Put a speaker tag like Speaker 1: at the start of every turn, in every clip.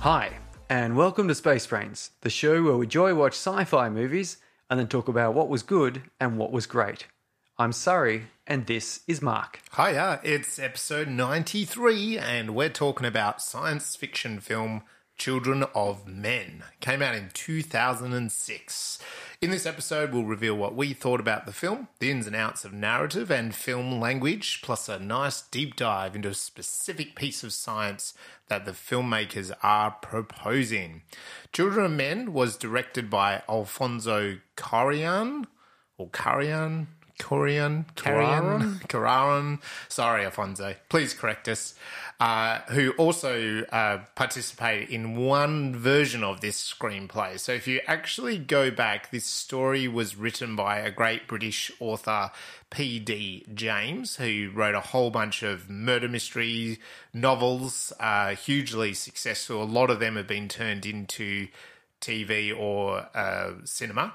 Speaker 1: Hi, and welcome to Space Brains, the show where we joy watch sci fi movies and then talk about what was good and what was great. I'm Surrey, and this is Mark.
Speaker 2: Hiya, it's episode 93, and we're talking about science fiction film Children of Men. Came out in 2006. In this episode, we'll reveal what we thought about the film, the ins and outs of narrative and film language, plus a nice deep dive into a specific piece of science that the filmmakers are proposing. Children of Men was directed by Alfonso Carian, or Carian? Corian, Carian, Cararan. Sorry, Alfonso. Please correct us. Uh, who also uh, participated in one version of this screenplay. So if you actually go back, this story was written by a great British author, P.D. James, who wrote a whole bunch of murder mystery novels, uh, hugely successful. A lot of them have been turned into TV or uh, cinema.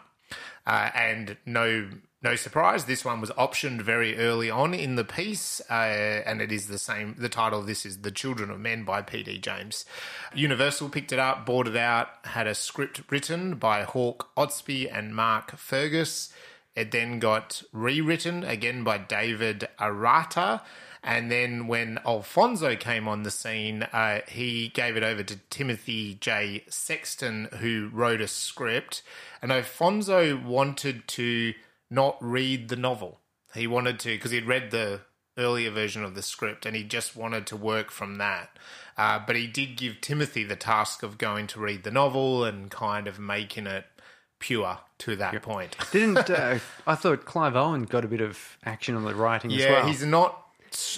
Speaker 2: Uh, and no, no surprise, this one was optioned very early on in the piece, uh, and it is the same. The title of this is "The Children of Men" by P.D. James. Universal picked it up, bought it out, had a script written by Hawk Otsby and Mark Fergus. It then got rewritten again by David Arata. And then when Alfonso came on the scene, uh, he gave it over to Timothy J. Sexton, who wrote a script. And Alfonso wanted to not read the novel. He wanted to, because he'd read the earlier version of the script and he just wanted to work from that. Uh, but he did give Timothy the task of going to read the novel and kind of making it pure to that point.
Speaker 1: Didn't uh, I thought Clive Owen got a bit of action on the writing as
Speaker 2: Yeah,
Speaker 1: well?
Speaker 2: he's not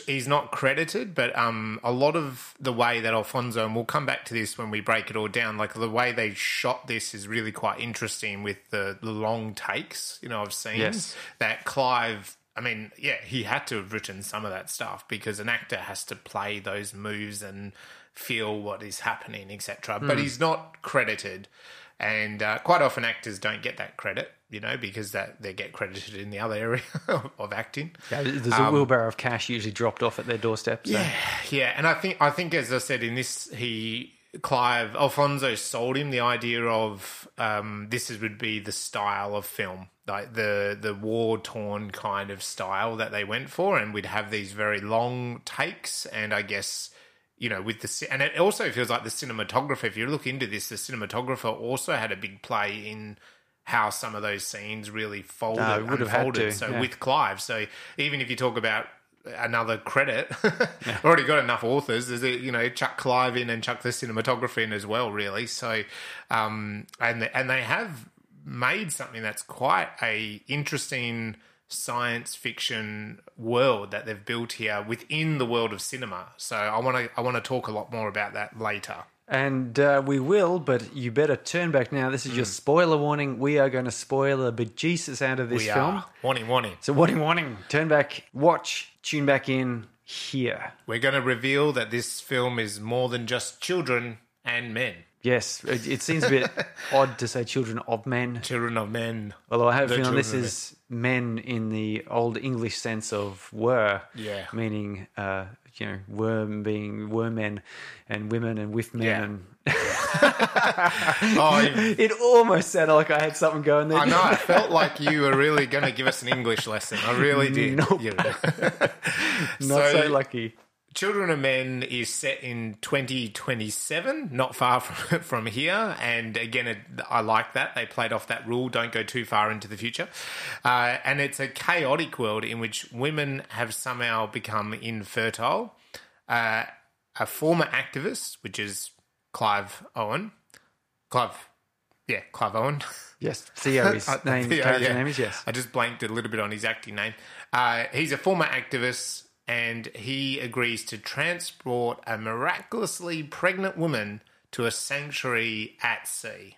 Speaker 2: he's not credited, but um, a lot of the way that Alfonso and we'll come back to this when we break it all down. Like the way they shot this is really quite interesting with the, the long takes. You know, I've seen
Speaker 1: Yes.
Speaker 2: that Clive. I mean, yeah, he had to have written some of that stuff because an actor has to play those moves and feel what is happening, etc.
Speaker 1: Hmm.
Speaker 2: But he's not credited, and uh, quite often actors don't get that credit, you know, because that they get credited in the other area of, of acting.
Speaker 1: Yeah, Uh, there's a wheelbarrow of cash usually dropped off at their doorstep. So.
Speaker 2: um, Yeah, yeah, and I think I think as I said in this, he Clive Alfonso sold him the idea of um, this is, would be the style of film, like the the war torn kind of style that they went for, and we'd have these very long takes, and I guess. You know, with the ci- and it also feels like the cinematographer. If you look into this, the cinematographer also had a big play in how some of those scenes really folded,
Speaker 1: No, it would have had
Speaker 2: unfolded.
Speaker 1: to,
Speaker 2: so
Speaker 1: yeah.
Speaker 2: with Clive. So even if you talk about another credit, already got enough authors. There's a, you know chuck Clive in and chuck the cinematography in as well, really. So um, and and they have made something that's quite a interesting science fiction world that they've built here within the world of cinema. So I want to I want to talk a lot more about that later.
Speaker 1: And uh, we will, but you better turn back now. This is
Speaker 2: Hmm.
Speaker 1: your spoiler warning. We are going to spoil the bejesus out of this
Speaker 2: We
Speaker 1: film.
Speaker 2: are warning, warning.
Speaker 1: So, warning, warning. Turn back, watch, tune back in here.
Speaker 2: We're going to reveal that this film is more than just children and men.
Speaker 1: Yes, it, it seems a bit odd to say children of men,
Speaker 2: Children of men.
Speaker 1: although I have a feeling this
Speaker 2: children of
Speaker 1: is men in the old English sense of were,
Speaker 2: Yeah.
Speaker 1: meaning uh, you know were being were men and women and with men.
Speaker 2: Yeah.
Speaker 1: And
Speaker 2: Oh, you-
Speaker 1: it almost sounded like I had something going there.
Speaker 2: I know. I felt like you were really going to give us an English lesson. I really did.
Speaker 1: Nope.
Speaker 2: You-
Speaker 1: Not so lucky.
Speaker 2: Children of Men is set in 2027, not far from, from here. And again, it, I like that. They played off that rule don't go too far into the future. Uh, and it's a chaotic world in which women have somehow become infertile. Uh, a former activist, which is Clive Owen, Clive Yeah, Clive Owen.
Speaker 1: Yes, Theo his
Speaker 2: Uh,
Speaker 1: name,
Speaker 2: yeah,
Speaker 1: character
Speaker 2: yeah.
Speaker 1: name is yes.
Speaker 2: I just blanked a little bit on his acting name. Uh, he's a former activist and he agrees to transport a miraculously pregnant woman to a sanctuary at sea.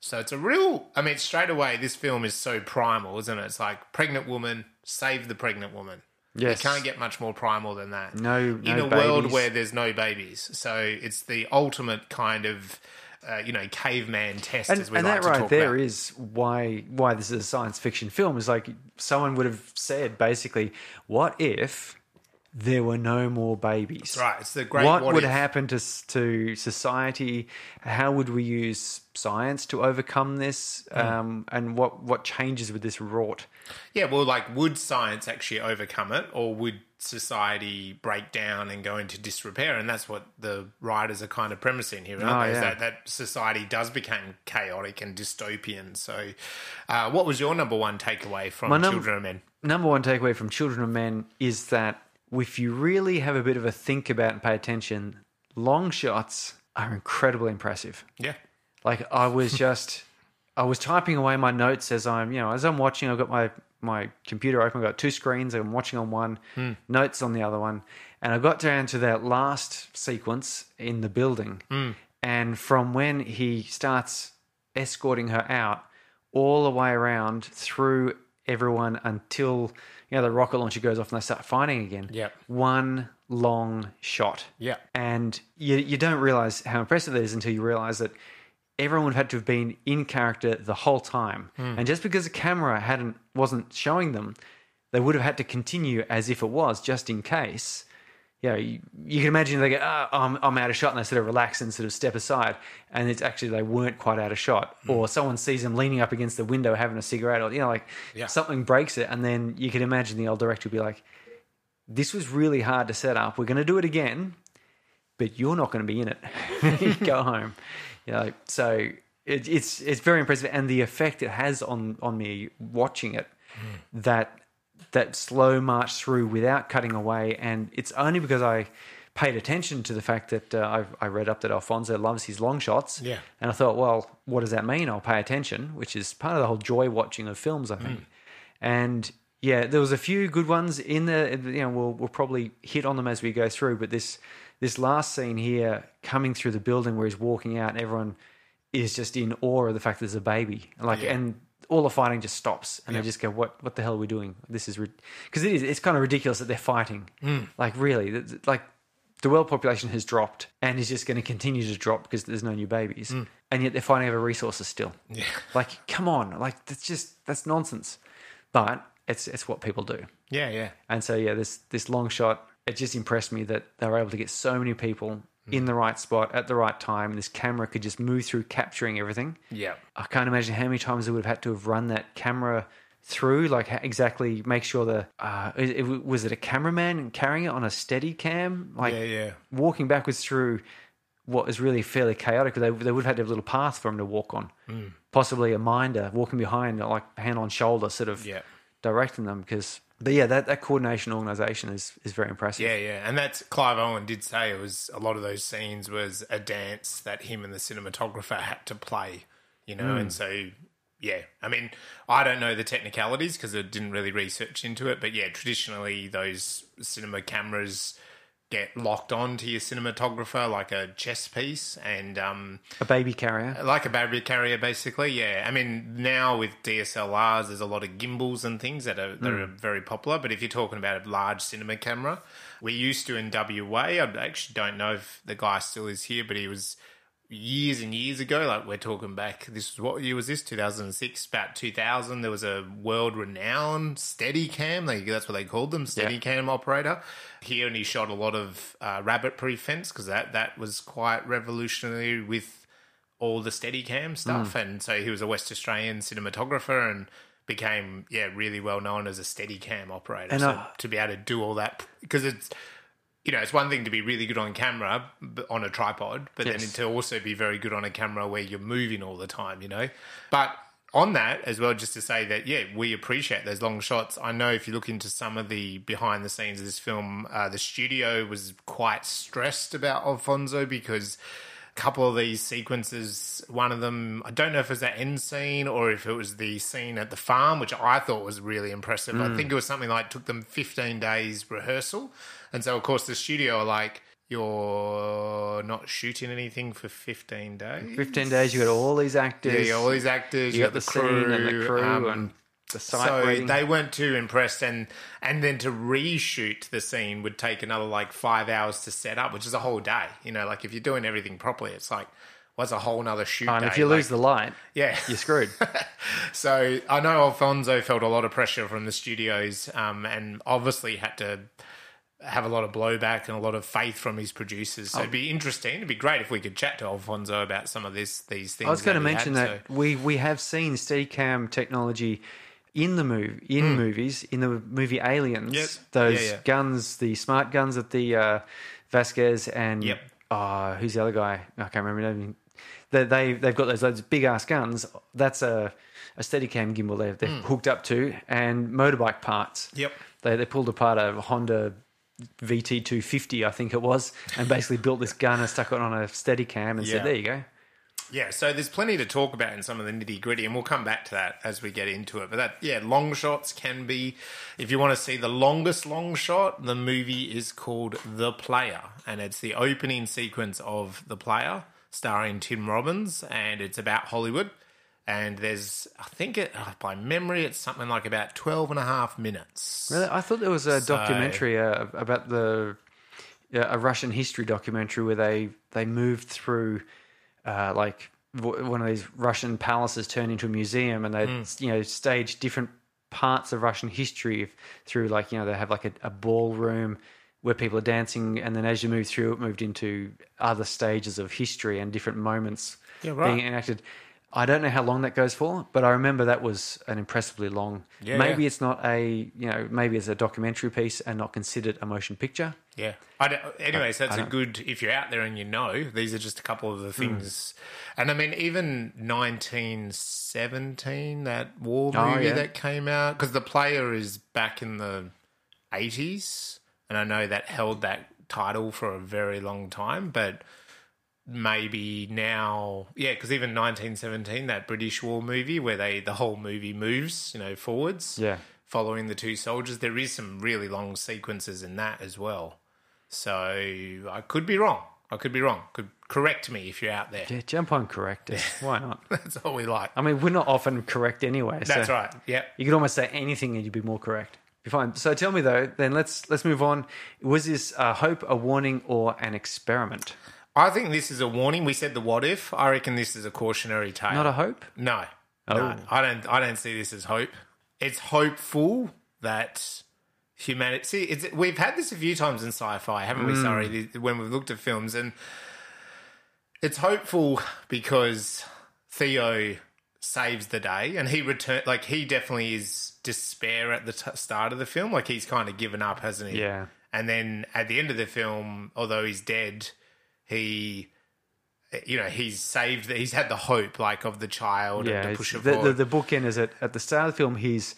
Speaker 2: So it's a real, I mean, straight away, this film is so primal, isn't it? It's like pregnant woman, save the pregnant woman.
Speaker 1: Yes.
Speaker 2: You can't get much more primal than that.
Speaker 1: No-
Speaker 2: In
Speaker 1: no
Speaker 2: a world
Speaker 1: babies.
Speaker 2: where there's no babies. So it's the ultimate kind of, uh, you know, caveman test,
Speaker 1: and,
Speaker 2: as we
Speaker 1: and that
Speaker 2: like to
Speaker 1: right
Speaker 2: talk about.
Speaker 1: there is why why this is a science fiction film is like someone would have said basically what if there were no more babies
Speaker 2: Right, it's the great
Speaker 1: what,
Speaker 2: what
Speaker 1: would
Speaker 2: if.
Speaker 1: happen to s- to society how would we use science to overcome this
Speaker 2: Hmm.
Speaker 1: um, and what what changes would this wrought
Speaker 2: Yeah, well, like, would science actually overcome it, or would society break down and go into disrepair? And that's what the writers are kind of premising here, aren't
Speaker 1: Oh,
Speaker 2: they? Is
Speaker 1: yeah.
Speaker 2: that, that society does become chaotic and dystopian. So, uh, what was your number one takeaway from
Speaker 1: num-
Speaker 2: Children of Men?
Speaker 1: number one takeaway from Children of Men is that if you really have a bit of a think about and pay attention, long shots are incredibly impressive.
Speaker 2: Yeah.
Speaker 1: Like I was just, I was typing away my notes as I'm, you know, as I'm watching. I've got my my computer open. I've got two screens. I'm watching on one, notes on the other one, and I got down to that last sequence in the building, and from when he starts escorting her out all the way around through everyone until you know the rocket launcher goes off and they start fighting again.
Speaker 2: Yep.
Speaker 1: One long shot.
Speaker 2: Yeah.
Speaker 1: And you you don't realize how impressive that is until you realize that everyone had to have been in character the whole time.
Speaker 2: Hmm.
Speaker 1: And just because the camera hadn't wasn't showing them, they would have had to continue as if it was just in case. You know, you, you can imagine they go, "Ah, I'm, I'm out of shot, and they sort of relax and sort of step aside. And it's actually they weren't quite out of shot.
Speaker 2: Hmm.
Speaker 1: Or someone sees them leaning up against the window having a cigarette, or, you know, like
Speaker 2: Yeah.
Speaker 1: something breaks it. And then you can imagine the old director would be like, this was really hard to set up. We're going to do it again, but you're not going to be in it. Go home. You know, so it, it's it's very impressive, and the effect it has on on me watching it that that slow march through without cutting away, and it's only because I paid attention to the fact that uh, I, I read up that Alfonso loves his long shots.
Speaker 2: Yeah.
Speaker 1: and I thought, well, what does that mean? I'll pay attention, which is part of the whole joy watching of films, I think and yeah, there was a few good ones in there. You know, we'll we'll probably hit on them as we go through. But this this last scene here, coming through the building where he's walking out, and everyone is just in awe of the fact there's a baby. Like, and all the fighting just stops, and they just go, "What what the hell are we doing? This is because it is. It's kind of ridiculous that they're fighting. Like, really, th- th- like the world population has dropped and is just going to continue to drop because there's no new babies,
Speaker 2: Mm.
Speaker 1: and yet they're fighting over resources still. Yeah. Like, come on, like that's just that's nonsense but it's it's what people do.
Speaker 2: Yeah, yeah.
Speaker 1: And so yeah, this this long shot, it just impressed me that they were able to get so many people
Speaker 2: Mm.
Speaker 1: in the right spot at the right time. This camera could just move through capturing everything.
Speaker 2: Yeah.
Speaker 1: I can't imagine how many times they would have had to have run that camera through, like ha- exactly make sure the uh, it, it, was it a cameraman carrying it on a steady cam, like
Speaker 2: Yeah, yeah.
Speaker 1: walking backwards through what is really fairly chaotic. They, they would have had to have a little path for him to walk on,
Speaker 2: Mm.
Speaker 1: possibly a minder walking behind, like hand on shoulder, sort of
Speaker 2: Yeah.
Speaker 1: directing them. Because, but yeah, that, that coordination organization is is very impressive.
Speaker 2: Yeah, yeah, and that's Clive Owen did say it was a lot of those scenes was a dance that him and the cinematographer had to play, you know, and so yeah, I mean, I don't know the technicalities because I didn't really research into it, but yeah, traditionally those cinema cameras get locked on to your cinematographer like a chess piece, and um,
Speaker 1: A baby carrier.
Speaker 2: like a battery carrier, basically. Yeah, I mean now with DSLRs, there's a lot of gimbals and things that are that are very popular. But if you're talking about a large cinema camera, we used to in WA. I actually don't know if the guy still is here, but he was years and years ago. Like we're talking back. This was what year was this? 2006, about 2000. There was a world-renowned Steadicam. They, that's what they called them, Steadicam operator. Here and he shot a lot of uh, rabbit-proof fence because that that was quite revolutionary with all the Steadicam stuff,
Speaker 1: Mm.
Speaker 2: and so he was a West Australian cinematographer and became yeah really well known as a Steadicam operator.
Speaker 1: And,
Speaker 2: so
Speaker 1: uh,
Speaker 2: to be able to do all that because it's you know it's one thing to be really good on camera b- on a tripod, but then
Speaker 1: Yes.
Speaker 2: to also be very good on a camera where you're moving all the time, you know, but. On that as well, just to say that yeah, we appreciate those long shots. I know if you look into some of the behind the scenes of this film, uh, the studio was quite stressed about Alfonso because couple of these sequences. One of them, I don't know if it was that end scene or if it was the scene at the farm, which I thought was really impressive.
Speaker 1: Hmm.
Speaker 2: I think it was something like took them 15 days rehearsal. And so, of course, the studio are like, you're not shooting anything for 15 days.
Speaker 1: 15 days, you got all these
Speaker 2: Yeah,
Speaker 1: actors.
Speaker 2: you got all these actors,
Speaker 1: you
Speaker 2: you,
Speaker 1: got the,
Speaker 2: crew,
Speaker 1: scene and the crew
Speaker 2: um,
Speaker 1: and the sight
Speaker 2: so
Speaker 1: reading.
Speaker 2: they weren't too impressed, and and then to reshoot the scene would take another like five hours to set up, which is a whole day. You know, like if you're doing everything properly, it's like what's a whole nother shoot.
Speaker 1: and
Speaker 2: day?
Speaker 1: if you lose the light,
Speaker 2: the yeah,
Speaker 1: you're screwed.
Speaker 2: so I know Alfonso felt a lot of pressure from the studios, um, and obviously had to have a lot of blowback and a lot of faith from his producers.
Speaker 1: Oh.
Speaker 2: So it'd be interesting. It'd be great if we could chat to Alfonso about some of this these things.
Speaker 1: I was going to
Speaker 2: he had,
Speaker 1: mention
Speaker 2: so-
Speaker 1: that we we have seen Steadicam technology in the movie in movies in the movie Aliens.
Speaker 2: Yep.
Speaker 1: Those
Speaker 2: Hmm. Yeah, yeah.
Speaker 1: guns, the smart guns that the uh, Vasquez and
Speaker 2: Yep.
Speaker 1: uh, who's the other guy? I can't remember. his name. They, they they've got those those big ass guns. That's a a Steadicam gimbal they're, they're hooked up to and motorbike parts.
Speaker 2: Hmm. Yep.
Speaker 1: They they pulled apart a Honda VT250, I think it was, and basically built this gun and stuck it on a Steadicam and
Speaker 2: Yeah.
Speaker 1: said, "There you go."
Speaker 2: Yeah, so there's plenty to talk about in some of the nitty gritty, and we'll come back to that as we get into it. But that, yeah, long shots can be, if you want to see the longest long shot, the movie is called The Player, and it's the opening sequence of The Player, starring Tim Robbins, and it's about Hollywood. And there's, I think it, oh, by memory, it's something like about 12 and a half minutes.
Speaker 1: Really? I thought there was a documentary uh, about the yeah, a Russian history documentary where they they moved through uh, like w- one of these Russian palaces turned into a museum, and they
Speaker 2: Mm.
Speaker 1: you know staged different parts of Russian history if, through like you know they have like a, a ballroom where people are dancing, and then as you move through, it moved into other stages of history and different moments
Speaker 2: Yeah, right.
Speaker 1: being enacted. I don't know how long that goes for, but I remember that was an impressively long.
Speaker 2: Yeah,
Speaker 1: maybe
Speaker 2: yeah.
Speaker 1: it's not a you know maybe it's a documentary piece and not considered a motion picture.
Speaker 2: Yeah. I don't, anyways, that's a good. If you're out there and you know, these are just a couple of the things. And I mean, even 1917, that war
Speaker 1: Oh,
Speaker 2: movie
Speaker 1: yeah.
Speaker 2: that came out, because the player is back in the 80s, and I know that held that title for a very long time, but maybe now, yeah, because even 1917, that British war movie where they the whole movie moves, you know, forwards,
Speaker 1: Yeah.
Speaker 2: following the two soldiers. There is some really long sequences in that as well. So I could be wrong. I could be wrong. Could correct me if you're out there.
Speaker 1: Yeah, jump on correct it. Why not?
Speaker 2: That's all we like.
Speaker 1: I mean, we're not often correct anyway. so
Speaker 2: That's right. Yep.
Speaker 1: You could almost say anything and you'd be more correct. Be fine. So tell me though, then let's let's move on. Was this a hope, a warning, or an experiment?
Speaker 2: I think this is a warning. We said the what if. I reckon this is a cautionary tale.
Speaker 1: Not a hope.
Speaker 2: No, no, I don't. I don't see this as hope. It's hopeful that humanity. See, it's, we've had this a few times in sci-fi, haven't we? Sorry, th- when we've looked at films, and it's hopeful because Theo saves the day, and he return. Like he definitely is despair at the t- start of the film. Like he's kind of given up, hasn't he?
Speaker 1: Yeah.
Speaker 2: And then at the end of the film, although he's dead, he you know he's saved he's had the hope like of the child
Speaker 1: Yeah.
Speaker 2: and to
Speaker 1: it's-
Speaker 2: push it
Speaker 1: the, the,
Speaker 2: forward
Speaker 1: the bookend is at at the start of the film he's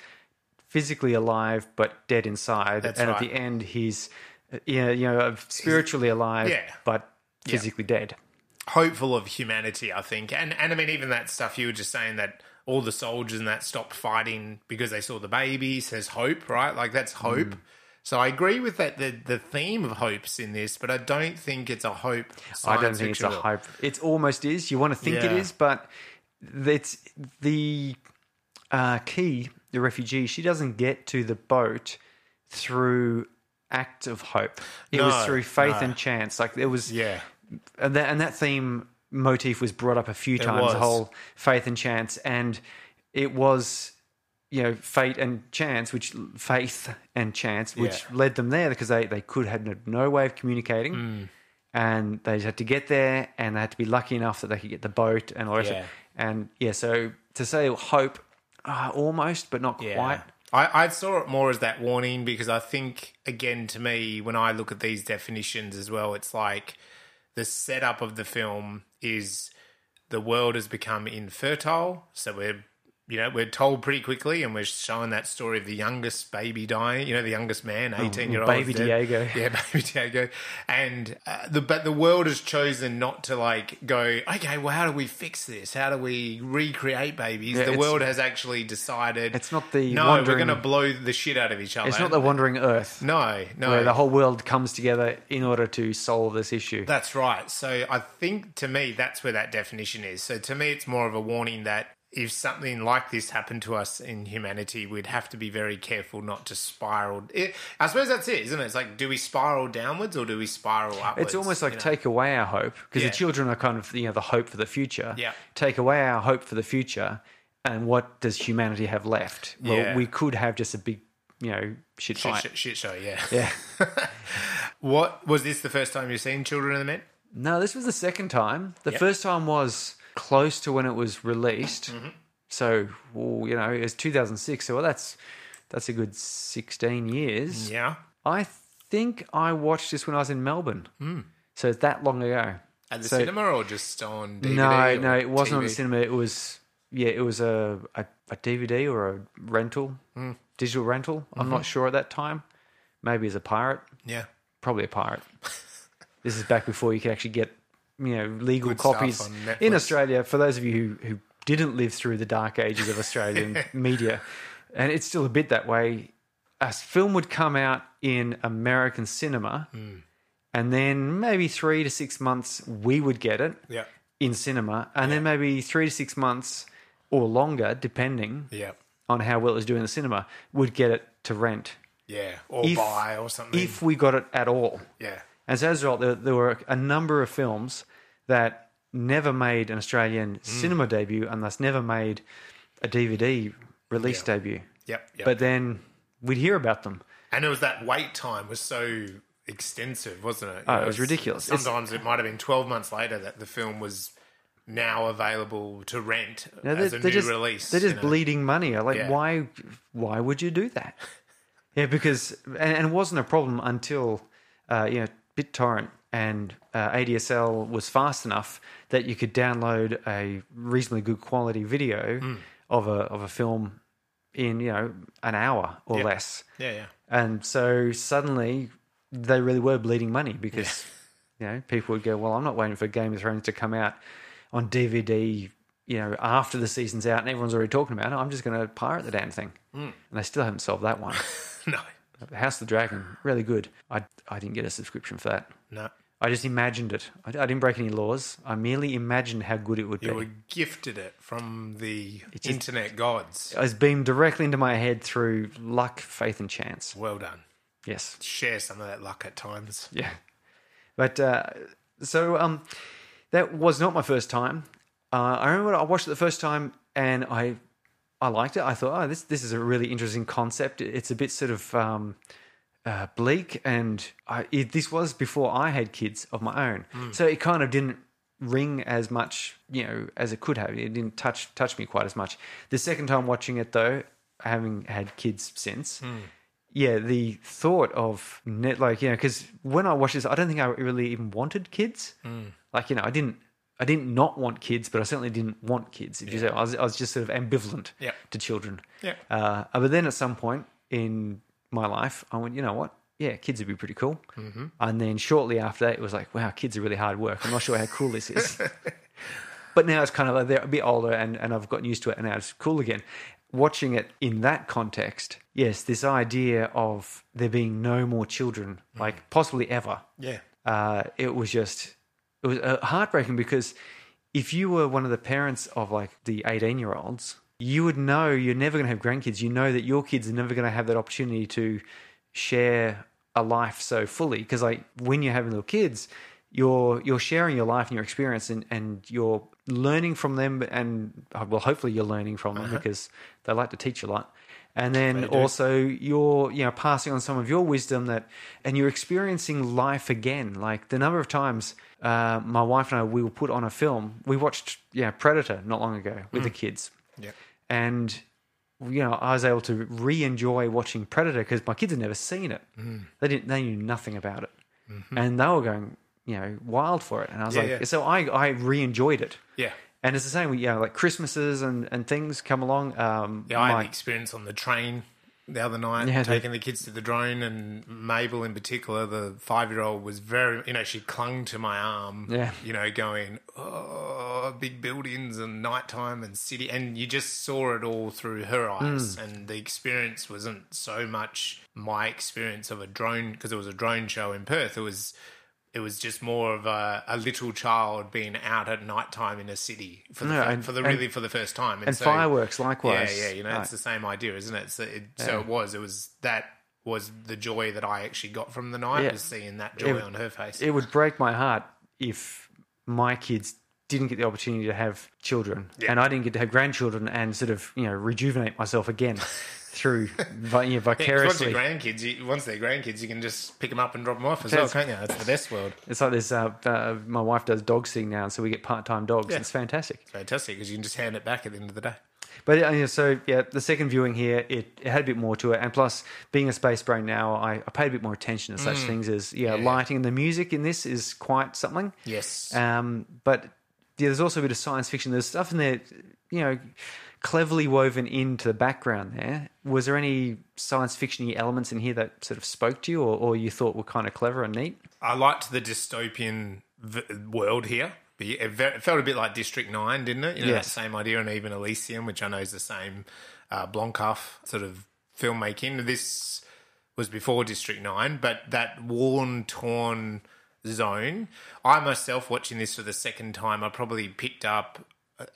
Speaker 1: physically alive but dead inside,
Speaker 2: That's
Speaker 1: and
Speaker 2: right.
Speaker 1: at the end he's uh, yeah you know spiritually alive
Speaker 2: Yeah.
Speaker 1: but physically dead.
Speaker 2: hopeful of humanity i think and and i mean even that stuff you were just saying that all the soldiers and that stopped fighting because they saw the baby says hope right like that's hope
Speaker 1: Mm.
Speaker 2: so i agree with that the the theme of hopes in this but i don't think it's a hope
Speaker 1: I don't
Speaker 2: science
Speaker 1: think it's a
Speaker 2: fiction.
Speaker 1: hype. It almost is. You want to think it
Speaker 2: Yeah.
Speaker 1: is, but it's the uh, key, the refugee. She doesn't get to the boat through act of hope. It
Speaker 2: No,
Speaker 1: was through faith
Speaker 2: no.
Speaker 1: and chance. Like it was,
Speaker 2: yeah
Speaker 1: and that, and that theme motif was brought up a few times.
Speaker 2: was.
Speaker 1: The whole faith and chance, and it was. You know, fate and chance, which faith and chance, which
Speaker 2: Yeah.
Speaker 1: led them there because they, they could had no, no way of communicating
Speaker 2: Mm.
Speaker 1: and they just had to get there and they had to be lucky enough that they could get the boat and all that.
Speaker 2: Yeah.
Speaker 1: And yeah, so to say hope, uh, almost, but not quite.
Speaker 2: I, I saw it more as that warning because I think, again, to me, when I look at these definitions as well, it's like the setup of the film is the world has become infertile. So we're you know, we're told pretty quickly, and we're showing that story of the youngest baby dying. You know, the youngest man, eighteen year old
Speaker 1: Oh, baby Diego.
Speaker 2: Yeah, baby Diego. And uh, the but the world has chosen not to like go. Okay, well, how do we fix this? How do we recreate babies?
Speaker 1: Yeah,
Speaker 2: the
Speaker 1: it's-
Speaker 2: world has actually decided
Speaker 1: It's not the
Speaker 2: no. We're
Speaker 1: wandering-
Speaker 2: going to blow the shit out of each other.
Speaker 1: It's not the wandering Earth
Speaker 2: no, no.
Speaker 1: where the whole world comes together in order to solve this issue.
Speaker 2: That's right. So I think to me, that's where that definition is. So to me, it's more of a warning that if something like this happened to us in humanity, we'd have to be very careful not to spiral. It, I suppose that's it, isn't it? It's like, do we spiral downwards or do we spiral upwards?
Speaker 1: It's almost like
Speaker 2: you know?
Speaker 1: take away our hope because
Speaker 2: Yeah.
Speaker 1: the children are kind of you know the hope for the future.
Speaker 2: Yeah.
Speaker 1: Take away our hope for the future, and what does humanity have left? Well,
Speaker 2: Yeah.
Speaker 1: we could have just a big you know shit
Speaker 2: shit,
Speaker 1: fight.
Speaker 2: shit, shit show. Yeah.
Speaker 1: Yeah.
Speaker 2: What was this the first time you've seen Children of the Men?
Speaker 1: No, this was the second time. The first time was close to when it was released.
Speaker 2: Mm-hmm.
Speaker 1: So well, you know it was 2006. So well, that's that's a good 16 years.
Speaker 2: Yeah.
Speaker 1: I think I watched this when I was in Melbourne. So it's that long ago.
Speaker 2: Hmm. At the
Speaker 1: So-
Speaker 2: cinema or just on DVD?
Speaker 1: No,
Speaker 2: or
Speaker 1: no, it wasn't on the
Speaker 2: TV?
Speaker 1: cinema. It was yeah, it was a a, a DVD or a rental,
Speaker 2: Hmm.
Speaker 1: digital rental. I'm
Speaker 2: Mm-hmm.
Speaker 1: not sure at that time. Maybe as a pirate,
Speaker 2: Yeah.
Speaker 1: probably a pirate. this is back before you could actually get you know legal
Speaker 2: Good stuff
Speaker 1: copies
Speaker 2: on
Speaker 1: in
Speaker 2: Netflix.
Speaker 1: Australia. For those of you who who didn't live through the dark ages of Australian media, and it's still a bit that way. A film would come out in American cinema,
Speaker 2: Hmm.
Speaker 1: and then maybe three to six months we would get it
Speaker 2: Yeah.
Speaker 1: in cinema, and then maybe three to six months or longer, depending
Speaker 2: Yeah.
Speaker 1: on how well it was doing in the cinema, would get it to rent
Speaker 2: Yeah. Or
Speaker 1: If-
Speaker 2: buy or something.
Speaker 1: if we got it at all.
Speaker 2: yeah.
Speaker 1: And so as a result, there, there were a number of films that never made an Australian cinema debut and thus never made a DVD release debut.
Speaker 2: Yep. yep.
Speaker 1: But then we'd hear about them.
Speaker 2: And it was that wait time was so extensive, wasn't it? You
Speaker 1: Oh, it was
Speaker 2: it's-
Speaker 1: ridiculous. It's-
Speaker 2: Sometimes it might have been 12 months later that the film was now available to rent
Speaker 1: You know,
Speaker 2: as a new
Speaker 1: just,
Speaker 2: release.
Speaker 1: They're
Speaker 2: you
Speaker 1: just
Speaker 2: know.
Speaker 1: bleeding money. Like
Speaker 2: Yeah.
Speaker 1: why why would you do that? Yeah, because and, and it wasn't a problem until uh, you know BitTorrent and uh, ADSL was fast enough that you could download a reasonably good quality video
Speaker 2: Mm.
Speaker 1: of a of a film in you know an hour or less.
Speaker 2: Yeah, yeah.
Speaker 1: And so suddenly they really were bleeding money because you know people would go, "Well, I'm not waiting for Game of Thrones to come out on DVD, you know, after the season's out and everyone's already talking about it. I'm just going to pirate the damn thing." And they still haven't solved that one.
Speaker 2: No,
Speaker 1: House of the Dragon, really good. I I didn't get a subscription for that.
Speaker 2: no.
Speaker 1: I just imagined it. I, I didn't break any laws. I merely imagined how good it would be.
Speaker 2: You were gifted it from the
Speaker 1: just-
Speaker 2: internet gods.
Speaker 1: It was beamed directly into my head through luck, faith, and chance.
Speaker 2: Well done.
Speaker 1: Yes.
Speaker 2: Share some of that luck at times.
Speaker 1: Yeah. But uh, so um, that was not my first time. Uh, I remember I watched it the first time and I I liked it. I thought, oh, this this is a really interesting concept. It's a bit sort of um, uh, bleak, and I, it, this was before I had kids of my own, so it kind of didn't ring as much, you know, as it could have. It didn't touch touch me quite as much. The second time watching it, though, having had kids since, yeah, the thought of net, like you know, because when I watched this, I don't think I really even wanted kids. Like you know, I didn't. I didn't not want kids, but I certainly didn't want kids. If you say, I was, I was just sort of ambivalent
Speaker 2: Yep.
Speaker 1: to children.
Speaker 2: Yeah.
Speaker 1: Uh, but then at some point in my life, I went, you know what? Yeah, kids would be pretty cool. Mm-hmm. And then shortly after that, it was like, wow, kids are really hard work. I'm not sure how cool this is. but now it's kind of like they're a bit older and, and I've gotten used to it and now it's cool again. Watching it in that context, yes, this idea of there being no more children, like possibly ever,
Speaker 2: Yeah.
Speaker 1: uh, it was just it was uh, heartbreaking because if you were one of the parents of like the 18 year olds you would know you're never going to have grandkids you know that your kids are never going to have that opportunity to share a life so fully because like when you're having little kids you're you're sharing your life and your experience and and you're learning from them and uh, well hopefully you're learning from them because they like to teach you a lot and then also you're you know passing on some of your wisdom that and you're experiencing life again like the number of times uh, my wife and i we will put on a film we watched yeah predator not long ago with the kids
Speaker 2: Mm. Yep.
Speaker 1: and you know i was able to re-enjoy watching predator because my kids had never seen it
Speaker 2: Mm.
Speaker 1: they didn't they knew nothing about it and they were going you know wild for it and i was
Speaker 2: Mm-hmm. Yeah,
Speaker 1: like
Speaker 2: yeah.
Speaker 1: so i i re-enjoyed it
Speaker 2: Yeah.
Speaker 1: And it's the same with, you know, like Christmases and, and things come along. Um,
Speaker 2: Yeah, I had
Speaker 1: my-
Speaker 2: an experience on the train the other night,
Speaker 1: Yeah,
Speaker 2: taking the kids to the drone, and Mabel in particular, the five-year-old, was very, you know, she clung to my arm,
Speaker 1: Yeah.
Speaker 2: you know, going, oh, big buildings and nighttime and city, and you just saw it all through her
Speaker 1: Hmm.
Speaker 2: eyes, and the experience wasn't so much my experience of a drone because it was a drone show in Perth. It was. It was just more of a, a little child being out at nighttime in a city for the,
Speaker 1: No,
Speaker 2: fir-
Speaker 1: and-
Speaker 2: for the
Speaker 1: and-
Speaker 2: really for the first time,
Speaker 1: and fireworks likewise. Uh,
Speaker 2: yeah, yeah, you know,
Speaker 1: Like,
Speaker 2: it's the same idea, isn't it? So it, so it was. It was that was the joy that I actually got from the night
Speaker 1: Yeah.
Speaker 2: was seeing that joy
Speaker 1: It-
Speaker 2: on her face.
Speaker 1: it would break my heart if my kids didn't get the opportunity to have children and I didn't get to have grandchildren and sort of, you know, rejuvenate myself again through vi- you know,
Speaker 2: Because once
Speaker 1: vicariously.
Speaker 2: your grandkids, you, once they're grandkids, you can just pick them up and drop them off as
Speaker 1: Yes.
Speaker 2: well, can't you? That's the best world.
Speaker 1: it's like this, uh, uh, my wife does dog sitting now, so we get part time dogs. It's fantastic.
Speaker 2: Fantastic, because you can just hand it back at the end of the day.
Speaker 1: But uh, yeah, so yeah, the second viewing here, it, it had a bit more to it, and plus being a space brain now, I, I paid a bit more attention to such
Speaker 2: Mm.
Speaker 1: things as yeah, lighting and the music in this is quite something.
Speaker 2: Yes.
Speaker 1: Um, but yeah, there's also a bit of science fiction. There's stuff in there, you know, cleverly woven into the background. There was there any science fiction elements in here that sort of spoke to you, or, or you thought were kind of clever and neat?
Speaker 2: I liked the dystopian v- world here. But It ve- it felt a bit like District Nine, didn't it? You know,
Speaker 1: Yes.
Speaker 2: that same idea, and even Elysium, which I know is the same uh, Blomkamp sort of filmmaking. This was before District Nine, but that worn, torn zone. I myself watching this for the second time, I probably picked up.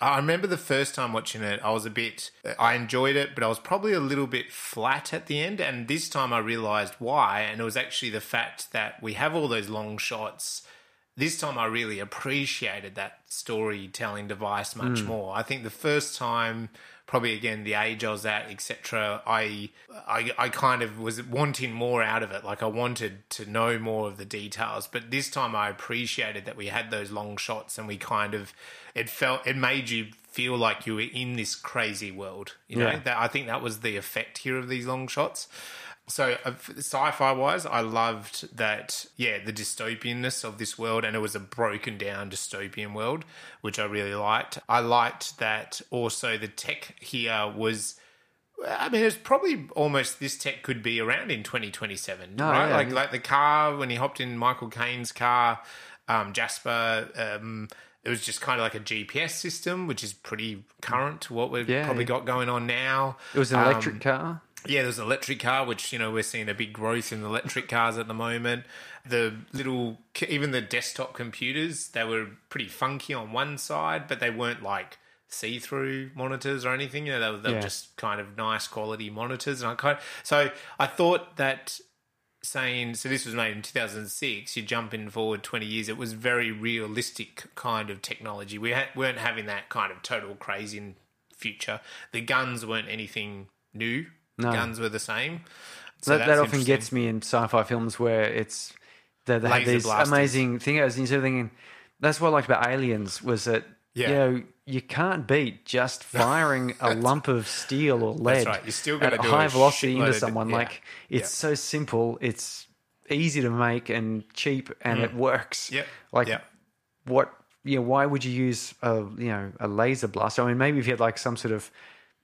Speaker 2: I remember the first time watching it, I was a bit. I enjoyed it, but I was probably a little bit flat at the end. And this time, I realised why, and it was actually the fact that we have all those long shots this time I really appreciated that storytelling device much more. I think the first time, probably again the age I was at, etc. I, I I kind of was wanting more out of it. Like I wanted to know more of the details. But this time I appreciated that we had those long shots and we kind of it felt it made you feel like you were in this crazy world. You know
Speaker 1: Yeah.
Speaker 2: that I think that was the effect here of these long shots. So, uh, f- sci-fi wise, I loved that. Yeah, the dystopianness of this world, and it was a broken down dystopian world, which I really liked. I liked that also the tech here was. I mean, it's probably almost this tech could be around in 2027, right?
Speaker 1: yeah.
Speaker 2: Like, like the car when he hopped in Michael Caine's car, um, Jasper. Um, it was just kind of like a GPS system, which is pretty current to what we've
Speaker 1: Yeah,
Speaker 2: probably
Speaker 1: yeah.
Speaker 2: got going on now.
Speaker 1: It was an
Speaker 2: Um,
Speaker 1: electric car.
Speaker 2: yeah, there's an electric car, which you know we're seeing a big growth in electric cars at the moment. The little, even the desktop computers, they were pretty funky on one side, but they weren't like see-through monitors or anything. You know, they were, they were
Speaker 1: Yeah.
Speaker 2: just kind of nice quality monitors. And I kind so I thought that saying so this was made in 2006 you jump in forward 20 years it was very realistic kind of technology we ha- weren't having that kind of total crazy in future the guns weren't anything new guns were the same so
Speaker 1: that,
Speaker 2: that's
Speaker 1: that often
Speaker 2: interesting.
Speaker 1: gets me in sci-fi films where it's they, they have
Speaker 2: Laser
Speaker 1: these
Speaker 2: blasters.
Speaker 1: amazing things. And you're sort of thinking, that's what I liked about Aliens was that
Speaker 2: Yeah.
Speaker 1: you know you can't beat just firing a lump of steel or lead
Speaker 2: right. You still
Speaker 1: at
Speaker 2: gotta
Speaker 1: a
Speaker 2: do a
Speaker 1: high velocity
Speaker 2: shitload
Speaker 1: into
Speaker 2: of-
Speaker 1: someone.
Speaker 2: yeah.
Speaker 1: Like it's so simple, it's easy to make and cheap, and it works.
Speaker 2: Mm. yep
Speaker 1: Like
Speaker 2: yep.
Speaker 1: what you know, why would you use a you know a laser blaster? I mean, maybe if you had like some sort of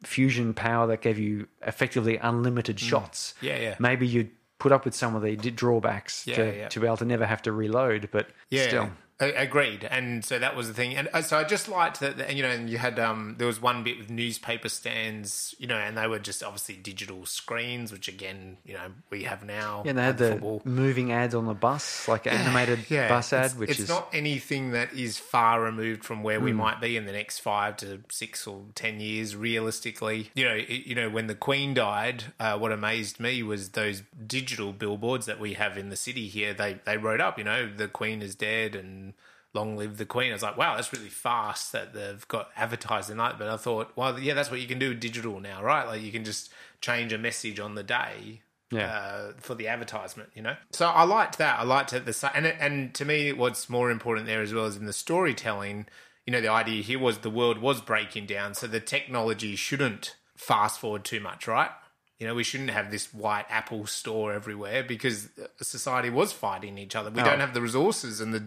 Speaker 1: fusion power that gave you effectively unlimited shots.
Speaker 2: Mm. Yeah, yeah.
Speaker 1: Maybe you'd put up with some of the d- drawbacks to,
Speaker 2: yeah.
Speaker 1: to be able to never have to reload. But
Speaker 2: Yeah,
Speaker 1: still,
Speaker 2: a- agreed. And so that was the thing. And uh, so I just liked that. that, You know, and you had um, there was one bit with newspaper stands. You know, and they were just obviously digital screens, which again, you know, we have now.
Speaker 1: and they had
Speaker 2: at
Speaker 1: the
Speaker 2: football.
Speaker 1: moving ads on the bus, like animated bus ad,
Speaker 2: it's,
Speaker 1: which
Speaker 2: it's
Speaker 1: is Hmm.
Speaker 2: not anything that is far removed from where we might be in the next five to six or ten years. Realistically, you know, it, you know, when the Queen died, uh, what amazed me was those digital billboards that we have in the city here. They they wrote up, you know, the Queen is dead and. Long live the Queen! I was like, wow, that's really fast that they've got advertising like. that. But I thought, well, yeah, that's what you can do with digital now, right? Like you can just change a message on the day
Speaker 1: Yeah.
Speaker 2: uh, for the advertisement, you know. So I liked that. I liked it. The sa- and it, and to me, what's more important there as well is in the storytelling. You know, the idea here was the world was breaking down, so the technology shouldn't fast forward too much, right? You know, we shouldn't have this white Apple store everywhere uh, Oh. because society was fighting each other. We don't have the resources and the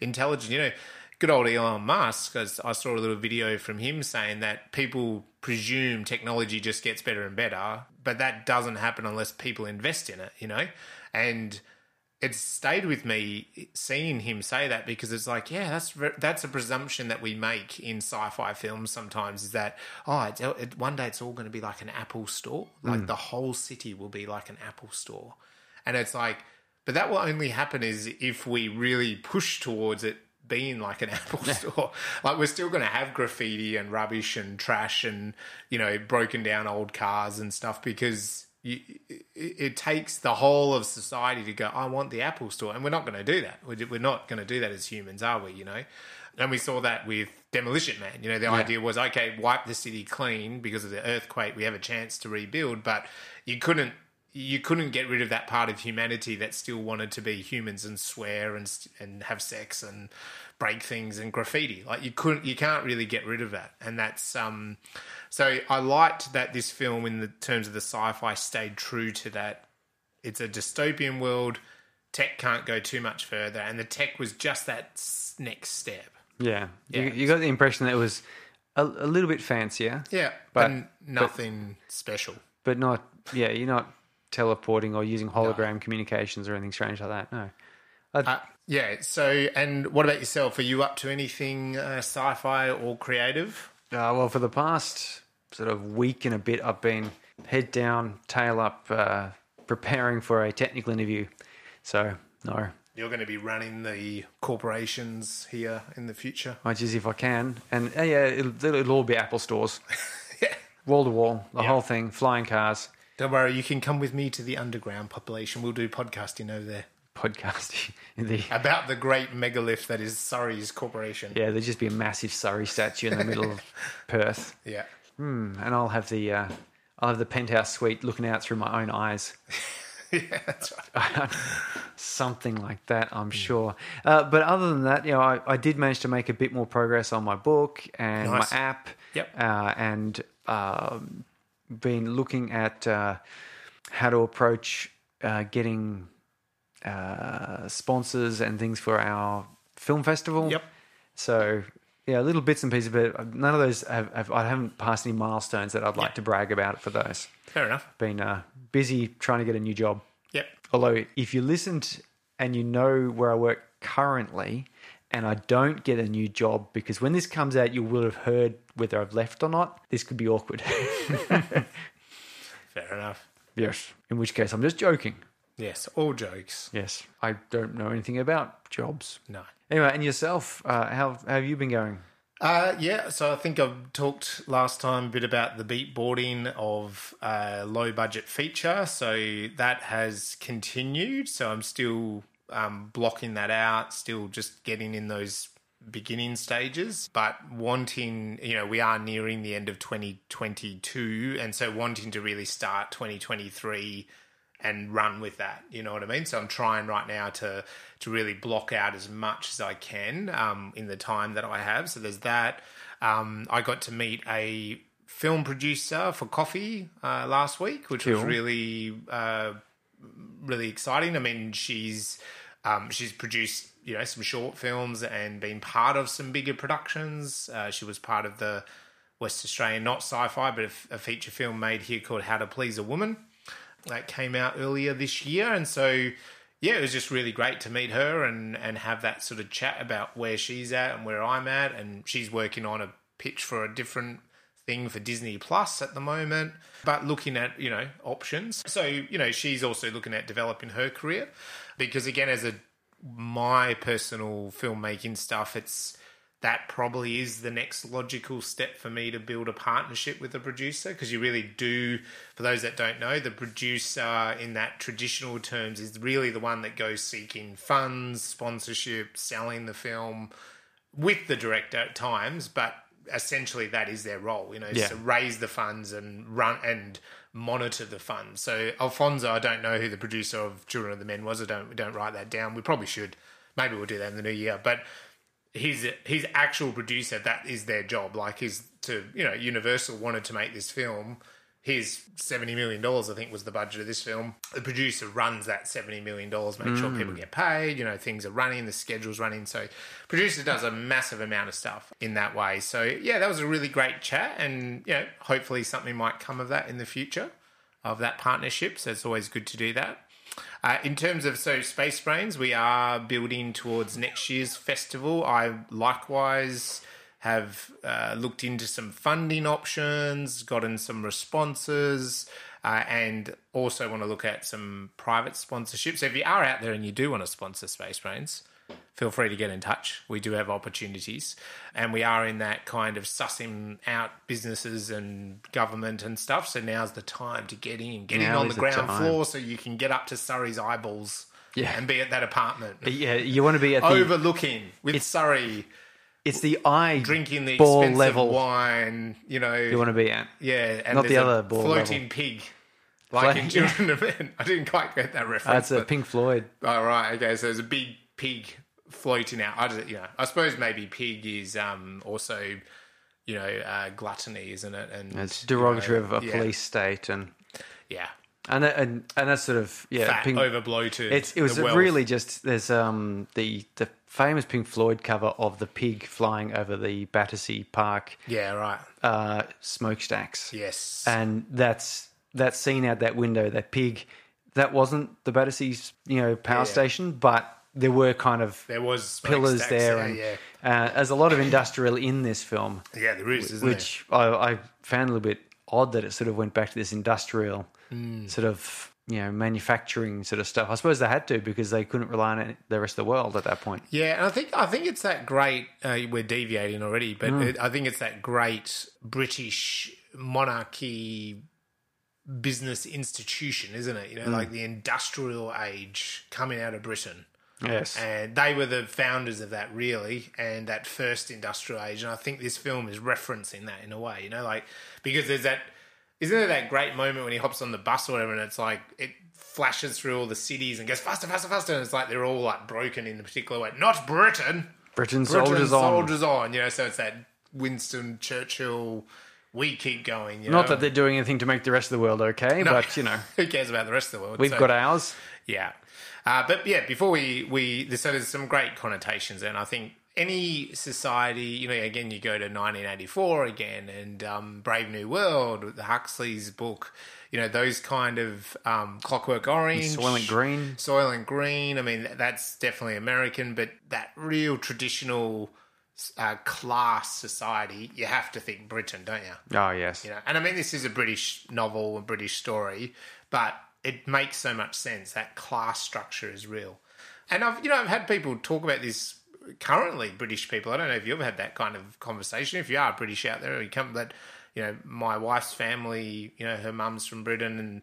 Speaker 2: intelligence. You know, good old Elon Musk, because I saw a little video from him saying that people presume technology just gets better and better, but that doesn't happen unless people invest in it, you know? And it's stayed with me seeing him say that because it's like, yeah, that's re- that's a presumption that we make in sci-fi films sometimes is that oh, it's, it, one day it's all going to be like an Apple store, like the whole city will be like an Apple store, and it's like, but that will only happen is if we really push towards it being like an Apple store. Like we're still going to have graffiti and rubbish and trash and you know broken down old cars and stuff because you, it, it takes the whole of society to go, I want the Apple store. And we're not going to do that. We're, we're not going to do that as humans, are we? You know? And we saw that with Demolition Man. You know, the idea was, okay, wipe the city clean because of the earthquake. We have a chance to rebuild. But you couldn't. You couldn't get rid of that part of humanity that still wanted to be humans and swear and st- and have sex and break things and graffiti. Like you couldn't, you can't really get rid of that. And that's um, so I liked that this film, in the terms of the sci-fi, stayed true to that. It's a dystopian world. Tech can't go too much further, and the tech was just that s- next step.
Speaker 1: Yeah. You, you got the impression that it was a, a little bit fancier,
Speaker 2: Yeah,
Speaker 1: But-
Speaker 2: but, nothing special.
Speaker 1: but not, yeah, you're not teleporting or using hologram communications or anything strange like that. No.
Speaker 2: Uh, yeah. So, and what about yourself? Are you up to anything uh, sci-fi or creative?
Speaker 1: Uh, well, for the past sort of week and a bit, I've been head down, tail up, uh, preparing for a technical interview. So, no.
Speaker 2: You're going to be running the corporations here in the future.
Speaker 1: Much as if I can. And uh, yeah, it'll, it'll all be Apple stores. Wall to wall, the whole thing, flying cars,
Speaker 2: Don't worry, you can come with me to the underground population. We'll do podcasting over there
Speaker 1: podcasting. the,
Speaker 2: about the great megalith that is Surrey's corporation.
Speaker 1: yeah, there'd just be a massive Surrey statue in the middle of Perth.
Speaker 2: Yeah.
Speaker 1: Hmm, and I'll have the. Uh, I'll have the penthouse suite looking out through my own eyes.
Speaker 2: Yeah, that's right.
Speaker 1: something like that, I'm sure. Uh, but other than that, you know, I, I did manage to make a bit more progress on my book and
Speaker 2: Nice.
Speaker 1: my app,
Speaker 2: Yep.
Speaker 1: uh, and um been looking at uh, how to approach uh, getting uh, sponsors and things for our film festival.
Speaker 2: Yep.
Speaker 1: So. Yeah, little bits and pieces, but none of those have, have I haven't passed any milestones that I'd like to brag about for those.
Speaker 2: Fair enough.
Speaker 1: Been uh, busy trying to get a new job.
Speaker 2: Yep.
Speaker 1: Although, if you listened and you know where I work currently, and I don't get a new job because when this comes out, you will have heard whether I've left or not. This could be awkward.
Speaker 2: Fair enough.
Speaker 1: yes. In which case, I'm just joking.
Speaker 2: Yes, all jokes.
Speaker 1: Yes. I don't know anything about jobs.
Speaker 2: No.
Speaker 1: Anyway, and yourself, uh, how, how have you been going?
Speaker 2: Uh, yeah, so I think I've talked last time a bit about the beatboarding of a low budget feature. So that has continued. So I'm still um, blocking that out, still just getting in those beginning stages, but wanting, you know, we are nearing the end of 2022. And so wanting to really start 2023 and run with that. You know what I mean? So I'm trying right now to to really block out as much as I can um, in the time that I have. So there's that. Um, I got to meet a film producer for coffee uh, last week, which was
Speaker 1: Cool.
Speaker 2: really uh, really exciting. I mean, she's um, she's produced you know some short films and been part of some bigger productions. Uh, she was part of the West Australian, not sci-fi, but a f a a feature film made here called How to Please a Woman that came out earlier this year, and so yeah, it was just really great to meet her and and have that sort of chat about where she's at and where I'm at, and she's working on a pitch for a different thing for Disney Plus at the moment, but looking at you know options. So you know she's also looking at developing her career because again, as a my personal filmmaking stuff, it's that probably is the next logical step for me to build a partnership with a producer because you really do for those that don't know the producer in that traditional terms is really the one that goes seeking funds sponsorship selling the film with the director at times but essentially that is their role you know
Speaker 1: Yeah.
Speaker 2: so raise the funds and run and monitor the funds so alfonso i don't know who the producer of children of the men was i don't we don't write that down we probably should maybe we'll do that in the new year but his his actual producer that is their job like is to you know universal wanted to make this film his $70 million, I think, was the budget of this film. The producer runs that $70 million, makes sure people get paid, you know, things are running, the schedule's running. So, producer does a massive amount of stuff in that way. So, yeah, that was a really great chat. And, you know, hopefully something might come of that in the future of that partnership. So, it's always good to do that. Uh, in terms of so space brains, we are building towards next year's festival. I likewise have uh, looked into some funding options, gotten some responses, uh, and also want to look at some private sponsorships. So if you are out there and you do want to sponsor space brains, feel free to get in touch. We do have opportunities, and we are in that kind of sussing out businesses and government and stuff. So now's the time to get in, get in
Speaker 1: Now
Speaker 2: on the
Speaker 1: is the
Speaker 2: ground
Speaker 1: time.
Speaker 2: floor, so you can get up to Surrey's eyeballs
Speaker 1: Yeah.
Speaker 2: and be at that apartment,
Speaker 1: Yeah, you want to be at the
Speaker 2: overlooking with Surrey,
Speaker 1: it's the eye
Speaker 2: drinking the
Speaker 1: ball
Speaker 2: expensive
Speaker 1: level
Speaker 2: wine. You know,
Speaker 1: you want to be at.
Speaker 2: yeah, and
Speaker 1: not the
Speaker 2: there's a
Speaker 1: other ball
Speaker 2: floating
Speaker 1: level.
Speaker 2: pig. Like in
Speaker 1: Floating- yeah.
Speaker 2: Children of Men. I didn't quite get that reference.
Speaker 1: That's a
Speaker 2: but-
Speaker 1: Pink Floyd.
Speaker 2: Oh, right. Okay. So there's a big pig floating out. I, don't, you know, I suppose maybe pig is um, also, you know, uh, gluttony, isn't it? And
Speaker 1: It's derogatory
Speaker 2: you know,
Speaker 1: of a
Speaker 2: yeah,
Speaker 1: police state and
Speaker 2: Yeah.
Speaker 1: and that, and and that's sort of yeah.
Speaker 2: Fat,
Speaker 1: Pink,
Speaker 2: over bloated.
Speaker 1: it's it was
Speaker 2: the wealth.
Speaker 1: really just there's um the the famous Pink Floyd cover of the pig flying over the Battersea Park
Speaker 2: Yeah, right.
Speaker 1: uh, smokestacks.
Speaker 2: Yes.
Speaker 1: and that's that scene out that window, that pig. That wasn't the Battersea, you know, power station, but there were kind of
Speaker 2: there was
Speaker 1: pillars
Speaker 2: smokestacks
Speaker 1: there, and
Speaker 2: Yeah,
Speaker 1: Uh, there's a lot of industrial in this film,
Speaker 2: yeah. Yeah, there is, isn't
Speaker 1: which I, I found a little bit odd that it sort of went back to this industrial
Speaker 2: Hmm.
Speaker 1: sort of you know manufacturing sort of stuff. I suppose they had to because they couldn't rely on it, the rest of the world at that point.
Speaker 2: there? Yeah, and I think I think it's that great. Uh, we're deviating already, but it, I think it's that great British monarchy business institution, isn't it? You know, like the industrial age coming out of Britain.
Speaker 1: Yes,
Speaker 2: And they were the founders of that, really, and that first industrial age. And I think this film is referencing that in a way, you know, like because there's that, isn't there that great moment when he hops on the bus or whatever, and it's like it flashes through all the cities and goes faster, faster, faster, and it's like they're all like broken in a particular way. Not Britain,
Speaker 1: Britain
Speaker 2: Britain
Speaker 1: soldiers on.
Speaker 2: soldiers on, you know. So it's that Winston Churchill, we keep going. You
Speaker 1: Not
Speaker 2: know?
Speaker 1: that they're doing anything to make the rest of the world okay, but you know
Speaker 2: who cares about the rest of the world?
Speaker 1: we've
Speaker 2: So-
Speaker 1: got ours.
Speaker 2: yeah. Uh, but yeah, before we, we, so there's some great connotations, and I think any society, you know, again, you go to 1984 again and um, Brave New World, the Huxley's book, you know, those kind of um, Clockwork Orange,
Speaker 1: Soylent Green.
Speaker 2: Soil and Green. I mean, th- that's definitely American, but that real traditional uh, class society, you have to think Britain, don't you?
Speaker 1: Oh yes,
Speaker 2: You know, and I mean, this is a British novel, a British story, but it makes so much sense. That class structure is real. And I've, you know, I've had people talk about this currently, British people. I don't know if you've ever had that kind of conversation. If you are British out there, you come that, you know, my wife's family, you know, her mum's from Britain and,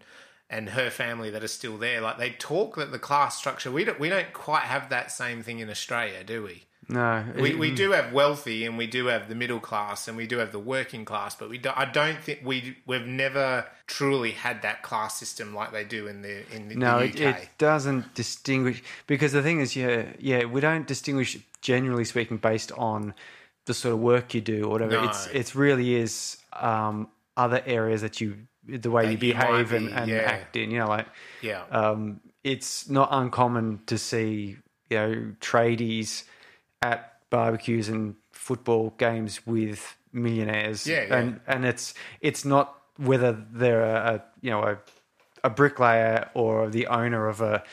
Speaker 2: and her family that are still there, like they talk that the class structure, we don't, we don't quite have that same thing in Australia, do we?
Speaker 1: no,
Speaker 2: We, we do have wealthy and we do have the middle class and we do have the working class, but we do, I don't think we we've never truly had that class system like they do in the in the,
Speaker 1: No,
Speaker 2: the
Speaker 1: it,
Speaker 2: UK.
Speaker 1: it doesn't distinguish because the thing is, yeah, yeah, we don't distinguish generally speaking based on the sort of work you do or whatever. It's
Speaker 2: No.
Speaker 1: it's really is um, other areas that you the way you
Speaker 2: you might
Speaker 1: behave and,
Speaker 2: be,
Speaker 1: and
Speaker 2: yeah.
Speaker 1: act in. You know, like
Speaker 2: yeah,
Speaker 1: um, it's not uncommon to see you know tradies at barbecues and football games with millionaires.
Speaker 2: Yeah, yeah.
Speaker 1: and and it's it's not whether they're a, a you know a, a bricklayer or the owner of a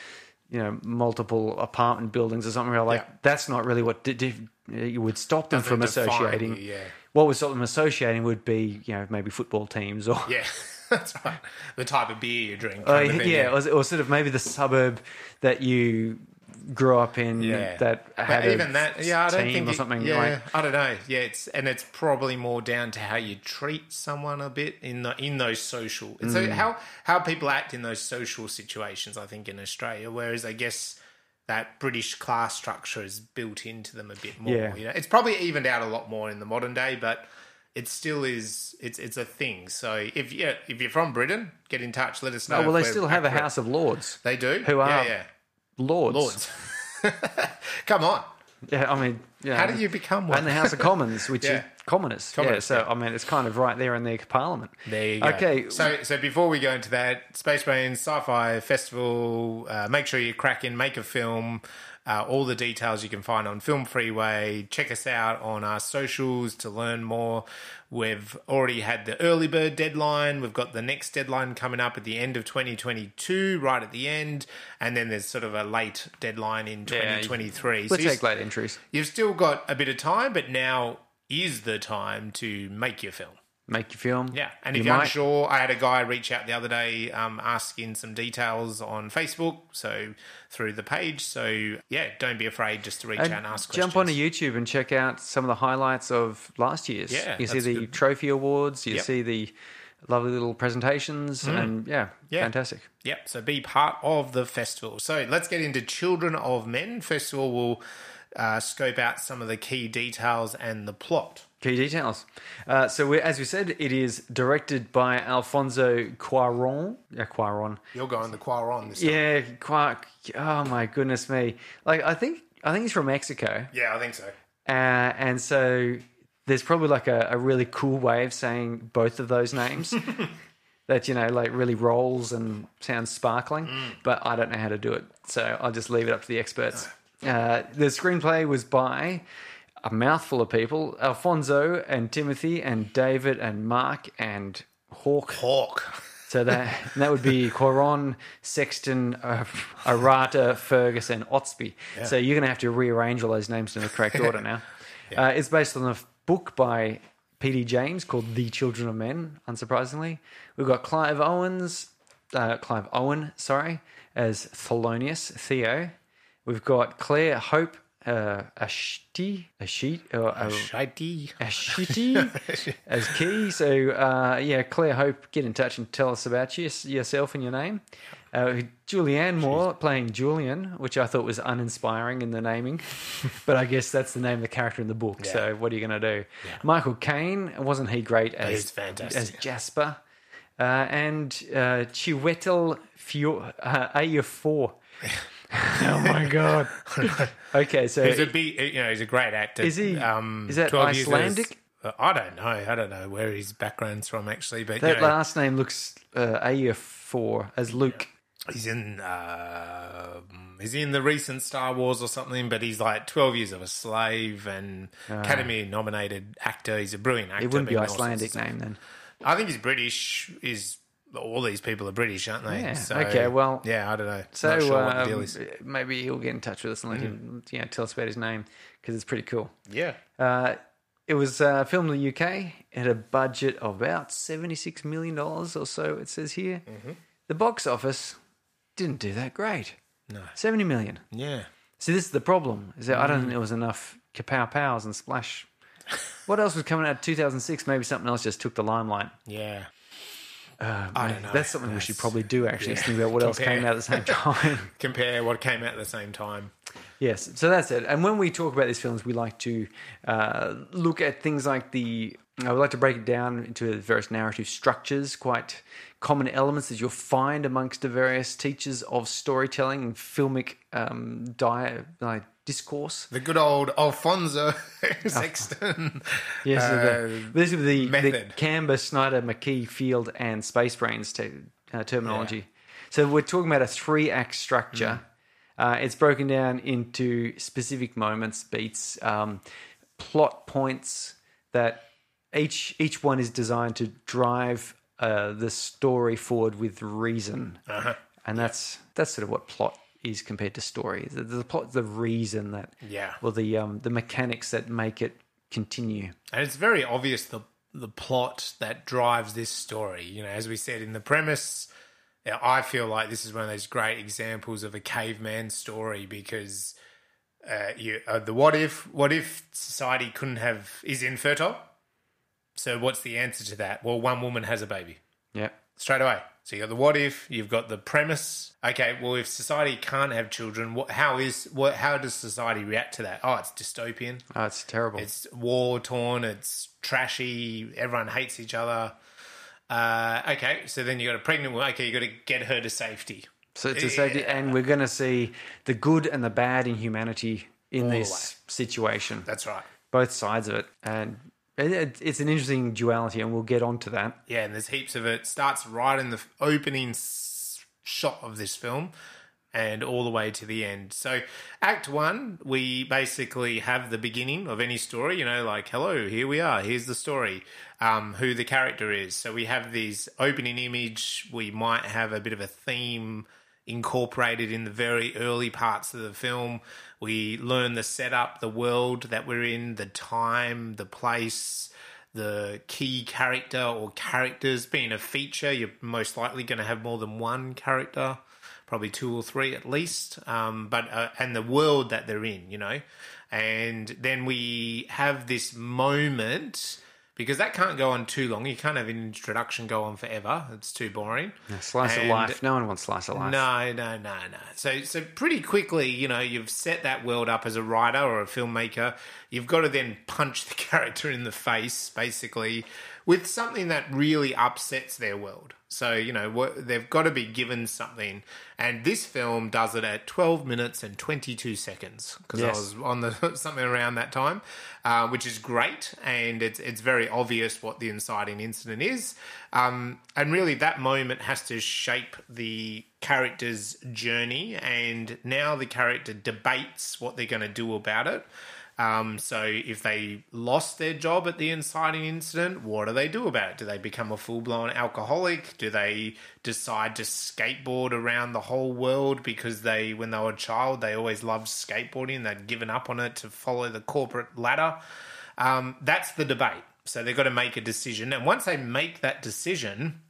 Speaker 1: you know multiple apartment buildings or something like
Speaker 2: Yeah.
Speaker 1: that's not really what di- di- you would stop them from
Speaker 2: Doesn't define
Speaker 1: associating.
Speaker 2: you, yeah.
Speaker 1: What would stop them associating would be you know maybe football teams or
Speaker 2: yeah, that's right. The type of beer you drink,
Speaker 1: Oh,
Speaker 2: kind of thing,
Speaker 1: yeah, or, or sort of maybe the suburb that you grew up in
Speaker 2: Yeah.
Speaker 1: that had
Speaker 2: But
Speaker 1: a
Speaker 2: even that, yeah, I don't
Speaker 1: team
Speaker 2: think
Speaker 1: or
Speaker 2: it-
Speaker 1: something
Speaker 2: Yeah,
Speaker 1: like
Speaker 2: I don't know. Yeah, it's and it's probably more down to how you treat someone a bit in the in those social. And
Speaker 1: Mm.
Speaker 2: so how how people act in those social situations, I think, in Australia. Whereas I guess that British class structure is built into them a bit more.
Speaker 1: Yeah.
Speaker 2: You know, it's probably evened out a lot more in the modern day, but. It still is. It's it's a thing. So if you if you're from Britain, get in touch. Let us know.
Speaker 1: Oh, well, they
Speaker 2: if we're
Speaker 1: still have a
Speaker 2: accurate.
Speaker 1: House of Lords.
Speaker 2: They do.
Speaker 1: who
Speaker 2: yeah,
Speaker 1: are
Speaker 2: yeah.
Speaker 1: Lords.
Speaker 2: Lords. Come on.
Speaker 1: Yeah, I mean, yeah.
Speaker 2: How did you become one?
Speaker 1: And the House of Commons, which
Speaker 2: Yeah.
Speaker 1: is commoners.
Speaker 2: Commoners,
Speaker 1: yeah, so
Speaker 2: yeah.
Speaker 1: I mean, it's kind of right there in their parliament.
Speaker 2: There you go.
Speaker 1: Okay.
Speaker 2: So, so before we go into that, Space Brain Sci-Fi Festival, uh, make sure you crack in, make a film. Uh, all the details you can find on Film Freeway. Check us out on our socials to learn more. We've already had the early bird deadline. We've got the next deadline coming up at the end of 2022, right at the end, and then there's sort of a late deadline in
Speaker 1: Yeah, you-
Speaker 2: 2023. So
Speaker 1: Let's
Speaker 2: you
Speaker 1: take late entries.
Speaker 2: you've still got a bit of time, but now is the time to make your film.
Speaker 1: Make your film.
Speaker 2: Yeah, and
Speaker 1: You
Speaker 2: if you're
Speaker 1: might-
Speaker 2: unsure, I had a guy reach out the other day um, asking some details on Facebook, so through the page. So yeah, don't be afraid just to reach out
Speaker 1: And
Speaker 2: and ask.
Speaker 1: jump onto
Speaker 2: questions.
Speaker 1: YouTube and check out some of the highlights of last year's.
Speaker 2: Yeah,
Speaker 1: you see
Speaker 2: that's
Speaker 1: the
Speaker 2: good.
Speaker 1: trophy awards. You
Speaker 2: Yep. Mm.
Speaker 1: see the lovely little presentations, and yeah,
Speaker 2: Yeah.
Speaker 1: fantastic.
Speaker 2: Yep, so be part of the festival. So let's get into Children of Men Festival. We'll uh, scope out some of the key details and the plot.
Speaker 1: Key details. Uh, so, we, as we said, it is directed by Alfonso Cuaron. Yeah, Cuaron.
Speaker 2: You're going the Quaron this time.
Speaker 1: Yeah, Quark. Oh my goodness me! Like, I think I think he's from Mexico,
Speaker 2: Yeah, I think so.
Speaker 1: uh, and so there's probably like a, a really cool way of saying both of those names that you know like really rolls and sounds sparkling. But I don't know how to do it, so I'll just leave it up to the experts. Uh, the screenplay was by a mouthful of people: Alfonso and Timothy and David and Mark and Hawk.
Speaker 2: Hawk.
Speaker 1: So that that would be Coron, Sexton, uh, Arata, Ferguson, Otsby. So you're going to have to rearrange all those names in the correct order now. uh, it's based on a f- book by P.D. James called The Children of Men, unsurprisingly. We've got Clive Owens, uh, Clive Owen, sorry, as Thelonious, Theo. We've got Claire Hope, uh, Ashti, Ashit, or uh,
Speaker 2: Shitey.
Speaker 1: as shitty as key. So uh, yeah, Claire Hope, get in touch and tell us about you, yourself and your name. Uh, Julianne Moore playing Julian, which I thought was uninspiring in the naming, but I guess that's the name of the character in the book. So what are you going to do? Michael Caine wasn't he great as
Speaker 2: He's fantastic.
Speaker 1: as Jasper? Uh, and uh, Chiwetel Fio- uh, Ejiofor. oh my god! Okay, so
Speaker 2: He's a big, you know, he's a great actor.
Speaker 1: Is he- is that
Speaker 2: 12 years
Speaker 1: Icelandic?
Speaker 2: as- I don't know. I don't know where his background's from actually, but
Speaker 1: That
Speaker 2: you know,
Speaker 1: last name looks uh, AF4 as Luke.
Speaker 2: he's in. Uh, is he in the recent Star Wars or something? But he's like twelve years of a slave and Academy nominated actor. He's a brilliant actor.
Speaker 1: It Ah. wouldn't be
Speaker 2: but all sorts of
Speaker 1: Icelandic
Speaker 2: stuff.
Speaker 1: name then.
Speaker 2: I think he's British. Is all these people are British, aren't they?
Speaker 1: Yeah. Okay, well-
Speaker 2: yeah, I don't know.
Speaker 1: So
Speaker 2: Not sure what the
Speaker 1: um,
Speaker 2: deal is. Hmm.
Speaker 1: maybe he'll get in touch with us and let him, you know, tell us about his name because it's pretty cool.
Speaker 2: Yeah,
Speaker 1: Uh, it was uh, filmed in the UK. It had a budget of about seventy-six million dollars or so. It says here.
Speaker 2: Mm-hmm.
Speaker 1: The box office didn't do that great. No, seventy million.
Speaker 2: yeah.
Speaker 1: See, this is the problem. Is that I
Speaker 2: Mm.
Speaker 1: don't think there was enough kapow pows and splash. What else was coming out in 2006? Maybe something else just took the limelight.
Speaker 2: Yeah.
Speaker 1: I
Speaker 2: don't know.
Speaker 1: That's something we should probably do actually. is Think about what else
Speaker 2: Compare.
Speaker 1: came out at the same time.
Speaker 2: Compare what came out at the same time.
Speaker 1: yes, so that's it. And when we talk about these films, we like to uh, look at things like the. I would like to break it down into various narrative structures, quite common elements that you'll find amongst the various teachers of storytelling and filmic um, di- like discourse.
Speaker 2: The good old Alfonso Sexton.
Speaker 1: Yes,
Speaker 2: Uh,
Speaker 1: the, this is the, the
Speaker 2: method.
Speaker 1: Canberra, Snyder, McKee, Field, and Space Brains te- uh, terminology. So we're talking about a three act
Speaker 2: Mm.
Speaker 1: structure. Uh, it's broken down into specific moments, beats, um, plot points that each each one is designed to drive uh, the story forward with reason,
Speaker 2: Uh-huh.
Speaker 1: and that's that's sort of what plot is compared to story. The, the plot, the reason that
Speaker 2: Yeah.
Speaker 1: well the um, the mechanics that make it continue.
Speaker 2: And it's very obvious the the plot that drives this story. You know, as we said in the premise, yeah, I feel like this is one of those great examples of a caveman story because uh, you uh, the what if what if society couldn't have is infertile. So what's the answer to that? Well, one woman has a baby.
Speaker 1: Yeah.
Speaker 2: straight away. So you got the what if, you've got the premise. Okay, well, if society can't have children, what, how is what? How does society react to that? Oh, it's dystopian.
Speaker 1: Oh, it's terrible.
Speaker 2: It's war torn. It's trashy. Everyone hates each other. Uh, okay, so then you got a pregnant woman. Okay, you got to get her to safety.
Speaker 1: so it's a safety, and we're going to see the good and the bad in humanity in
Speaker 2: the
Speaker 1: this situation,
Speaker 2: That's right.
Speaker 1: both sides of it, and it- it, it's an interesting duality, and we'll get onto that.
Speaker 2: Yeah, and there's heaps of it. Starts right in the f- opening s- shot of this film and all the way to the end. So, Act One, we basically have the beginning of any story, you know, like, hello, here we are, here's the story, um, who the character is. So, we have these opening image, we might have a bit of a theme incorporated in the very early parts of the film. We learn the setup, the world that we're in, the time, the place, the key character or characters being a feature. You're most likely going to have more than one character, probably two or three at least. Um, but uh, and the world that they're in, you know. And then we have this moment because that can't go on too long. You can't have an introduction go on forever. It's too boring.
Speaker 1: Slice
Speaker 2: And-
Speaker 1: of life. No one wants slice of life.
Speaker 2: no, no, no, no. So, so pretty quickly, you know, you've set that world up as a writer or a filmmaker. You've got to then punch the character in the face, basically, with something that really upsets their world. So, you know, what, they've got to be given something, and this film does it at twelve minutes and twenty-two seconds because
Speaker 1: Yes.
Speaker 2: I was on the something around that time, uh, which is great, and it's it's very obvious what the inciting incident is, um, and really that moment has to shape the character's journey, and now the character debates what they're going to do about it. Um, so if they lost their job at the inciting incident, what do they do about it? Do they become a full blown alcoholic? Do they decide to skateboard around the whole world because they, when they were a child, they always loved skateboarding. They'd given up on it to follow the corporate ladder. Um, that's the debate. So they've got to make a decision, and once they make that decision,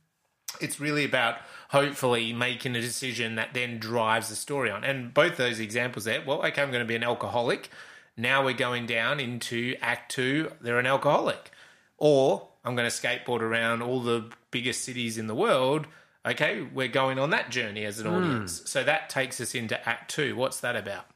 Speaker 2: it's really about hopefully making a decision that then drives the story on. And both those examples there, well, okay, I'm going to be an alcoholic. Now we're going down into act two, they're an alcoholic. Or I'm going to skateboard around all the biggest cities in the world. Okay, we're going on that journey as an audience. So that takes us into act two. What's that about?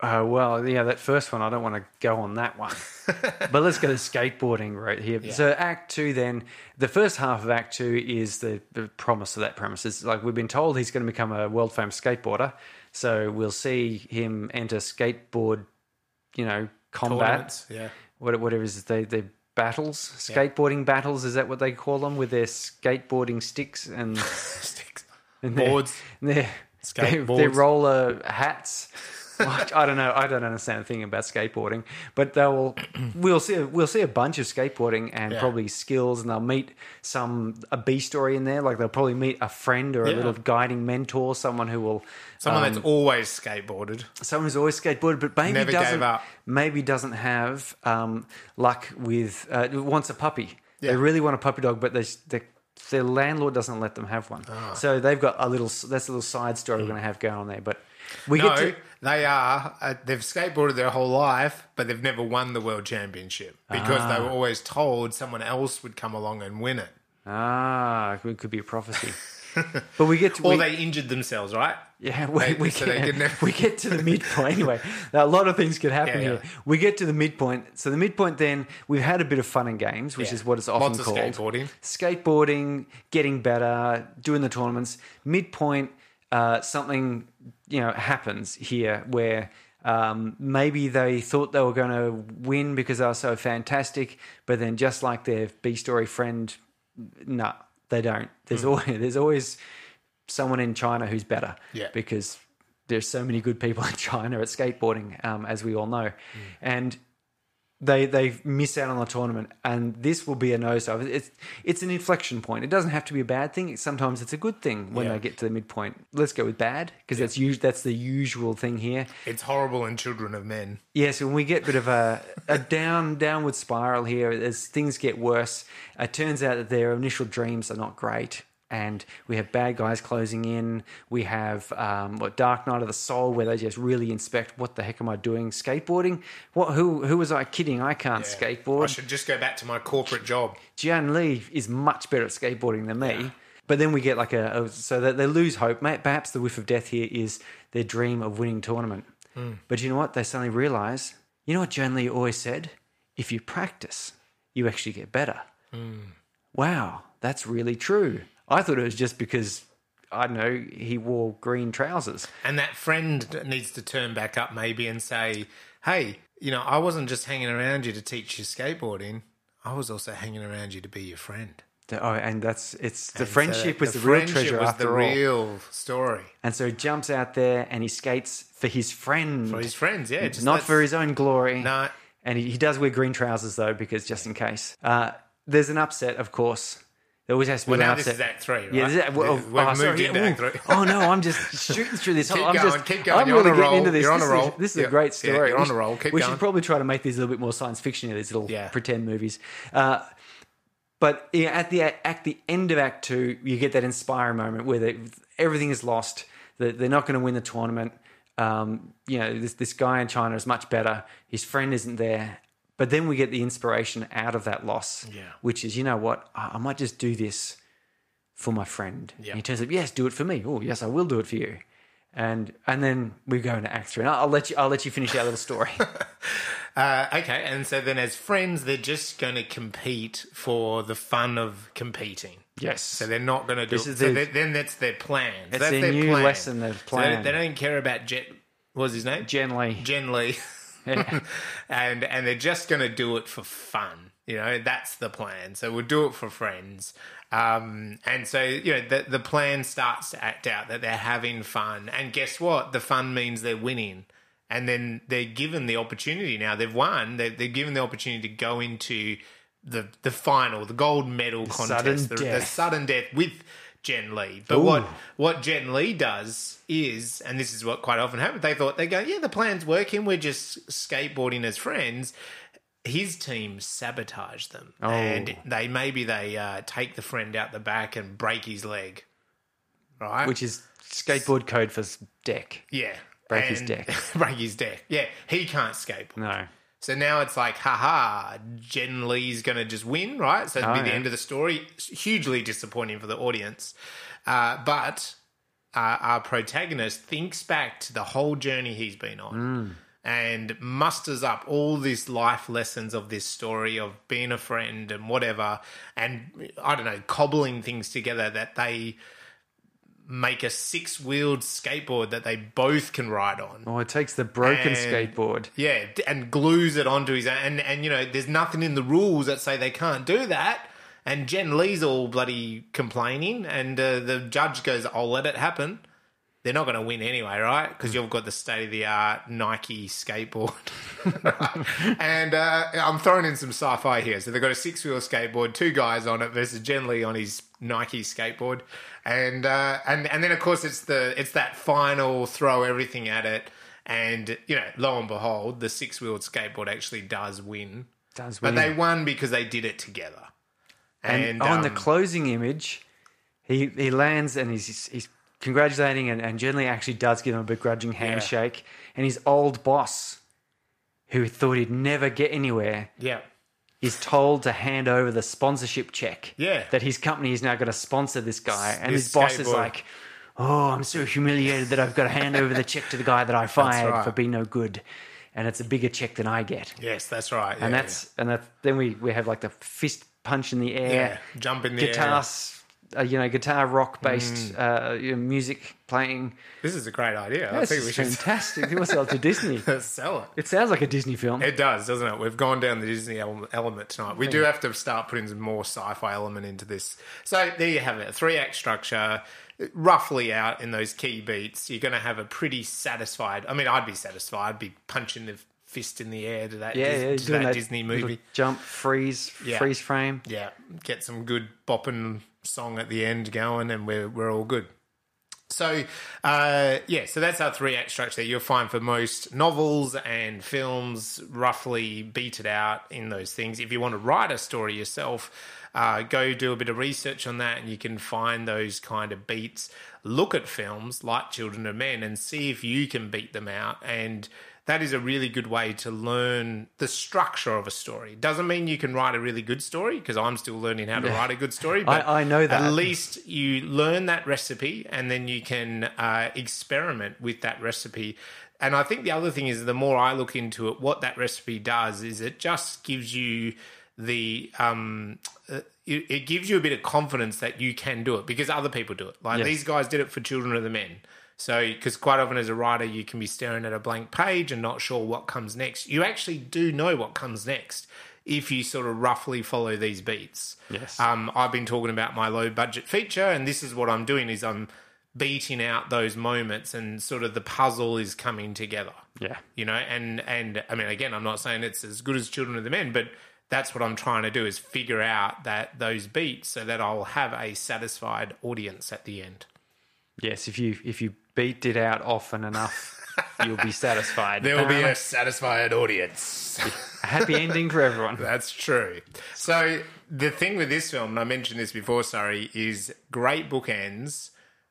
Speaker 1: Oh well, yeah, that first one. I don't want to go on that one. but let's go to skateboarding right here. So Act Two, then the first half of Act Two is the, the promise of that premise. It's like we've been told he's going to become a world famous skateboarder. So we'll see him enter skateboard, you know, combat,
Speaker 2: Tournaments, yeah.
Speaker 1: what whatever it is they they battles, skateboarding battles. Is that what they call them with their skateboarding sticks and
Speaker 2: Sticks.
Speaker 1: and their-
Speaker 2: Boards.
Speaker 1: and their, their, their
Speaker 2: Skateboards.
Speaker 1: roller uh, hats. Like, I don't know. I don't understand a thing about skateboarding, but they'll we'll see we'll see a bunch of skateboarding and
Speaker 2: Yeah.
Speaker 1: probably skills, and they'll meet some a B story in there. Like they'll probably meet a friend or a
Speaker 2: Yeah.
Speaker 1: little guiding mentor, someone who will
Speaker 2: Someone that's always skateboarded.
Speaker 1: someone who's always skateboarded, but maybe
Speaker 2: Never gave
Speaker 1: doesn't
Speaker 2: up.
Speaker 1: maybe doesn't have um, luck with uh, wants a puppy. They
Speaker 2: Yeah.
Speaker 1: really want a puppy dog, but they, they, their landlord doesn't let them have one.
Speaker 2: Ah.
Speaker 1: So they've got a little. That's a little side story we're going to have going on there. But we
Speaker 2: Hmm. No,
Speaker 1: get to
Speaker 2: they are. Uh, they've skateboarded their whole life, but they've never won the world championship because they were always told someone else would come along and win it.
Speaker 1: ah, it could be a prophecy. but we get to
Speaker 2: Or
Speaker 1: we-
Speaker 2: they injured themselves, right?
Speaker 1: Yeah, we,
Speaker 2: They-
Speaker 1: we,
Speaker 2: so they
Speaker 1: get,
Speaker 2: could never-
Speaker 1: we get to the midpoint. Anyway, now, a lot of things could happen
Speaker 2: Yeah, yeah.
Speaker 1: here. We get to the midpoint. So the midpoint then, we've had a bit of fun and games, which
Speaker 2: Yeah.
Speaker 1: is what it's often
Speaker 2: Lots of
Speaker 1: called.
Speaker 2: skateboarding.
Speaker 1: Skateboarding, getting better, doing the tournaments. Midpoint, uh, something, you know, happens here where um, maybe they thought they were going to win because they were so fantastic, but then just like their B-story friend, no, they don't. There's always... There's always someone in China who's better.
Speaker 2: Yeah.
Speaker 1: Because there's so many good people in China at skateboarding, um, as we all know. And they they miss out on the tournament, and this will be a nosedive. It's it's an inflection point. It doesn't have to be a bad thing. Sometimes it's a good thing when
Speaker 2: Yeah.
Speaker 1: they get to the midpoint. Let's go with bad because that's us- that's the usual thing here.
Speaker 2: It's horrible in Children of Men.
Speaker 1: Yes, when we get a bit of a, a down downward spiral here, as things get worse, it turns out that their initial dreams are not great. And we have bad guys closing in. We have um, what Dark Knight of the Soul, where they just really inspect what the heck am I doing? Skateboarding? What? Who? Who was I kidding? I can't skateboard.
Speaker 2: I should just go back to my corporate job.
Speaker 1: Jian Lee is much better at skateboarding than me. But then we get like a, a- so that they lose hope. May- Perhaps the whiff of death here is their dream of winning tournament.
Speaker 2: Hmm.
Speaker 1: But you know what? They suddenly realize. You know what Jian Lee always said? If you practice, you actually get better.
Speaker 2: Hmm.
Speaker 1: Wow, that's really true. I thought it was just because I don't know he wore green trousers.
Speaker 2: And that friend needs to turn back up maybe and say, hey, you know, I wasn't just hanging around you to teach you skateboarding. I was also hanging around you to be your friend.
Speaker 1: The- Oh, and that's it's the
Speaker 2: And so
Speaker 1: friendship was the, real
Speaker 2: friendship
Speaker 1: treasure
Speaker 2: was
Speaker 1: after
Speaker 2: the
Speaker 1: all.
Speaker 2: real story
Speaker 1: And so he jumps out there and he skates for his friend,
Speaker 2: for his friends. Yeah, just
Speaker 1: not
Speaker 2: that's-
Speaker 1: for his own glory.
Speaker 2: No.
Speaker 1: And he, he does wear green trousers though, because just in case. Uh, there's an upset, of course. There always has to be
Speaker 2: Well,
Speaker 1: an
Speaker 2: now
Speaker 1: upset.
Speaker 2: this is Act Three, right?
Speaker 1: Yeah, this is, well,
Speaker 2: We've
Speaker 1: oh,
Speaker 2: moved
Speaker 1: sorry,
Speaker 2: into
Speaker 1: yeah,
Speaker 2: Act
Speaker 1: ooh.
Speaker 2: Three.
Speaker 1: oh no, I'm just shooting through this.
Speaker 2: Keep
Speaker 1: I'm
Speaker 2: going,
Speaker 1: just,
Speaker 2: keep going.
Speaker 1: I'm
Speaker 2: You're on
Speaker 1: really
Speaker 2: a
Speaker 1: getting
Speaker 2: roll.
Speaker 1: into this.
Speaker 2: You're on
Speaker 1: this
Speaker 2: a
Speaker 1: is-
Speaker 2: roll.
Speaker 1: this is
Speaker 2: Yeah,
Speaker 1: a great
Speaker 2: yeah,
Speaker 1: story.
Speaker 2: you're
Speaker 1: We
Speaker 2: on
Speaker 1: should-
Speaker 2: a roll. Keep
Speaker 1: we
Speaker 2: going.
Speaker 1: should probably try to make these a little bit more science fiction. These little
Speaker 2: Yeah.
Speaker 1: pretend movies. Uh, but yeah, at the at the end of Act Two, you get that inspiring moment where they, everything is lost. They're, they're not going to win the tournament. Um, you know, this this guy in China is much better. His friend isn't there. But then we get the inspiration out of that loss,
Speaker 2: Yeah.
Speaker 1: which is, you know what, I, I might just do this for my friend. And he turns up, yes, do it for me. Oh, yes, I will do it for you. And and then we go into Act Three. And I'll, I'll let you I'll let you finish our little story.
Speaker 2: Uh, okay, and so then as friends, they're just going to compete for the fun of competing.
Speaker 1: yes.
Speaker 2: So they're not going to do.
Speaker 1: This is
Speaker 2: so
Speaker 1: the-
Speaker 2: they- then that's their plan. That's,
Speaker 1: their
Speaker 2: their
Speaker 1: new
Speaker 2: plan.
Speaker 1: lesson they've
Speaker 2: So they-
Speaker 1: planned.
Speaker 2: they, don't care about Jet. What was his name?
Speaker 1: Generally,
Speaker 2: Jen Lee. and and they're just going to do it for fun. You know, that's the plan. So we'll do it for friends. Um, and so, you know, the, the plan starts to act out that they're having fun. And guess what? The fun means they're winning. And then they're given the opportunity now. They've won. They're, they're given the opportunity to go into the the final, the gold medal
Speaker 1: sudden
Speaker 2: contest, the, the
Speaker 1: death.
Speaker 2: sudden death with Jen Lee. But what what Jen Lee does is, and this is what quite often happens. They thought they go, yeah, the plan's working. We're just skateboarding as friends. His team sabotage them,
Speaker 1: Oh.
Speaker 2: and they maybe they uh, take the friend out the back and break his leg. Right,
Speaker 1: which is skateboard code for s- deck.
Speaker 2: yeah,
Speaker 1: break his
Speaker 2: And-
Speaker 1: deck.
Speaker 2: break his deck. Yeah, he can't skateboard.
Speaker 1: No.
Speaker 2: So now it's like, haha, Jen Lee's going to just win, right? So it'd be
Speaker 1: Oh,
Speaker 2: the
Speaker 1: yeah.
Speaker 2: end of the story. Hugely disappointing for the audience. Uh, but uh, our protagonist thinks back to the whole journey he's been
Speaker 1: Hmm.
Speaker 2: on and musters up all these life lessons of this story of being a friend and whatever. And I don't know, cobbling things together that they make a six wheeled skateboard that they both can ride on.
Speaker 1: Oh, it takes the broken
Speaker 2: And-
Speaker 1: skateboard.
Speaker 2: Yeah, d- and glues it onto his and and you know, there's nothing in the rules that say they can't do that. And Jen Lee's all bloody complaining, and uh, the judge goes, "I'll let it happen." They're not going to win anyway, right? Because you've got the state of the art Nike skateboard, and uh, I'm throwing in some sci-fi here. So they've got a six wheel skateboard, two guys on it versus Jen Lee on his Nike skateboard, and uh, and and then of course it's the it's that final throw everything at it. And you know, lo and behold, the six-wheeled skateboard actually does win,
Speaker 1: Does win.
Speaker 2: but they won because they did it together.
Speaker 1: Mm. and, on the
Speaker 2: um,
Speaker 1: closing image, he he lands and he's he's congratulating and, and generally actually does give him a begrudging handshake. And his old boss, who thought he'd never get anywhere,
Speaker 2: yeah,
Speaker 1: is told to hand over the sponsorship check.
Speaker 2: Yeah.
Speaker 1: That his company is now going to sponsor this guy. And
Speaker 2: this
Speaker 1: his boss is
Speaker 2: skateboard.
Speaker 1: like, Oh, I'm so humiliated that I've got to hand over the check to the guy that I fired
Speaker 2: right.
Speaker 1: for being no good. And it's a bigger check than I get.
Speaker 2: yes, that's right,
Speaker 1: And
Speaker 2: Yeah,
Speaker 1: that's and that then we, we have like the fist punch in the
Speaker 2: yeah.
Speaker 1: air,
Speaker 2: Yeah, Mm. jump in the
Speaker 1: guitar,
Speaker 2: air.
Speaker 1: s- uh, you know, guitar rock based uh, you know, music playing.
Speaker 2: This is a great idea. I
Speaker 1: That's
Speaker 2: think we should
Speaker 1: fantastic. Give ourselves to Disney.
Speaker 2: sell it.
Speaker 1: It sounds like a Disney film.
Speaker 2: It does, doesn't it? We've gone down the Disney ele- element tonight. We do have to start putting some more sci-fi element into this. So there you have it: a three-act structure, roughly out in those key beats. You're going to have a pretty satisfied. I mean, I'd be satisfied. I'd be punching the fist in the air to that,
Speaker 1: yeah,
Speaker 2: Dis-
Speaker 1: yeah,
Speaker 2: to
Speaker 1: doing
Speaker 2: that
Speaker 1: that
Speaker 2: Disney
Speaker 1: little
Speaker 2: movie.
Speaker 1: Jump, freeze,
Speaker 2: Yeah.
Speaker 1: freeze frame.
Speaker 2: Yeah, get some good bopping song at the end going, and we're we're all good. So, uh, yeah, so that's our three act structure that you'll find for most novels and films, roughly beat it out in those things. If you want to write a story yourself, uh, go do a bit of research on that and you can find those kind of beats. Look at films like Children of Men and see if you can beat them out. And that is a really good way to learn the structure of a story. Doesn't mean you can write a really good story because I'm still learning how to write a good story. But
Speaker 1: I know
Speaker 2: at
Speaker 1: that.
Speaker 2: least you learn that recipe and then you can uh, experiment with that recipe. And I think the other thing is the more I look into it, what that recipe does is it just gives you the um, uh, it, it gives you a bit of confidence that you can do it because other people do it. Like
Speaker 1: Yes.
Speaker 2: these guys did it for Children of the Men. So, because quite often as a writer, you can be staring at a blank page and not sure what comes next. You actually do know what comes next if you sort of roughly follow these beats.
Speaker 1: Yes.
Speaker 2: Um, I've been talking about my low budget feature, and this is what I'm doing: is I'm beating out those moments, and sort of the puzzle is coming together
Speaker 1: Yeah.
Speaker 2: you know and and i mean again i'm not saying it's as good as children of the men but that's what i'm trying to do is figure out that those beats so that i'll have a satisfied audience at the end
Speaker 1: Yes, if you if you beat it out often enough, you'll be satisfied.
Speaker 2: there will be a satisfied audience
Speaker 1: a happy ending for everyone.
Speaker 2: that's true so the thing with this film and i mentioned this before sorry is great bookends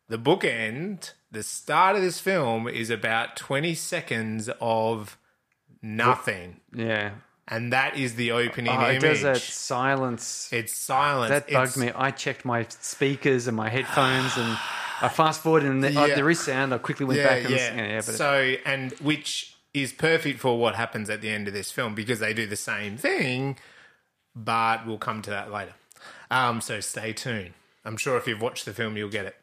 Speaker 2: the bookend the start of this film is about 20 seconds of nothing
Speaker 1: Yeah.
Speaker 2: and that is the opening
Speaker 1: Oh, it does
Speaker 2: image
Speaker 1: that silence.
Speaker 2: It's silence.
Speaker 1: That bugged
Speaker 2: It's-
Speaker 1: me. I checked my speakers and my headphones, and I fast forwarded, and the, oh,
Speaker 2: Yeah.
Speaker 1: there is sound. I quickly went
Speaker 2: Yeah,
Speaker 1: back and
Speaker 2: yeah.
Speaker 1: yeah, yeah but it-
Speaker 2: so, and which is perfect for what happens at the end of this film because they do the same thing, but we'll come to that later. Um, so stay tuned. I'm sure if you've watched the film, you'll get it.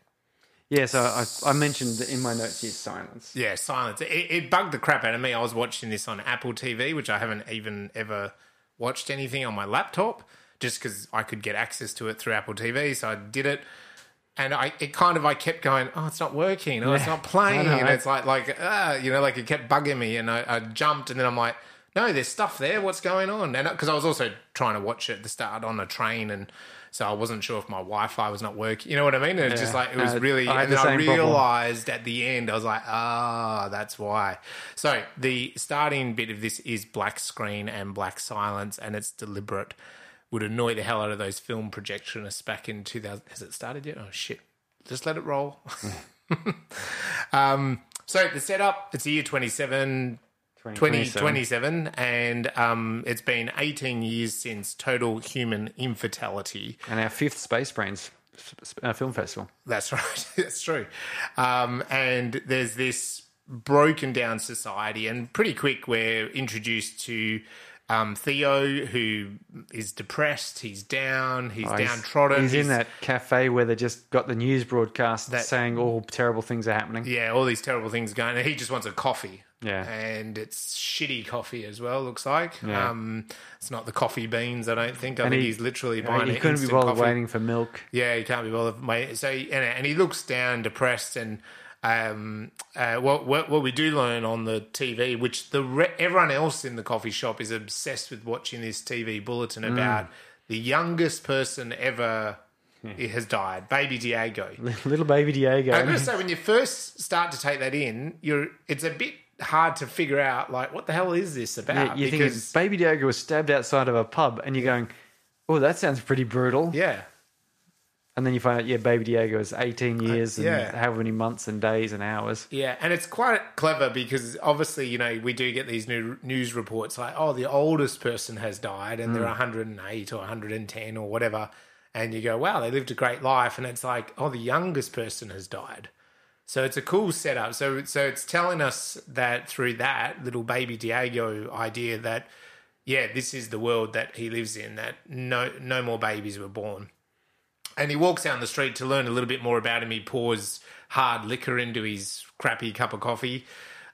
Speaker 1: yeah. So I, I mentioned in my notes here silence.
Speaker 2: Yeah, silence. It, it bugged the crap out of me. I was watching this on Apple TV, which I haven't even ever watched anything on my laptop, just because I could get access to it through Apple TV. So I did it, and I it kind of I kept going, oh, it's not working, oh, it's not playing.
Speaker 1: I know.
Speaker 2: And it's like like uh, you know, like it kept bugging me, and I, I jumped, and then I'm like, no, there's stuff there. What's going on? And because I was also trying to watch it at the start on a train and. So I wasn't sure if my Wi-Fi was not working. You know what I mean? It was just
Speaker 1: Yeah.
Speaker 2: like it was
Speaker 1: Uh,
Speaker 2: really.
Speaker 1: I had
Speaker 2: and
Speaker 1: the
Speaker 2: then I
Speaker 1: same problem.
Speaker 2: realized realized at the end, I was like, ah, that's why. So the starting bit of this is black screen and black silence, and it's deliberate. Would annoy the hell out of those film projectionists back in 2000. Has it started yet? Oh, shit. Just let it roll. um, so the setup, it's the year 27, 2027, and um, it's been 18 years since total human infertility.
Speaker 1: and our fifth Space Brains s- uh, film festival.
Speaker 2: That's right. That's true. Um, and there's this broken down society, and pretty quick we're introduced to um, Theo, who is depressed. He's down. He's
Speaker 1: Oh, he's-
Speaker 2: downtrodden.
Speaker 1: He's, in that cafe where they just got the news broadcast saying all terrible things are happening.
Speaker 2: Yeah, all these terrible things going. And he just wants a coffee.
Speaker 1: Yeah.
Speaker 2: and it's shitty coffee as well. Looks like.
Speaker 1: Yeah.
Speaker 2: Um, it's not the coffee beans. I don't think. I think
Speaker 1: he-
Speaker 2: he's literally
Speaker 1: I mean,
Speaker 2: buying.
Speaker 1: he
Speaker 2: an
Speaker 1: couldn't be
Speaker 2: instant
Speaker 1: bothered
Speaker 2: coffee.
Speaker 1: waiting for milk.
Speaker 2: Yeah, he can't be bothered. Mate. So and, and he looks down, depressed, and um, uh, what, what what we do learn on the TV, which the re- everyone else in the coffee shop is obsessed with watching this TV bulletin about the youngest person ever has died, baby Diego.
Speaker 1: Little baby Diego.
Speaker 2: I'm going to say when you first start to take that in, you're it's a bit hard to figure out like what the hell is this
Speaker 1: Yeah,
Speaker 2: about?
Speaker 1: you're thinking Baby Diego was stabbed outside of a pub, and you're going, "Oh, that sounds pretty brutal."
Speaker 2: yeah.
Speaker 1: And then you find out, yeah, Baby Diego is 18 years and
Speaker 2: Uh, yeah.
Speaker 1: however many months and days and hours.
Speaker 2: Yeah, and it's quite clever because obviously, you know, we do get these new news reports like, oh, the oldest person has died and they're 108 or 110 or whatever. And you go, wow, they lived a great life. And it's like, oh, the youngest person has died. So it's a cool setup. So so it's telling us that through that little baby Diego idea that yeah, this is the world that he lives in that no no more babies were born. And he walks down the street to learn a little bit more about him. He pours hard liquor into his crappy cup of coffee.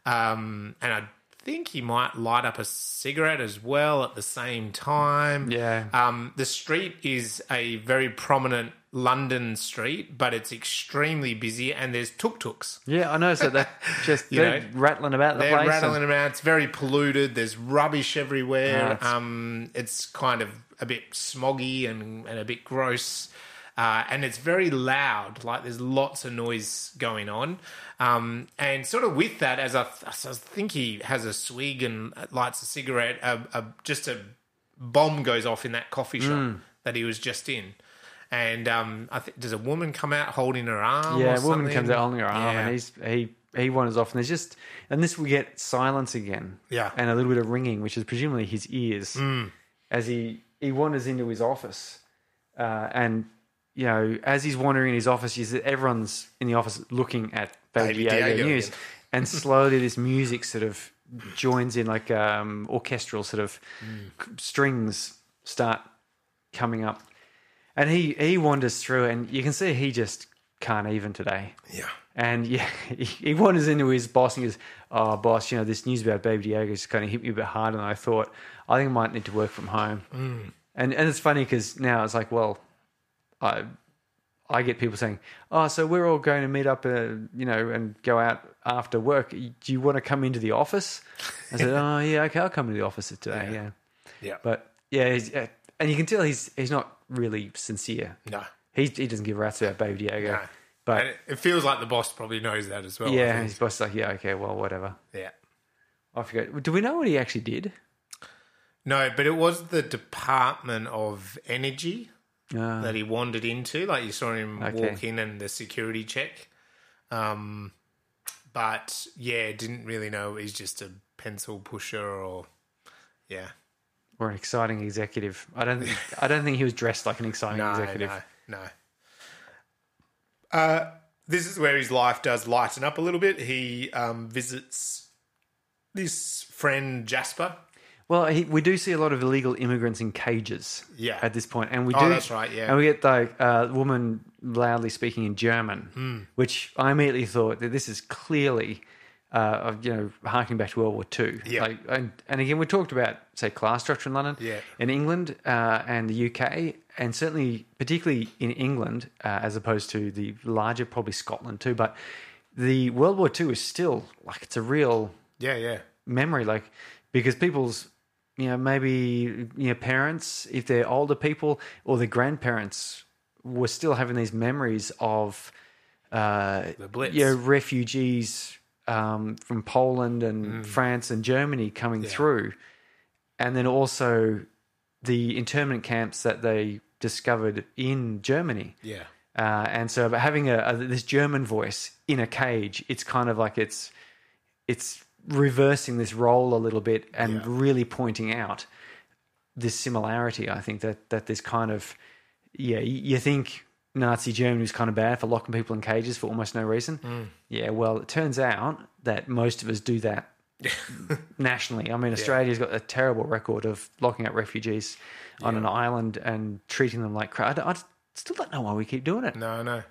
Speaker 2: Um, and I think he might light up a cigarette as well at the same time.
Speaker 1: Yeah.
Speaker 2: Um, the street is a very prominent London street, but it's extremely busy and there's tuk tuks.
Speaker 1: Yeah, I know. So they're just they're
Speaker 2: know,
Speaker 1: rattling about the
Speaker 2: They're
Speaker 1: place. and-
Speaker 2: rattling around. It's very polluted. There's rubbish
Speaker 1: Yeah,
Speaker 2: everywhere.
Speaker 1: it's-
Speaker 2: um, it's kind of a bit smoggy and, and a bit gross. Uh, and it's very loud. Like there's lots of noise going on. Um, and sort of with that, as I, as I think he has a swig and uh, lights a cigarette, a, a, just a bomb goes off in that coffee shop
Speaker 1: Mm.
Speaker 2: that he was just in. And um, I think does a woman come out holding her arm?
Speaker 1: yeah,
Speaker 2: or
Speaker 1: a woman comes
Speaker 2: something?
Speaker 1: out holding her arm,
Speaker 2: Yeah.
Speaker 1: and he's he he wanders off, and there's just and this we get silence again.
Speaker 2: Yeah. Hmm.
Speaker 1: and a little bit of ringing, which is presumably his ears, as he he wanders into his office, uh, and you know as he's wandering in his office, you see everyone's in the office looking at Baby
Speaker 2: Baby
Speaker 1: Diego,
Speaker 2: Diego
Speaker 1: news,
Speaker 2: again.
Speaker 1: and slowly this
Speaker 2: Hmm.
Speaker 1: music sort of joins in like um, orchestral sort of strings start coming up. And he he wanders through, and you can see he just can't even today.
Speaker 2: Yeah.
Speaker 1: And yeah, he, he wanders into his boss and he goes, "Oh, boss, you know this news about Baby Diego just kind of hit me a bit harder than I thought. I think I might need to work from home." And and it's funny because now it's like, well, I I get people saying, "Oh, so we're all going to meet up, uh, you know, and go out after work. Do you want to come into the office?" I said, "Oh, yeah, okay, I'll come into the office today." Yeah,
Speaker 2: Yeah.
Speaker 1: but yeah, he's, uh, and you can tell he's he's not really sincere.
Speaker 2: no.
Speaker 1: He he doesn't give a rat's about Baby Diego,
Speaker 2: No.
Speaker 1: but
Speaker 2: And it, it feels like the boss probably knows that as well. I
Speaker 1: yeah,
Speaker 2: think.
Speaker 1: his boss is like, "Yeah, okay, well, whatever."
Speaker 2: Yeah.
Speaker 1: I forget. Do we know what he actually did?
Speaker 2: No, but it was the Department of Energy
Speaker 1: Uh,
Speaker 2: that he wandered into. Like you saw him
Speaker 1: Okay.
Speaker 2: walk in and the security check. Um, but yeah, didn't really know. He's just a pencil pusher or yeah.
Speaker 1: or an exciting executive? I don't. think- I don't think he was dressed like an exciting
Speaker 2: No,
Speaker 1: executive.
Speaker 2: no, no. Uh, this is where his life does lighten up a little bit. He um, visits this friend Jasper.
Speaker 1: Well, he, we do see a lot of illegal immigrants in cages.
Speaker 2: Yeah.
Speaker 1: At this point, and we
Speaker 2: Oh,
Speaker 1: do.
Speaker 2: that's right, yeah.
Speaker 1: And we get the uh, woman loudly speaking in German,
Speaker 2: Hmm.
Speaker 1: which I immediately thought that this is clearly, uh, of, you know, harking back to World War Two.
Speaker 2: Yeah.
Speaker 1: Like, and, and again, we talked about say class structure in London,
Speaker 2: Yeah.
Speaker 1: in England uh, and the UK, and certainly particularly in England, uh, as opposed to the larger probably Scotland too. But the World War Two is still like it's a real
Speaker 2: Yeah, yeah,
Speaker 1: memory like because people's you know maybe you know parents if they're older people or their grandparents were still having these memories of uh
Speaker 2: The Blitz.
Speaker 1: you know, refugees um from Poland and
Speaker 2: Mm.
Speaker 1: France and Germany coming through and then also the internment camps that they discovered in Germany
Speaker 2: yeah.
Speaker 1: uh, and so, but having a, a this German voice in a cage, it's kind of like it's it's reversing this role a little bit and
Speaker 2: Yeah.
Speaker 1: really pointing out this similarity. I think that that this kind of yeah, y- you think Nazi Germany was kind of bad for locking people in cages for almost no reason. Yeah, well, it turns out that most of us do that nationally. I mean, Australia's got a terrible record of locking up refugees on an island and treating them like crap. I, don't- I still don't know why we keep doing it.
Speaker 2: No, no,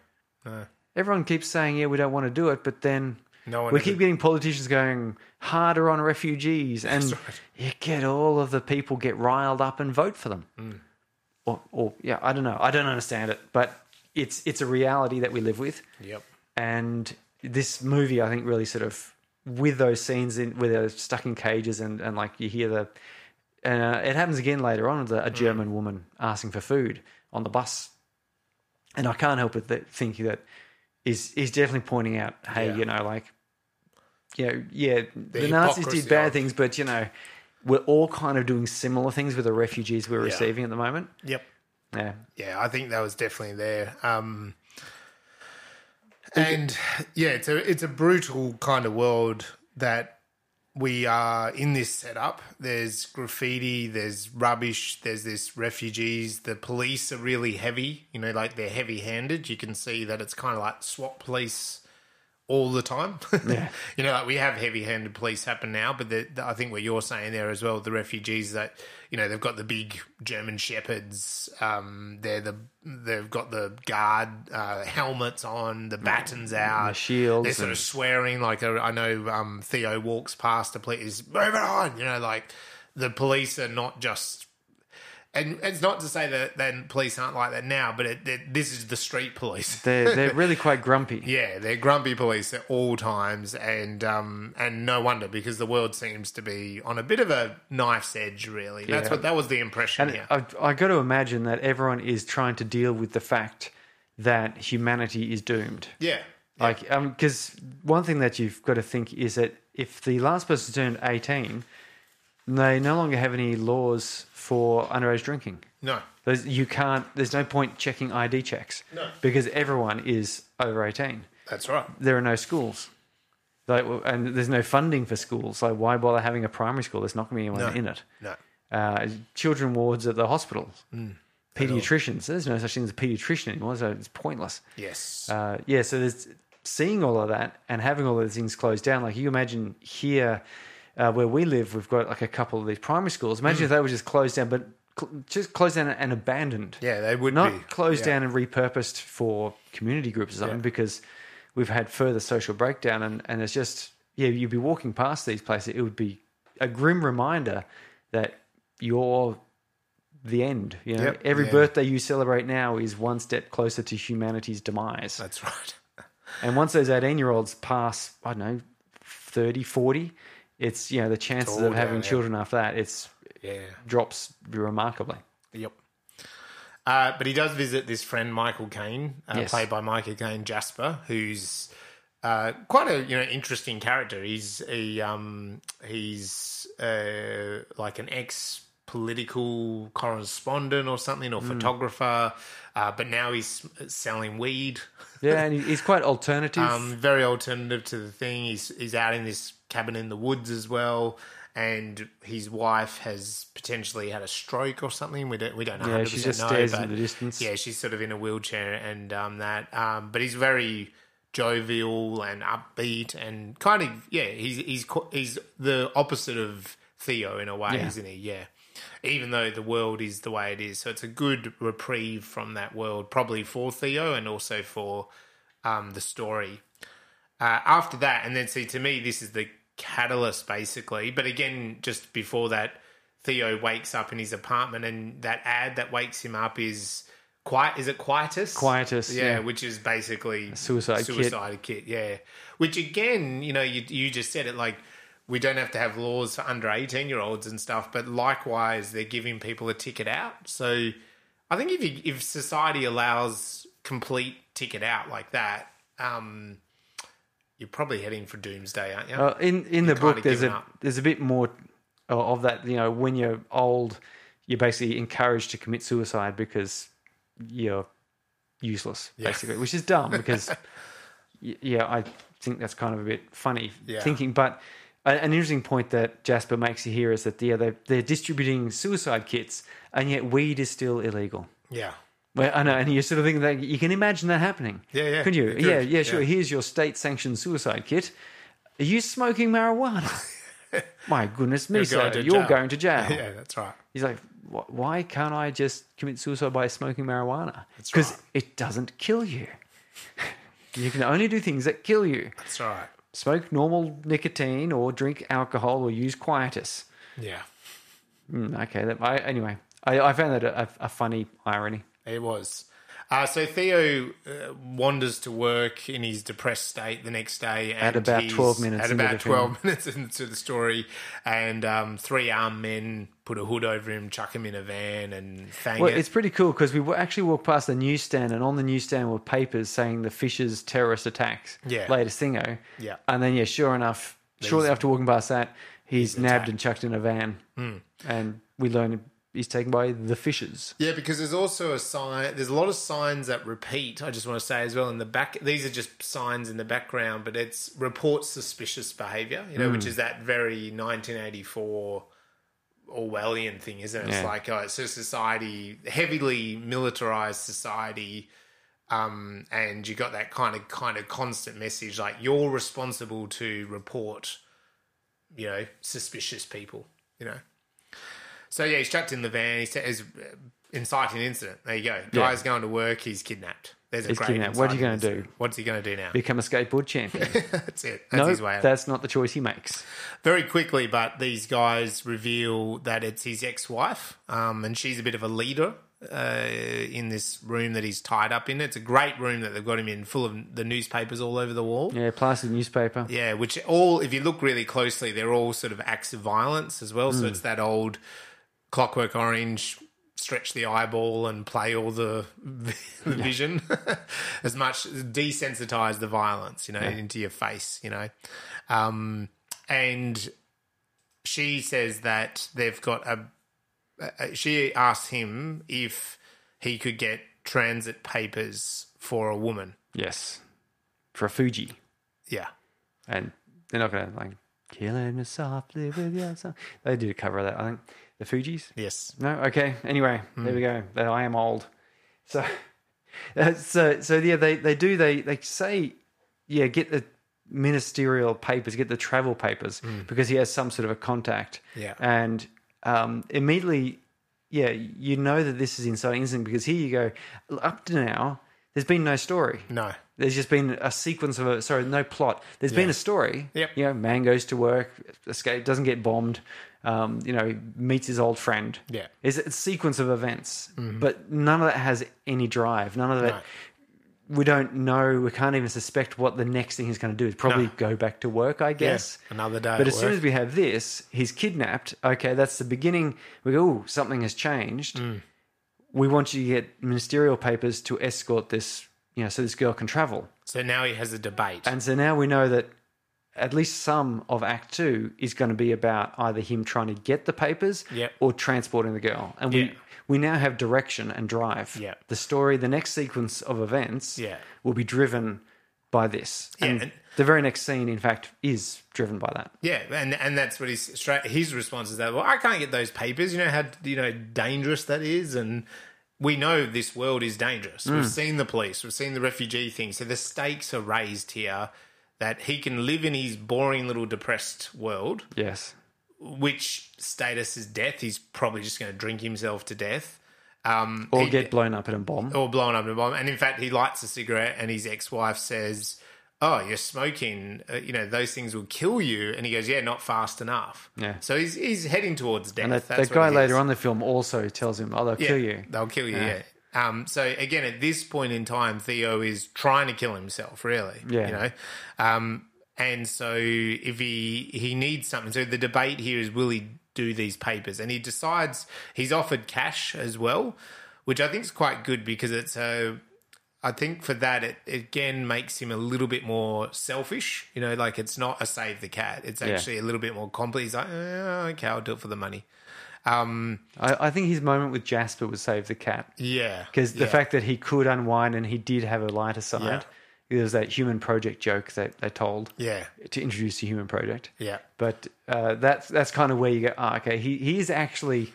Speaker 2: no.
Speaker 1: Everyone keeps saying, "Yeah, we don't want to do it," but then
Speaker 2: No one
Speaker 1: we
Speaker 2: ever-
Speaker 1: keep getting politicians going harder on refugees, and you get all of the people get riled up and vote for them. Or, or yeah, I don't know. I don't understand it, but it's it's a reality that we live with
Speaker 2: Yep.
Speaker 1: and this movie i think really sort of with those scenes in where they're stuck in cages and, and like you hear the uh, it happens again later on with
Speaker 2: Mm.
Speaker 1: a, a german woman asking for food on the bus and i can't help but th- think that is is definitely pointing out hey
Speaker 2: Yeah.
Speaker 1: you know like you know yeah the,
Speaker 2: The
Speaker 1: nazis did
Speaker 2: hypocrisy
Speaker 1: bad
Speaker 2: of-
Speaker 1: things but you know we're all kind of doing similar things with the refugees we're receiving at the moment
Speaker 2: Yep.
Speaker 1: yeah
Speaker 2: Yeah, I think that was definitely there. Um, and yeah, it's a it's a brutal kind of world that we are in this setup. There's graffiti, there's rubbish, there's this refugees. The police are really heavy. You know, like they're heavy handed. You can see that it's kind of like SWAT police all the time.
Speaker 1: Yeah.
Speaker 2: you know, like we have heavy handed police happen now, but the, the, I think what you're saying there as well, the refugees that, you know, they've got the big German shepherds, um, they're the, they've got the guard uh, helmets on, the batons out,
Speaker 1: Mm, shields
Speaker 2: They're sort
Speaker 1: and-
Speaker 2: of swearing. Like uh, I know um, Theo walks past the police, he's, move it on. You know, like the police are not just and it's not to say that then police aren't like that now, but it, it, this is the street police.
Speaker 1: they're, they're really quite grumpy
Speaker 2: yeah, they're grumpy police at all times, and um, and no wonder because the world seems to be on a bit of a knife's edge. Really, that's
Speaker 1: Yeah.
Speaker 2: what that was the impression.
Speaker 1: And uh,
Speaker 2: here.
Speaker 1: I, I got to imagine that everyone is trying to deal with the fact that humanity is doomed.
Speaker 2: yeah,
Speaker 1: Like, um, because one thing that you've got to think is that if the last person turned eighteen, they no longer have any laws for underage drinking.
Speaker 2: no,
Speaker 1: There's, you can't. There's no point checking ID checks
Speaker 2: No.
Speaker 1: because everyone is over eighteen.
Speaker 2: that's right.
Speaker 1: There are no schools. Like, and there's no funding for schools. Like, why bother having a primary school? There's not going to be anyone
Speaker 2: No.
Speaker 1: in it
Speaker 2: No,
Speaker 1: uh, children wards at the hospital. Pediatricians. There's no such thing as a pediatrician anymore, so it's pointless.
Speaker 2: yes,
Speaker 1: Uh, yeah, so there's seeing all of that and having all of those things closed down. Like you imagine
Speaker 2: Hmm.
Speaker 1: here uh, where we live, we've got like a couple of these primary schools. Imagine if they were just closed down, but cl- just closed down and abandoned.
Speaker 2: Yeah, they would
Speaker 1: not
Speaker 2: be.
Speaker 1: closed
Speaker 2: Yeah.
Speaker 1: down and repurposed for community groups or something
Speaker 2: Yeah.
Speaker 1: because we've had further social breakdown and, and it's just yeah you'd be walking past these places it would be a grim reminder that you're the end you know
Speaker 2: Yep,
Speaker 1: every
Speaker 2: yeah.
Speaker 1: birthday you celebrate now is one step closer to humanity's demise
Speaker 2: That's right.
Speaker 1: and once those 18 year olds pass i don't know 30 40 it's you know the chances
Speaker 2: all
Speaker 1: of having
Speaker 2: down, yeah.
Speaker 1: children after that it's
Speaker 2: Yeah.
Speaker 1: drops remarkably
Speaker 2: Yep. Uh, but he does visit this friend Michael Caine, uh,
Speaker 1: Yes.
Speaker 2: played by Michael Caine Jasper, who's uh, quite a you know interesting character. He's a um, he's uh, like an ex political correspondent or something or photographer, uh, but now he's selling weed.
Speaker 1: yeah and he's quite alternative
Speaker 2: Um, very alternative to the thing. He's he's out in this cabin in the woods as well, and his wife has potentially had a stroke or something. We don't we don't know.
Speaker 1: Yeah, she
Speaker 2: 100%
Speaker 1: just
Speaker 2: know,
Speaker 1: stares
Speaker 2: but
Speaker 1: into the distance.
Speaker 2: Yeah, she's sort of in a wheelchair and um, that. Um, but he's very jovial and upbeat and kind of yeah. He's he's qu- he's the opposite of Theo in a way,
Speaker 1: Yeah.
Speaker 2: isn't he? Yeah. Even though the world is the way it is, so it's a good reprieve from that world, probably for Theo and also for um, the story uh, after that, and then see to me this is the catalyst basically. But again, just before that, Theo wakes up in his apartment, and that ad that wakes him up is quiet. Is it quietus?
Speaker 1: Quietus,
Speaker 2: yeah,
Speaker 1: yeah.
Speaker 2: which is basically
Speaker 1: suicide kit.
Speaker 2: suicide kit. Yeah, which again, you know, you you just said it like. We don't have to have laws for under eighteen year olds and stuff, but likewise, they're giving people a ticket out. So, I think if you, if society allows complete ticket out like that, um, you're probably heading for doomsday, aren't you?
Speaker 1: Uh, in in the
Speaker 2: kinda
Speaker 1: book, there's
Speaker 2: given
Speaker 1: a
Speaker 2: up.
Speaker 1: there's a bit more uh, of that. You know, when you're old, you're basically encouraged to commit suicide because you're useless, basically, which is dumb because y- yeah, I think that's kind of a bit funny
Speaker 2: Yeah.
Speaker 1: thinking. But a- an interesting point that Jasper makes here is that yeah, they're, they're distributing suicide kits, and yet weed is still illegal.
Speaker 2: yeah.
Speaker 1: Well, I know, and you're sort of thinking that you can imagine that happening.
Speaker 2: Yeah, yeah,
Speaker 1: Could you?
Speaker 2: you could,
Speaker 1: Yeah, yeah, sure.
Speaker 2: yeah.
Speaker 1: Here's your state-sanctioned suicide kit. Are you smoking marijuana? My goodness me,
Speaker 2: You're
Speaker 1: sir,
Speaker 2: going to
Speaker 1: you're
Speaker 2: jail.
Speaker 1: going to jail.
Speaker 2: Yeah, that's right.
Speaker 1: He's like, "Wh- why can't I just commit suicide by smoking marijuana? Because
Speaker 2: right.
Speaker 1: it doesn't kill you. you can only do things that kill you.
Speaker 2: That's right.
Speaker 1: Smoke normal nicotine, or drink alcohol, or use quietus.
Speaker 2: Yeah.
Speaker 1: Mm, okay, that, I, anyway, I, I found that a, a- a funny irony.
Speaker 2: It was. Uh, so Theo uh, wanders to work in his depressed state the next day. And
Speaker 1: about
Speaker 2: he's-
Speaker 1: 12 minutes
Speaker 2: At
Speaker 1: into
Speaker 2: about
Speaker 1: the film.
Speaker 2: 12 minutes into the story. And um, three armed men put a hood over him, chuck him in a van, and fang
Speaker 1: Well,
Speaker 2: it.
Speaker 1: it's pretty cool because we wa- actually walked past the newsstand, and on the newsstand were papers saying the Fisher's terrorist attacks,
Speaker 2: Yeah.
Speaker 1: latest thingo.
Speaker 2: Yeah.
Speaker 1: And then, yeah, sure enough, shortly after walking past that, he's, nabbed and chucked in a van.
Speaker 2: Hmm.
Speaker 1: And we learn he's taken by the Fishers.
Speaker 2: Yeah, because there's also a sign. There's a lot of signs that repeat. I just want to say as well in the back. These are just signs in the background, but it's reports suspicious behaviour. You know, which is that very 1984 Orwellian thing, isn't it? It's
Speaker 1: Yeah.
Speaker 2: like oh, it's a society heavily militarized society. Um, and you got that kind of kind of constant message like you're responsible to report, you know, suspicious people, you know. So yeah, he's trapped in the van. He's, he's uh, inciting incident. There you go. Guy's going to work. He's kidnapped. There's a
Speaker 1: He's
Speaker 2: great
Speaker 1: kidnapped. What are you gonna
Speaker 2: inciting
Speaker 1: do?
Speaker 2: incident. What's he going to do now?
Speaker 1: Become a skateboard champion.
Speaker 2: That's it. That's
Speaker 1: no,
Speaker 2: his way. Out.
Speaker 1: that's not the choice he makes.
Speaker 2: Very quickly, but these guys reveal that it's his ex-wife, um, and she's a bit of a leader uh, in this room that he's tied up in. It's a great room that they've got him in, full of the newspapers all over the wall.
Speaker 1: Yeah, plastered newspaper.
Speaker 2: Yeah, which all, if you look really closely, they're all sort of acts of violence as well. So it's that old Clockwork Orange stretch the eyeball and play all the, the vision as much desensitize the violence, you know, into your face, you know. Um, and she says that they've got a uh, she asked him if he could get transit papers for a woman.
Speaker 1: Yes. For a Fuji.
Speaker 2: Yeah.
Speaker 1: and they're not going to like killing me softly with your song. They did a cover of that, I think. The Fugees.
Speaker 2: Yes.
Speaker 1: No, okay. Anyway, there we go. That I am old. So, uh, so, so yeah, they they do they they say, yeah, get the ministerial papers, get the travel papers because he has some sort of a contact.
Speaker 2: Yeah.
Speaker 1: and um, immediately yeah, you know that this is inciting incident because here you go. Up to now, there's been no story.
Speaker 2: No.
Speaker 1: There's just been a sequence of a sorry, no plot. There's been a story.
Speaker 2: Yep.
Speaker 1: You know, man goes to work, escape, doesn't get bombed. Um, you know, meets his old friend.
Speaker 2: Yeah. Mm-hmm.
Speaker 1: it's a sequence of events, but none of that has any drive. None of that. We don't know. We can't even suspect what the next thing he's going to do. Is probably
Speaker 2: No.
Speaker 1: go back to work, I guess.
Speaker 2: another day
Speaker 1: But
Speaker 2: at
Speaker 1: as soon
Speaker 2: work.
Speaker 1: as we have this, he's kidnapped. Okay, that's the beginning. We go, "Ooh, something has changed.
Speaker 2: Mm.
Speaker 1: We want you to get ministerial papers to escort this, you know, so this girl can travel.
Speaker 2: So now he has a debate.
Speaker 1: And so now we know that at least some of Act Two is going to be about either him trying to get the papers
Speaker 2: Yep.
Speaker 1: or transporting the girl. And
Speaker 2: Yeah.
Speaker 1: we we now have direction and drive.
Speaker 2: Yep.
Speaker 1: The story, the next sequence of events
Speaker 2: Yeah.
Speaker 1: will be driven by this. And
Speaker 2: and-
Speaker 1: the very next scene, in fact, is driven by that.
Speaker 2: yeah, and and that's what his straight his response is that well I can't get those papers. You know how you know dangerous that is, and we know this world is dangerous. We've
Speaker 1: Hmm.
Speaker 2: seen the police, we've seen the refugee thing, so the stakes are raised here. That he can live in his boring little depressed world,
Speaker 1: Yes.
Speaker 2: which status is death. He's probably just going to drink himself to death. Um,
Speaker 1: Or
Speaker 2: he-
Speaker 1: get blown up in a bomb.
Speaker 2: or blown up in a bomb. And in fact, he lights a cigarette, and his ex-wife says, "Oh, you're smoking. Uh, you know those things will kill you." And he goes, "Yeah, not fast enough."
Speaker 1: Yeah.
Speaker 2: So he's he's heading towards death.
Speaker 1: And that,
Speaker 2: That's
Speaker 1: that guy
Speaker 2: what it
Speaker 1: later
Speaker 2: is.
Speaker 1: on in the film also tells him, oh, they'll
Speaker 2: yeah,
Speaker 1: kill you.
Speaker 2: They'll kill you. Yeah. Um, so again, at this point in time, Theo is trying to kill himself. Really.
Speaker 1: Yeah.
Speaker 2: You know. Um, and so if he he needs something, so the debate here is will he do these papers? And he decides he's offered cash as well, which I think is quite good because it's a I think for that, it again makes him a little bit more selfish. You know, like it's not a save the cat. It's actually a little bit more complex. He's like, "Eh, okay, I'll do it for the money.
Speaker 1: I, I think his moment with Jasper would save the cat.
Speaker 2: Yeah.
Speaker 1: Because the
Speaker 2: Yeah.
Speaker 1: fact that he could unwind and he did have a lighter side, there was that human project joke that they told
Speaker 2: Yeah.
Speaker 1: to introduce the human project.
Speaker 2: Yeah.
Speaker 1: But uh, that's that's kind of where you go. Oh, okay, he he is actually,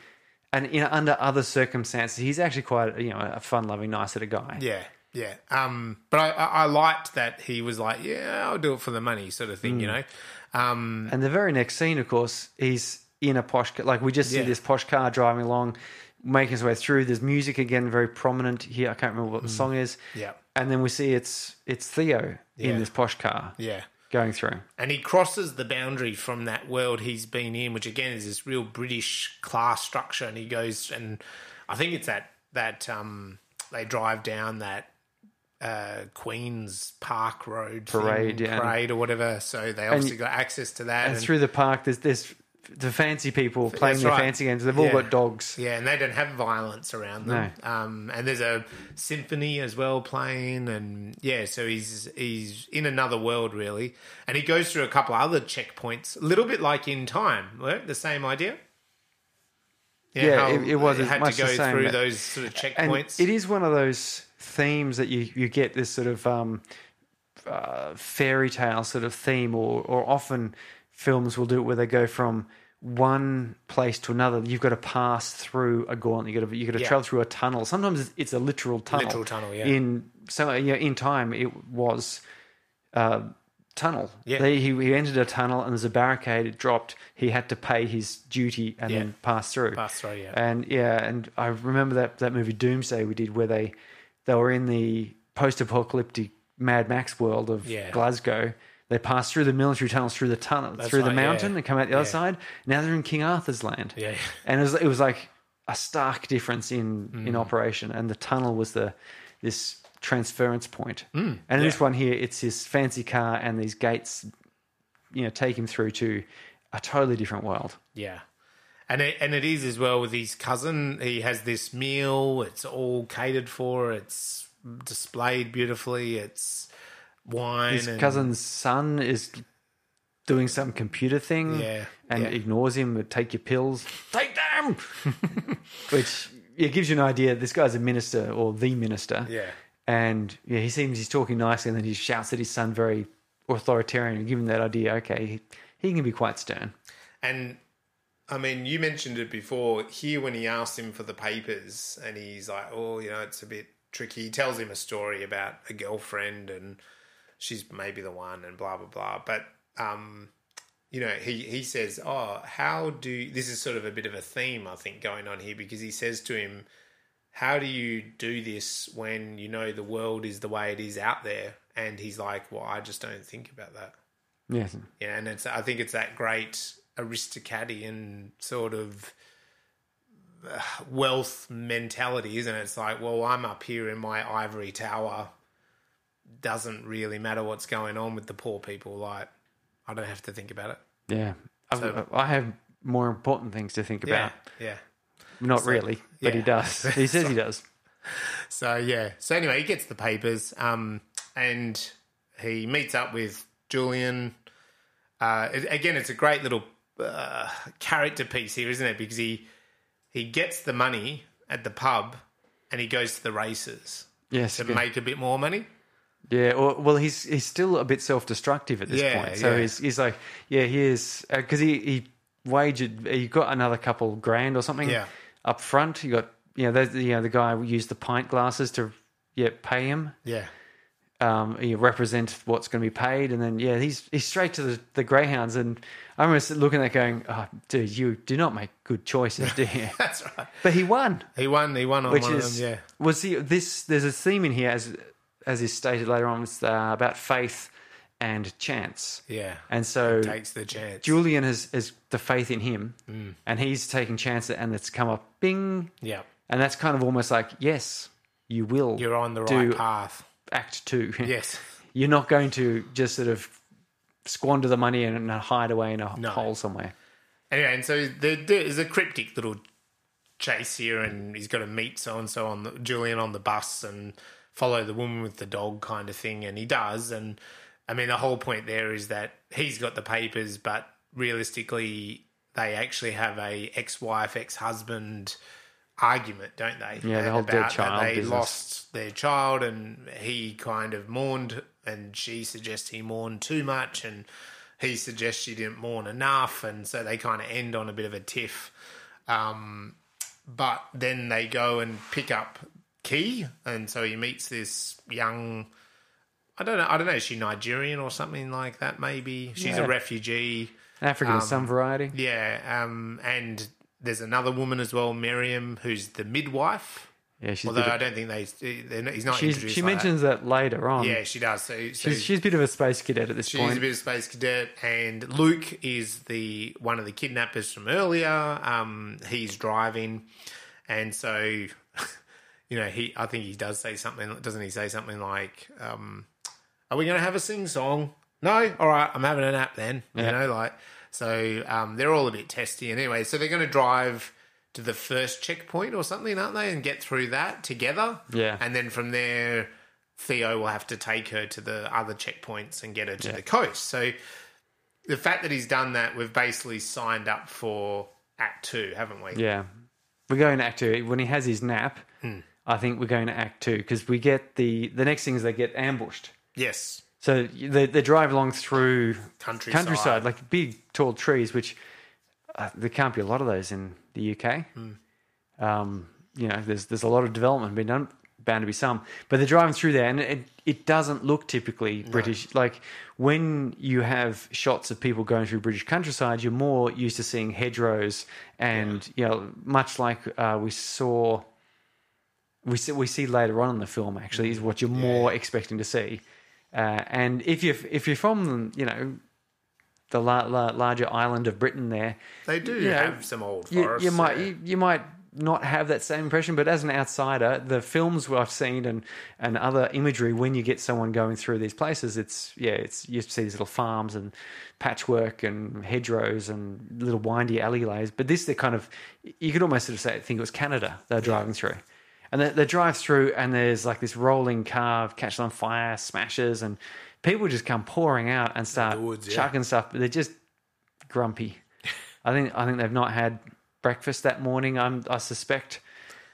Speaker 1: and you know, under other circumstances, he's actually quite you know a fun loving, nice little guy.
Speaker 2: Yeah, yeah. Um, but I, I I liked that he was like, yeah, I'll do it for the money, sort of thing, you
Speaker 1: Mm.
Speaker 2: know. Um,
Speaker 1: And the very next scene, of course, he's in a posh ca- like we just see
Speaker 2: Yeah.
Speaker 1: this posh car driving along, making his way through. There's music again, very prominent here. I can't remember what the song is.
Speaker 2: Mm. Yeah.
Speaker 1: And then we see it's it's Theo
Speaker 2: Yeah.
Speaker 1: in this posh car
Speaker 2: yeah.
Speaker 1: going through.
Speaker 2: And he crosses the boundary from that world he's been in, which again is this real British class structure. And he goes, and I think it's that that um, they drive down that uh, Queens Park Road thing,
Speaker 1: Parade, yeah.
Speaker 2: parade or whatever. So they obviously got access to that.
Speaker 1: And
Speaker 2: and-
Speaker 1: through the park, there's there's the fancy people playing
Speaker 2: That's
Speaker 1: their
Speaker 2: right.
Speaker 1: fancy games. They've all
Speaker 2: Yeah.
Speaker 1: got dogs.
Speaker 2: Yeah, and they don't have violence around them. Um, and there's a symphony as well playing, and yeah, so he's he's in another world really. And he goes through a couple of other checkpoints, a little bit like in time, right? The same idea.
Speaker 1: Yeah,
Speaker 2: how
Speaker 1: it- it was
Speaker 2: had
Speaker 1: much
Speaker 2: to go
Speaker 1: the same,
Speaker 2: through
Speaker 1: but-
Speaker 2: those sort of
Speaker 1: And
Speaker 2: checkpoints.
Speaker 1: it is one of those themes that you, you get this sort of um, uh, fairy tale sort of theme, or, or often films will do it where they go from one place to another. You've got to pass through a gauntlet. You've got to, you've got to
Speaker 2: Yeah.
Speaker 1: travel through a tunnel. Sometimes it's- it's a literal tunnel.
Speaker 2: Literal tunnel, yeah.
Speaker 1: In so you know, in time, it was uh, tunnel.
Speaker 2: Yeah.
Speaker 1: They, he, he entered a tunnel and there's a barricade. It dropped. He had to pay his duty and
Speaker 2: Yeah.
Speaker 1: then pass through.
Speaker 2: Pass through, yeah.
Speaker 1: And yeah, and I remember that that movie Doomsday we did where they they were in the post-apocalyptic Mad Max world of
Speaker 2: Yeah.
Speaker 1: Glasgow. They passed through the military tunnels, through the tunnel, through the
Speaker 2: right,
Speaker 1: mountain,
Speaker 2: yeah.
Speaker 1: and come out the
Speaker 2: Yeah.
Speaker 1: other side. Now they're in King Arthur's land.
Speaker 2: Yeah.
Speaker 1: and it was it was like a stark difference in
Speaker 2: Mm.
Speaker 1: in operation. And the tunnel was the this transference point. Mm, and in this one here, it's this fancy car and these gates, you know, take him through to a totally different world.
Speaker 2: Yeah. And it, and it is as well with his cousin. He has this meal. It's all catered for. It's displayed beautifully. It's wine.
Speaker 1: his
Speaker 2: and-
Speaker 1: cousin's son is doing some computer thing
Speaker 2: Yeah,
Speaker 1: and
Speaker 2: yeah.
Speaker 1: ignores him but take your pills
Speaker 2: Take them.
Speaker 1: which it gives you an idea this guy's a minister or the minister
Speaker 2: Yeah.
Speaker 1: and yeah he seems he's talking nicely and then he shouts at his son very authoritarian and giving that idea okay he, he can be quite stern
Speaker 2: And I mean, you mentioned it before here when he asked him for the papers, and he's like, "Oh, you know, it's a bit tricky." He tells him a story about a girlfriend, and she's maybe the one, and blah blah blah. But um, you know, he, he says, Oh, how do this is sort of a bit of a theme, I think, going on here because he says to him, How do you do this when you know the world is the way it is out there? And he's like, Well, I just don't think about that.
Speaker 1: Yes.
Speaker 2: Yeah, and it's I think it's that great aristocratian sort of uh, wealth mentality, isn't it? It's like, well, I'm up here in my ivory tower. Doesn't really matter what's going on with the poor people. Like, I don't have to think about it.
Speaker 1: Yeah. I've, I have more important things to think about.
Speaker 2: yeah.
Speaker 1: Not really, but he
Speaker 2: yeah.
Speaker 1: does. He says he does.
Speaker 2: So yeah. So anyway, he gets the papers, um, and he meets up with Julian. Uh, it- again, it's a great little uh, character piece here, isn't it? Because he he gets the money at the pub, and he goes to the races
Speaker 1: Yes.
Speaker 2: to
Speaker 1: yeah.
Speaker 2: make a bit more money.
Speaker 1: Yeah, or, well, he's he's still a bit self-destructive at this
Speaker 2: Yeah,
Speaker 1: point. So
Speaker 2: yeah.
Speaker 1: he's he's like, yeah, he is because he he wagered he got another couple grand or something
Speaker 2: Yeah.
Speaker 1: up front. He got you know, the, you know the guy used the pint glasses to yeah pay him.
Speaker 2: Yeah.
Speaker 1: Um, you represent what's going to be paid, and then yeah, he's he's straight to the, the greyhounds. And I remember sit- looking at that going, oh, dude, you do not make good choices, do you?
Speaker 2: That's right.
Speaker 1: but he won
Speaker 2: He won. He won on
Speaker 1: which
Speaker 2: one
Speaker 1: is
Speaker 2: of them. Yeah.
Speaker 1: was the, this there's a theme in here as as is stated later on it's uh, about faith and chance
Speaker 2: Yeah.
Speaker 1: and so
Speaker 2: Takes the chance.
Speaker 1: Julian has is the faith in him
Speaker 2: Mm.
Speaker 1: and he's taking chance and it's come up bing
Speaker 2: yeah.
Speaker 1: and that's kind of almost like yes you will
Speaker 2: You're on the right
Speaker 1: do
Speaker 2: path.
Speaker 1: act 2
Speaker 2: Yes.
Speaker 1: you're not going to just sort of squander the money and hide away in a
Speaker 2: No.
Speaker 1: hole somewhere
Speaker 2: Anyway, and so there, there is a cryptic little chase here, and he's got to meet so and so on the, Julian on the bus and follow the woman with the dog kind of thing, and he does. And I mean, the whole point there is that he's got the papers, but realistically, they actually have a ex-wife, ex-husband argument, don't they?
Speaker 1: Yeah, the
Speaker 2: And
Speaker 1: whole dead
Speaker 2: about that
Speaker 1: child
Speaker 2: They
Speaker 1: business.
Speaker 2: lost their child, and he kind of mourned, and she suggests he mourned too much, and he suggests she didn't mourn enough, and so they kind of end on a bit of a tiff. Um, but then they go and pick up Key, and so he meets this young. I don't know. I don't know. Is she Nigerian or something like that? Maybe she's
Speaker 1: Yeah.
Speaker 2: a refugee.
Speaker 1: African of
Speaker 2: Um,
Speaker 1: some variety
Speaker 2: Yeah. Um, and there's another woman as well, Miriam, who's the midwife.
Speaker 1: yeah she's a
Speaker 2: Although
Speaker 1: bit
Speaker 2: I
Speaker 1: of,
Speaker 2: don't think they. they're not- He's not
Speaker 1: she's,
Speaker 2: introduced.
Speaker 1: she
Speaker 2: like
Speaker 1: mentions that. later on
Speaker 2: That. Yeah, she does. So, so
Speaker 1: she's, she's a bit of a space cadet at this
Speaker 2: She's
Speaker 1: point
Speaker 2: a bit of space cadet, and Luke is the one of the kidnappers from earlier. Um, he's driving, and so you know he. I think he does say something. Doesn't he say something like, um, "Are we going to have a sing song?" No. All right, I'm having a nap then. You know, like so um, they're all a bit testy. And anyway, so they're going to drive to the first checkpoint or something, aren't they? And get through that together.
Speaker 1: Yeah.
Speaker 2: And then from there, Theo will have to take her to the other checkpoints and get her to the coast. So the fact that he's done that, we've basically signed up for Act Two, haven't we?
Speaker 1: Yeah. We're going to act two. When he has his nap, I think we're going to act two because we get the, the next thing is they get ambushed.
Speaker 2: Yes.
Speaker 1: So they, they drive along through
Speaker 2: Countryside.
Speaker 1: countryside, like big tall trees, which uh, there can't be a lot of those in the UK. Um, you know, there's there's a lot of development been done, bound to be some. But they're driving through there, and it, it doesn't look typically British. Like when you have shots of people going through British countryside, you're more used to seeing hedgerows, and you know, much like uh, we saw. We see, we see later on in the film actually is what you're more expecting to see, uh, and if you are if you're from you know the la- la- larger island of Britain there,
Speaker 2: They do
Speaker 1: You know,
Speaker 2: have some old
Speaker 1: you,
Speaker 2: forests.
Speaker 1: you might
Speaker 2: there.
Speaker 1: you, you might not have that same impression, but as an outsider, the films I've seen and and other imagery, when you get someone going through these places, it's yeah, it's you see these little farms and patchwork and hedgerows and little windy alleyways. But this, they're kind of you could almost sort of say think it was Canada they're driving through. And they, they drive through, and there's like this rolling car catches on fire, smashes, and people just come pouring out and start
Speaker 2: woods, yeah.
Speaker 1: chucking stuff. But they're just grumpy. I think I think they've not had breakfast that morning. I'm, I suspect,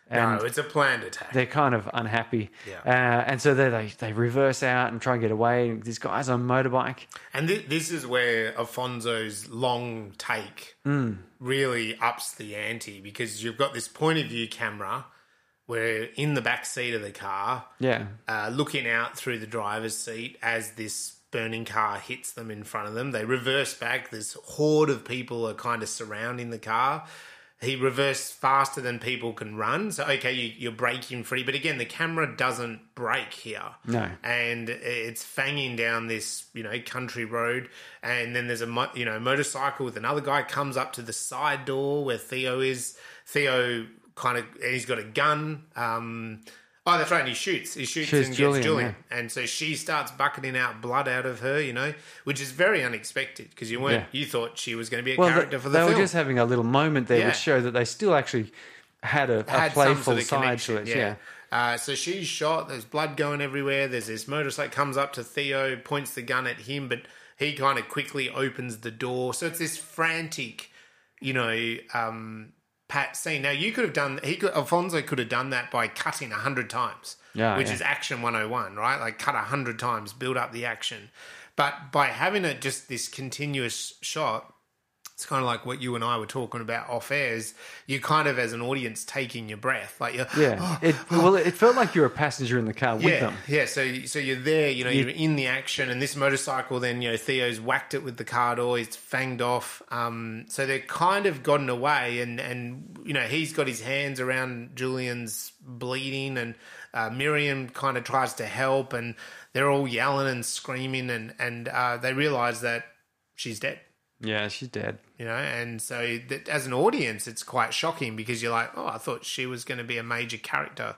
Speaker 1: and
Speaker 2: no, it's a planned attack.
Speaker 1: they're kind of unhappy.
Speaker 2: Yeah.
Speaker 1: Uh, and so they, they they reverse out and try and get away. And this guy's on a motorbike.
Speaker 2: And th- this is where Alfonso's long take really ups the ante because you've got this point of view camera where in the back seat of the car,
Speaker 1: Yeah,
Speaker 2: uh, looking out through the driver's seat as this burning car hits them in front of them. They reverse back. This horde of people are kind of surrounding the car. He reversed faster than people can run. So, okay, you, you're breaking free. But again, the camera doesn't break here.
Speaker 1: No.
Speaker 2: And it's fanging down this, you know, country road. And then there's a, mo- you know, motorcycle with another guy comes up to the side door where Theo is. Theo kind of, and he's got a gun. Um, oh, that's right. And he shoots. He shoots,
Speaker 1: Shoots
Speaker 2: and
Speaker 1: Julian,
Speaker 2: gets Julian.
Speaker 1: yeah.
Speaker 2: And so she starts bucketing out blood out of her, you know, which is very unexpected because you weren't you thought she was going to be a
Speaker 1: Well,
Speaker 2: character
Speaker 1: they,
Speaker 2: for the
Speaker 1: they
Speaker 2: film.
Speaker 1: were just having a little moment there,
Speaker 2: Yeah.
Speaker 1: which showed that they still actually had a, a
Speaker 2: Had some
Speaker 1: playful
Speaker 2: sort of
Speaker 1: side to it.
Speaker 2: connection,
Speaker 1: Yeah.
Speaker 2: Uh, so she's shot. There's blood going everywhere. There's this motorcycle comes up to Theo, points the gun at him, but he kind of quickly opens the door. So it's this frantic, you know, um, pat scene. Now you could have done. He could, Alfonso could have done that by cutting a hundred times.
Speaker 1: Yeah,
Speaker 2: which
Speaker 1: yeah.
Speaker 2: is action 101, right? Like cut a hundred times, build up the action. But by having it just this continuous shot, it's kind of like what you and I were talking about off air is you kind of as an audience taking your breath like you're "Oh,
Speaker 1: Yeah. it, well, it felt like you were a passenger in the car with
Speaker 2: yeah,
Speaker 1: them.
Speaker 2: yeah. So, so you're there, you know, you're in the action, and this motorcycle. Then, you know, Theo's whacked it with the car door. It's fanged off. Um, so they're kind of gotten away, and and you know, he's got his hands around Julian's bleeding, and uh, Miriam kind of tries to help, and they're all yelling and screaming, and and uh, they realize that she's dead
Speaker 1: Yeah, she's dead.
Speaker 2: you know and so that, as an audience it's quite shocking because you're like oh i thought she was going to be a major character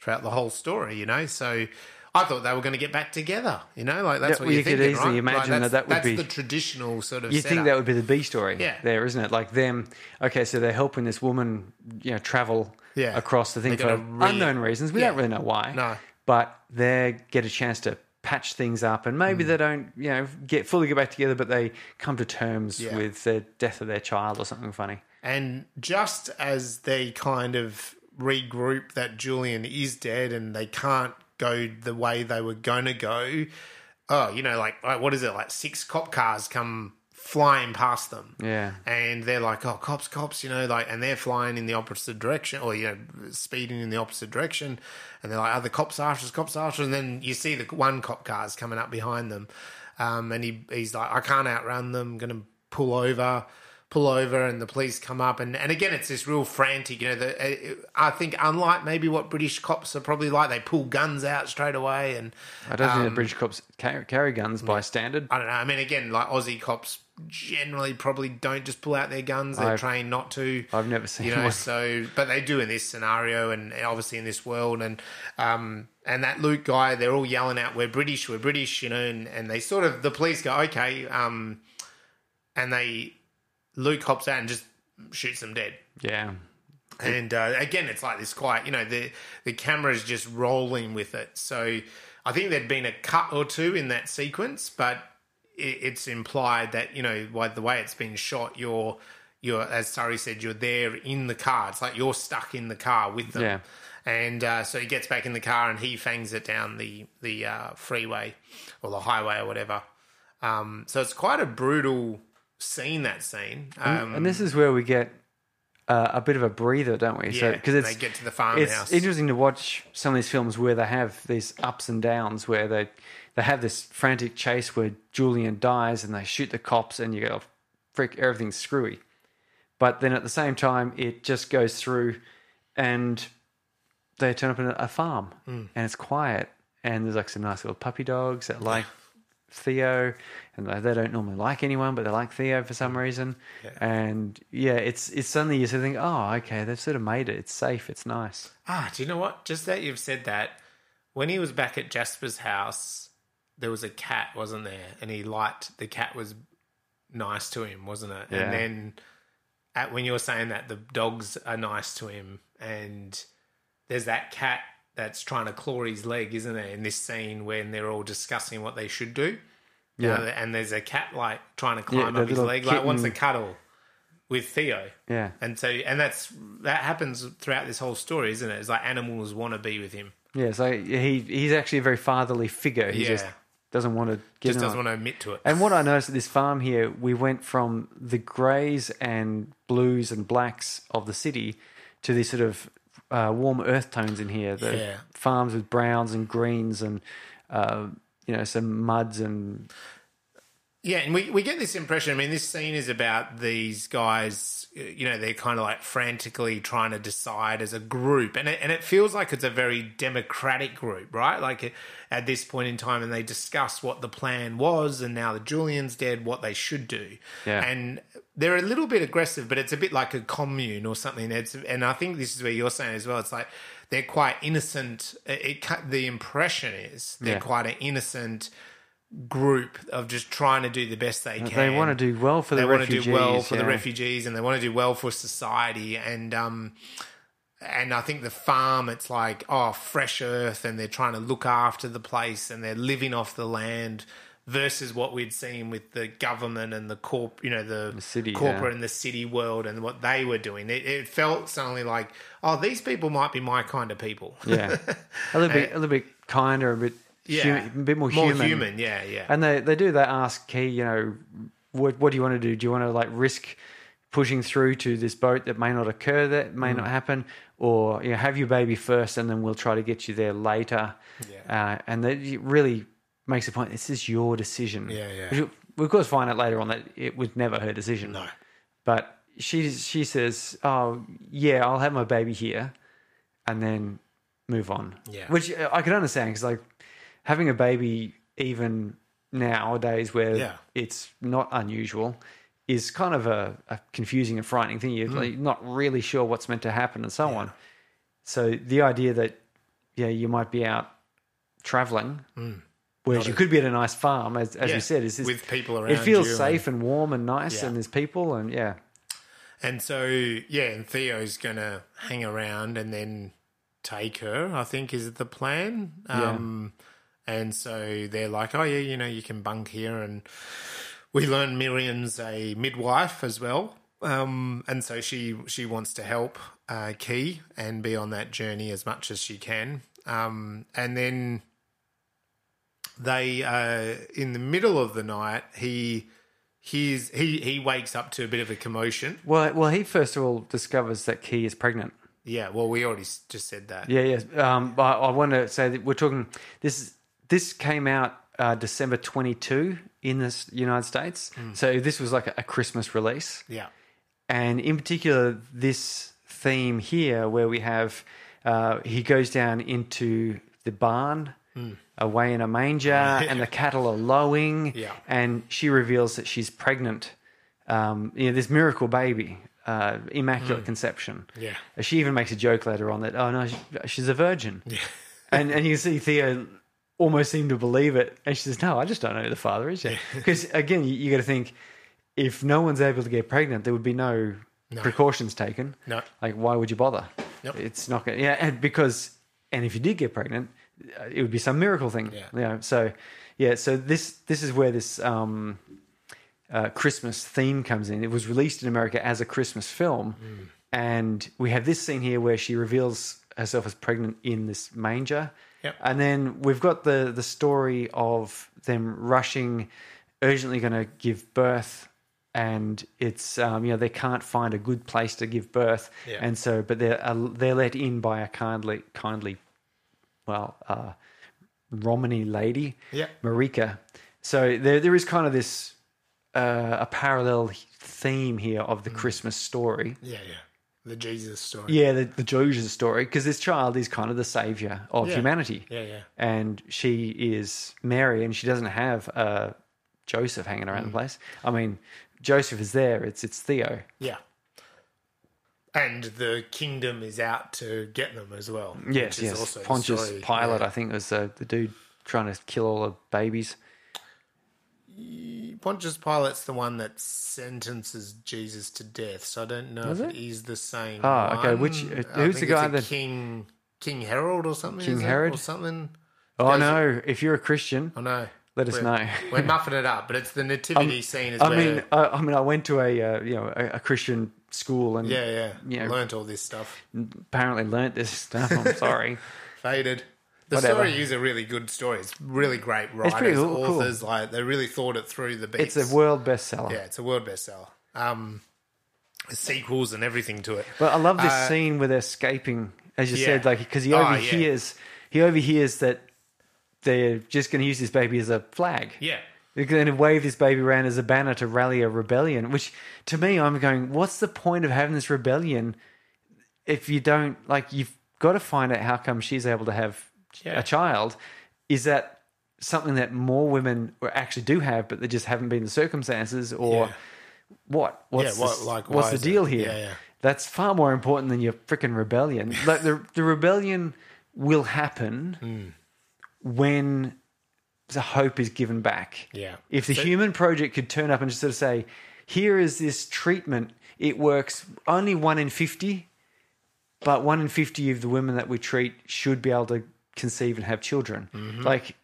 Speaker 2: throughout the whole story you know so i thought they were going to get back together you know like that's
Speaker 1: Yeah,
Speaker 2: what
Speaker 1: well,
Speaker 2: you're
Speaker 1: you could
Speaker 2: thinking,
Speaker 1: easily
Speaker 2: right?
Speaker 1: imagine
Speaker 2: Like,
Speaker 1: that
Speaker 2: that's-
Speaker 1: that would
Speaker 2: that's
Speaker 1: be-
Speaker 2: the traditional sort of
Speaker 1: You think that would be the B story
Speaker 2: Yeah.
Speaker 1: there, isn't it? Like them, okay, so they're helping this woman, you know, travel
Speaker 2: Yeah.
Speaker 1: across the thing
Speaker 2: They're
Speaker 1: for
Speaker 2: gonna really-
Speaker 1: unknown reasons. We don't
Speaker 2: Yeah.
Speaker 1: really know why.
Speaker 2: No.
Speaker 1: But they get a chance to patch things up and
Speaker 2: Hmm.
Speaker 1: maybe they don't, you know, get fully get back together, but they come to terms
Speaker 2: Yeah.
Speaker 1: with the death of their child or something funny.
Speaker 2: And just as they kind of regroup that Julian is dead and they can't go the way they were going to go, oh, you know, like, like, what is it? Like six cop cars come flying past them.
Speaker 1: Yeah.
Speaker 2: And they're like, oh, cops, cops, you know, like, and they're flying in the opposite direction or, you know, speeding in the opposite direction. And they're like, are the cops after us, cops after us? And then you see the one cop car's coming up behind them. Um, and he, he's like, I can't outrun them. I'm going to pull over pull over and the police come up and, and again it's this real frantic you know the, uh, i think unlike maybe what british cops are probably like they pull guns out straight away and
Speaker 1: I don't
Speaker 2: Um,
Speaker 1: think the bridge cops carry, carry guns by standard.
Speaker 2: i don't know i mean again like aussie cops generally probably don't just pull out their guns they're
Speaker 1: I've-
Speaker 2: trained not to
Speaker 1: I've never seen
Speaker 2: you know
Speaker 1: one.
Speaker 2: so but they do in this scenario and obviously in this world and um and that luke guy they're all yelling out we're british we're british you know and, and they sort of the police go okay um and they luke hops out and just shoots them dead
Speaker 1: Yeah.
Speaker 2: um, and uh, again, it's like this quiet, you know, the the camera is just rolling with it. So I think there'd been a cut or two in that sequence, but it, it's implied that you know, by the way it's been shot, you're you're as Surrey said, you're there in the car. It's like you're stuck in the car with them.
Speaker 1: Yeah.
Speaker 2: And uh, so he gets back in the car and he fangs it down the the uh, freeway or the highway or whatever. Um, so it's quite a brutal scene. That scene. Um,
Speaker 1: and this is where we get uh, a bit of a breather, don't we?
Speaker 2: yeah,
Speaker 1: because it's
Speaker 2: they get to the
Speaker 1: it's
Speaker 2: farmhouse.
Speaker 1: interesting to watch some of these films where they have these ups and downs, where they they have this frantic chase where Julian dies and they shoot the cops, and you go, "Oh, "Frick, everything's screwy." But then at the same time, it just goes through, and they turn up in a, a farm, and it's quiet, and there's like some nice little puppy dogs that like Theo, and they, they don't normally like anyone, but they like Theo for some reason. And yeah, it's it's suddenly you sort of think, oh, okay, they've sort of made it. It's safe. It's nice.
Speaker 2: Ah, do you know what? Just that you've said that, when he was back at Jasper's house, there was a cat, wasn't there? And he liked the cat was nice to him, wasn't it?
Speaker 1: Yeah.
Speaker 2: And then at when you were saying that the dogs are nice to him and there's that cat that's trying to claw his leg, isn't there, in this scene when they're all discussing what they should do.
Speaker 1: Yeah.
Speaker 2: You know, and there's a cat like trying to climb
Speaker 1: the
Speaker 2: up his
Speaker 1: little
Speaker 2: leg, like wants a
Speaker 1: kitten.
Speaker 2: cuddle with Theo.
Speaker 1: Yeah,
Speaker 2: And so, and that's that happens throughout this whole story, isn't it? It's like animals want to be with him,
Speaker 1: yeah. So he he's actually a very fatherly figure. He
Speaker 2: Yeah.
Speaker 1: just doesn't want to get
Speaker 2: just
Speaker 1: in
Speaker 2: doesn't
Speaker 1: on.
Speaker 2: want to admit to it.
Speaker 1: And what I noticed at this farm here, we went from the greys and blues and blacks of the city to these sort of uh, warm earth tones in here. The
Speaker 2: Yeah.
Speaker 1: farms with browns and greens and uh, you know, some muds and
Speaker 2: Yeah, and we, we get this impression. I mean, this scene is about these guys, uh, you know, they're kind of like frantically trying to decide as a group. And it, and it feels like it's a very democratic group, right? Like uh, at this point in time, and they discuss what the plan was, and now that Julian's dead, what they should do.
Speaker 1: Yeah.
Speaker 2: And they're a little bit aggressive, but it's a bit like a commune or something. It's, and I think this is where you're saying as well. It's like they're quite innocent. It, it, cut- the impression is they're
Speaker 1: Yeah.
Speaker 2: quite an innocent group of just trying to do the best they can.
Speaker 1: they want to do well for
Speaker 2: They
Speaker 1: the
Speaker 2: want
Speaker 1: refugees.
Speaker 2: to do well for the
Speaker 1: yeah.
Speaker 2: refugees, and they want to do well for society. And um, and I think the farm, it's like oh, fresh earth, and they're trying to look after the place, and they're living off the land. Versus what we'd seen with the government and the corp, you know, the,
Speaker 1: city, yeah.
Speaker 2: corporate and the city world and what they were doing. It, it felt suddenly like, oh, these people might be my kind of people.
Speaker 1: yeah, a little bit, a little bit kinder, a bit,
Speaker 2: yeah,
Speaker 1: human, a bit more,
Speaker 2: more
Speaker 1: human.
Speaker 2: human. Yeah, yeah.
Speaker 1: And they, they do that ask Key, you know, what what do you want to do? Do you want to like risk pushing through to this boat that may not occur, that may
Speaker 2: Mm.
Speaker 1: not happen, or you know, have your baby first, and then we'll try to get you there later. Uh, and that it really makes a point. This is your decision.
Speaker 2: Yeah, yeah.
Speaker 1: Which we of course find out later on that it was never her decision.
Speaker 2: No.
Speaker 1: But she she says, "Oh yeah, I'll have my baby here, and then move on."
Speaker 2: Yeah.
Speaker 1: which uh, I can understand because like having a baby even nowadays where
Speaker 2: Yeah.
Speaker 1: it's not unusual is kind of a, a confusing and frightening thing.
Speaker 2: Mm.
Speaker 1: You're like, not really sure what's meant to happen and so on. So the idea that yeah, you might be out traveling, whereas you could be at a nice farm, as, as
Speaker 2: Mm. Yeah,
Speaker 1: you said, is is-
Speaker 2: with people
Speaker 1: It
Speaker 2: around
Speaker 1: feels
Speaker 2: you and-
Speaker 1: safe and, warm and nice,
Speaker 2: Yeah.
Speaker 1: and there's people and yeah,
Speaker 2: And so, yeah, and Theo's going to hang around and then take her, I think is the plan. Um, and so they're like, oh, yeah, you know, you can bunk here. And we learn Miriam's a midwife as well. Um, and so she, she wants to help uh, Key and be on that journey as much as she can. Um, and then they, uh, in the middle of the night, he. He's, he he wakes up to a bit of a commotion
Speaker 1: Well, well, he first of all discovers that Key is pregnant.
Speaker 2: Yeah, well, we already s- just said that.
Speaker 1: Yeah, yes. Um, but I want to say that we're talking. This this came out uh, December twenty two in the S- United States, so this was like a, a Christmas release,
Speaker 2: Yeah.
Speaker 1: and in particular this theme here where we have uh, he goes down into the barn. Away in a manger, and the cattle are lowing,
Speaker 2: Yeah.
Speaker 1: and she reveals that she's pregnant. Um, you know, this miracle baby, uh, immaculate conception.
Speaker 2: Hmm. Yeah.
Speaker 1: She even makes a joke later on that, oh no, she, she's a virgin. and and you see Theo almost seem to believe it. And she says, no, I just don't know who the father is yet. Because again, you, you got to think if no one's able to get pregnant, there would be no, precautions taken.
Speaker 2: No.
Speaker 1: Like, why would you bother?
Speaker 2: Yep.
Speaker 1: It's not going to, yeah. And because, and if you did get pregnant, uh, it would be some miracle thing.
Speaker 2: Yeah.
Speaker 1: You know, so, yeah. So this, this is where this, um, uh, Christmas theme comes in. It was released in America as a Christmas film,
Speaker 2: Mm.
Speaker 1: and we have this scene here where she reveals herself as pregnant in this manger,
Speaker 2: Yep.
Speaker 1: and then we've got the the story of them rushing, urgently going to give birth, and it's um, you know they can't find a good place to give birth,
Speaker 2: Yeah.
Speaker 1: and so but they're uh, they're let in by a kindly kindly, well. Uh, Romany lady,
Speaker 2: Yeah.
Speaker 1: Marika. So there, there is kind of this uh, a parallel theme here of
Speaker 2: Mm.
Speaker 1: the Christmas story.
Speaker 2: Yeah, yeah. The Jesus story.
Speaker 1: Yeah, the, the Joja story, because this child is kind of the savior of humanity.
Speaker 2: Yeah, yeah.
Speaker 1: And she is Mary, and she doesn't have uh, Joseph hanging around the
Speaker 2: Mm.
Speaker 1: place. I mean, Joseph is there, it's, it's Theo.
Speaker 2: Yeah. And the kingdom is out to get them as well.
Speaker 1: Yes,
Speaker 2: which is
Speaker 1: yes.
Speaker 2: also the
Speaker 1: Pontius
Speaker 2: story.
Speaker 1: Pilate, I think, was uh, the dude trying to kill all the babies.
Speaker 2: Yeah. Pontius Pilate's the one that sentences Jesus to death, so I don't know if it is the same.
Speaker 1: Ah, okay,
Speaker 2: one.
Speaker 1: which- who's
Speaker 2: I think
Speaker 1: the
Speaker 2: it's
Speaker 1: guy
Speaker 2: a
Speaker 1: that-
Speaker 2: King King Herod or something?
Speaker 1: King
Speaker 2: is it?
Speaker 1: Herod?
Speaker 2: or something?
Speaker 1: Oh,
Speaker 2: Goes-
Speaker 1: no. If you're a Christian,
Speaker 2: I know.
Speaker 1: Let us know.
Speaker 2: We're muffing it up, but it's the nativity scene. Is
Speaker 1: Um, I
Speaker 2: where,
Speaker 1: mean, I, I mean, I went to a uh, you know a, a Christian school and
Speaker 2: yeah, yeah,
Speaker 1: Yeah.
Speaker 2: Learned all this stuff.
Speaker 1: apparently learnt this stuff. I'm sorry.
Speaker 2: faded. The
Speaker 1: Whatever.
Speaker 2: story is a really good story. It's really great writers,
Speaker 1: pretty cool- cool.
Speaker 2: authors. Like they really thought it through the beats.
Speaker 1: It's a world bestseller.
Speaker 2: yeah, it's a world bestseller. Um, sequels and everything to it.
Speaker 1: But I love this scene where they're escaping, as you
Speaker 2: Uh, yeah.
Speaker 1: said, like because he
Speaker 2: Oh, yeah.
Speaker 1: overhears, he overhears that they're just going to use this baby as a flag.
Speaker 2: Yeah.
Speaker 1: They're going to wave this baby around as a banner to rally a rebellion, which to me, I'm going, what's the point of having this rebellion if you don't, like, you've got to find out how come she's able to have
Speaker 2: Yeah.
Speaker 1: a child? Is that something that more women actually do have, but they just haven't been the circumstances or
Speaker 2: Yeah.
Speaker 1: what? What's,
Speaker 2: Yeah, what-
Speaker 1: the,
Speaker 2: like, why
Speaker 1: what's the
Speaker 2: is it-
Speaker 1: deal here?
Speaker 2: yeah, yeah.
Speaker 1: That's far more important than your freaking rebellion. like, the, the rebellion will happen
Speaker 2: Hmm.
Speaker 1: when the hope is given back.
Speaker 2: Yeah.
Speaker 1: If the
Speaker 2: So-
Speaker 1: human project could turn up and just sort of say, here is this treatment, it works only one in 50, but one in 50 of the women that we treat should be able to conceive and have children.
Speaker 2: Mm-hmm.
Speaker 1: Like,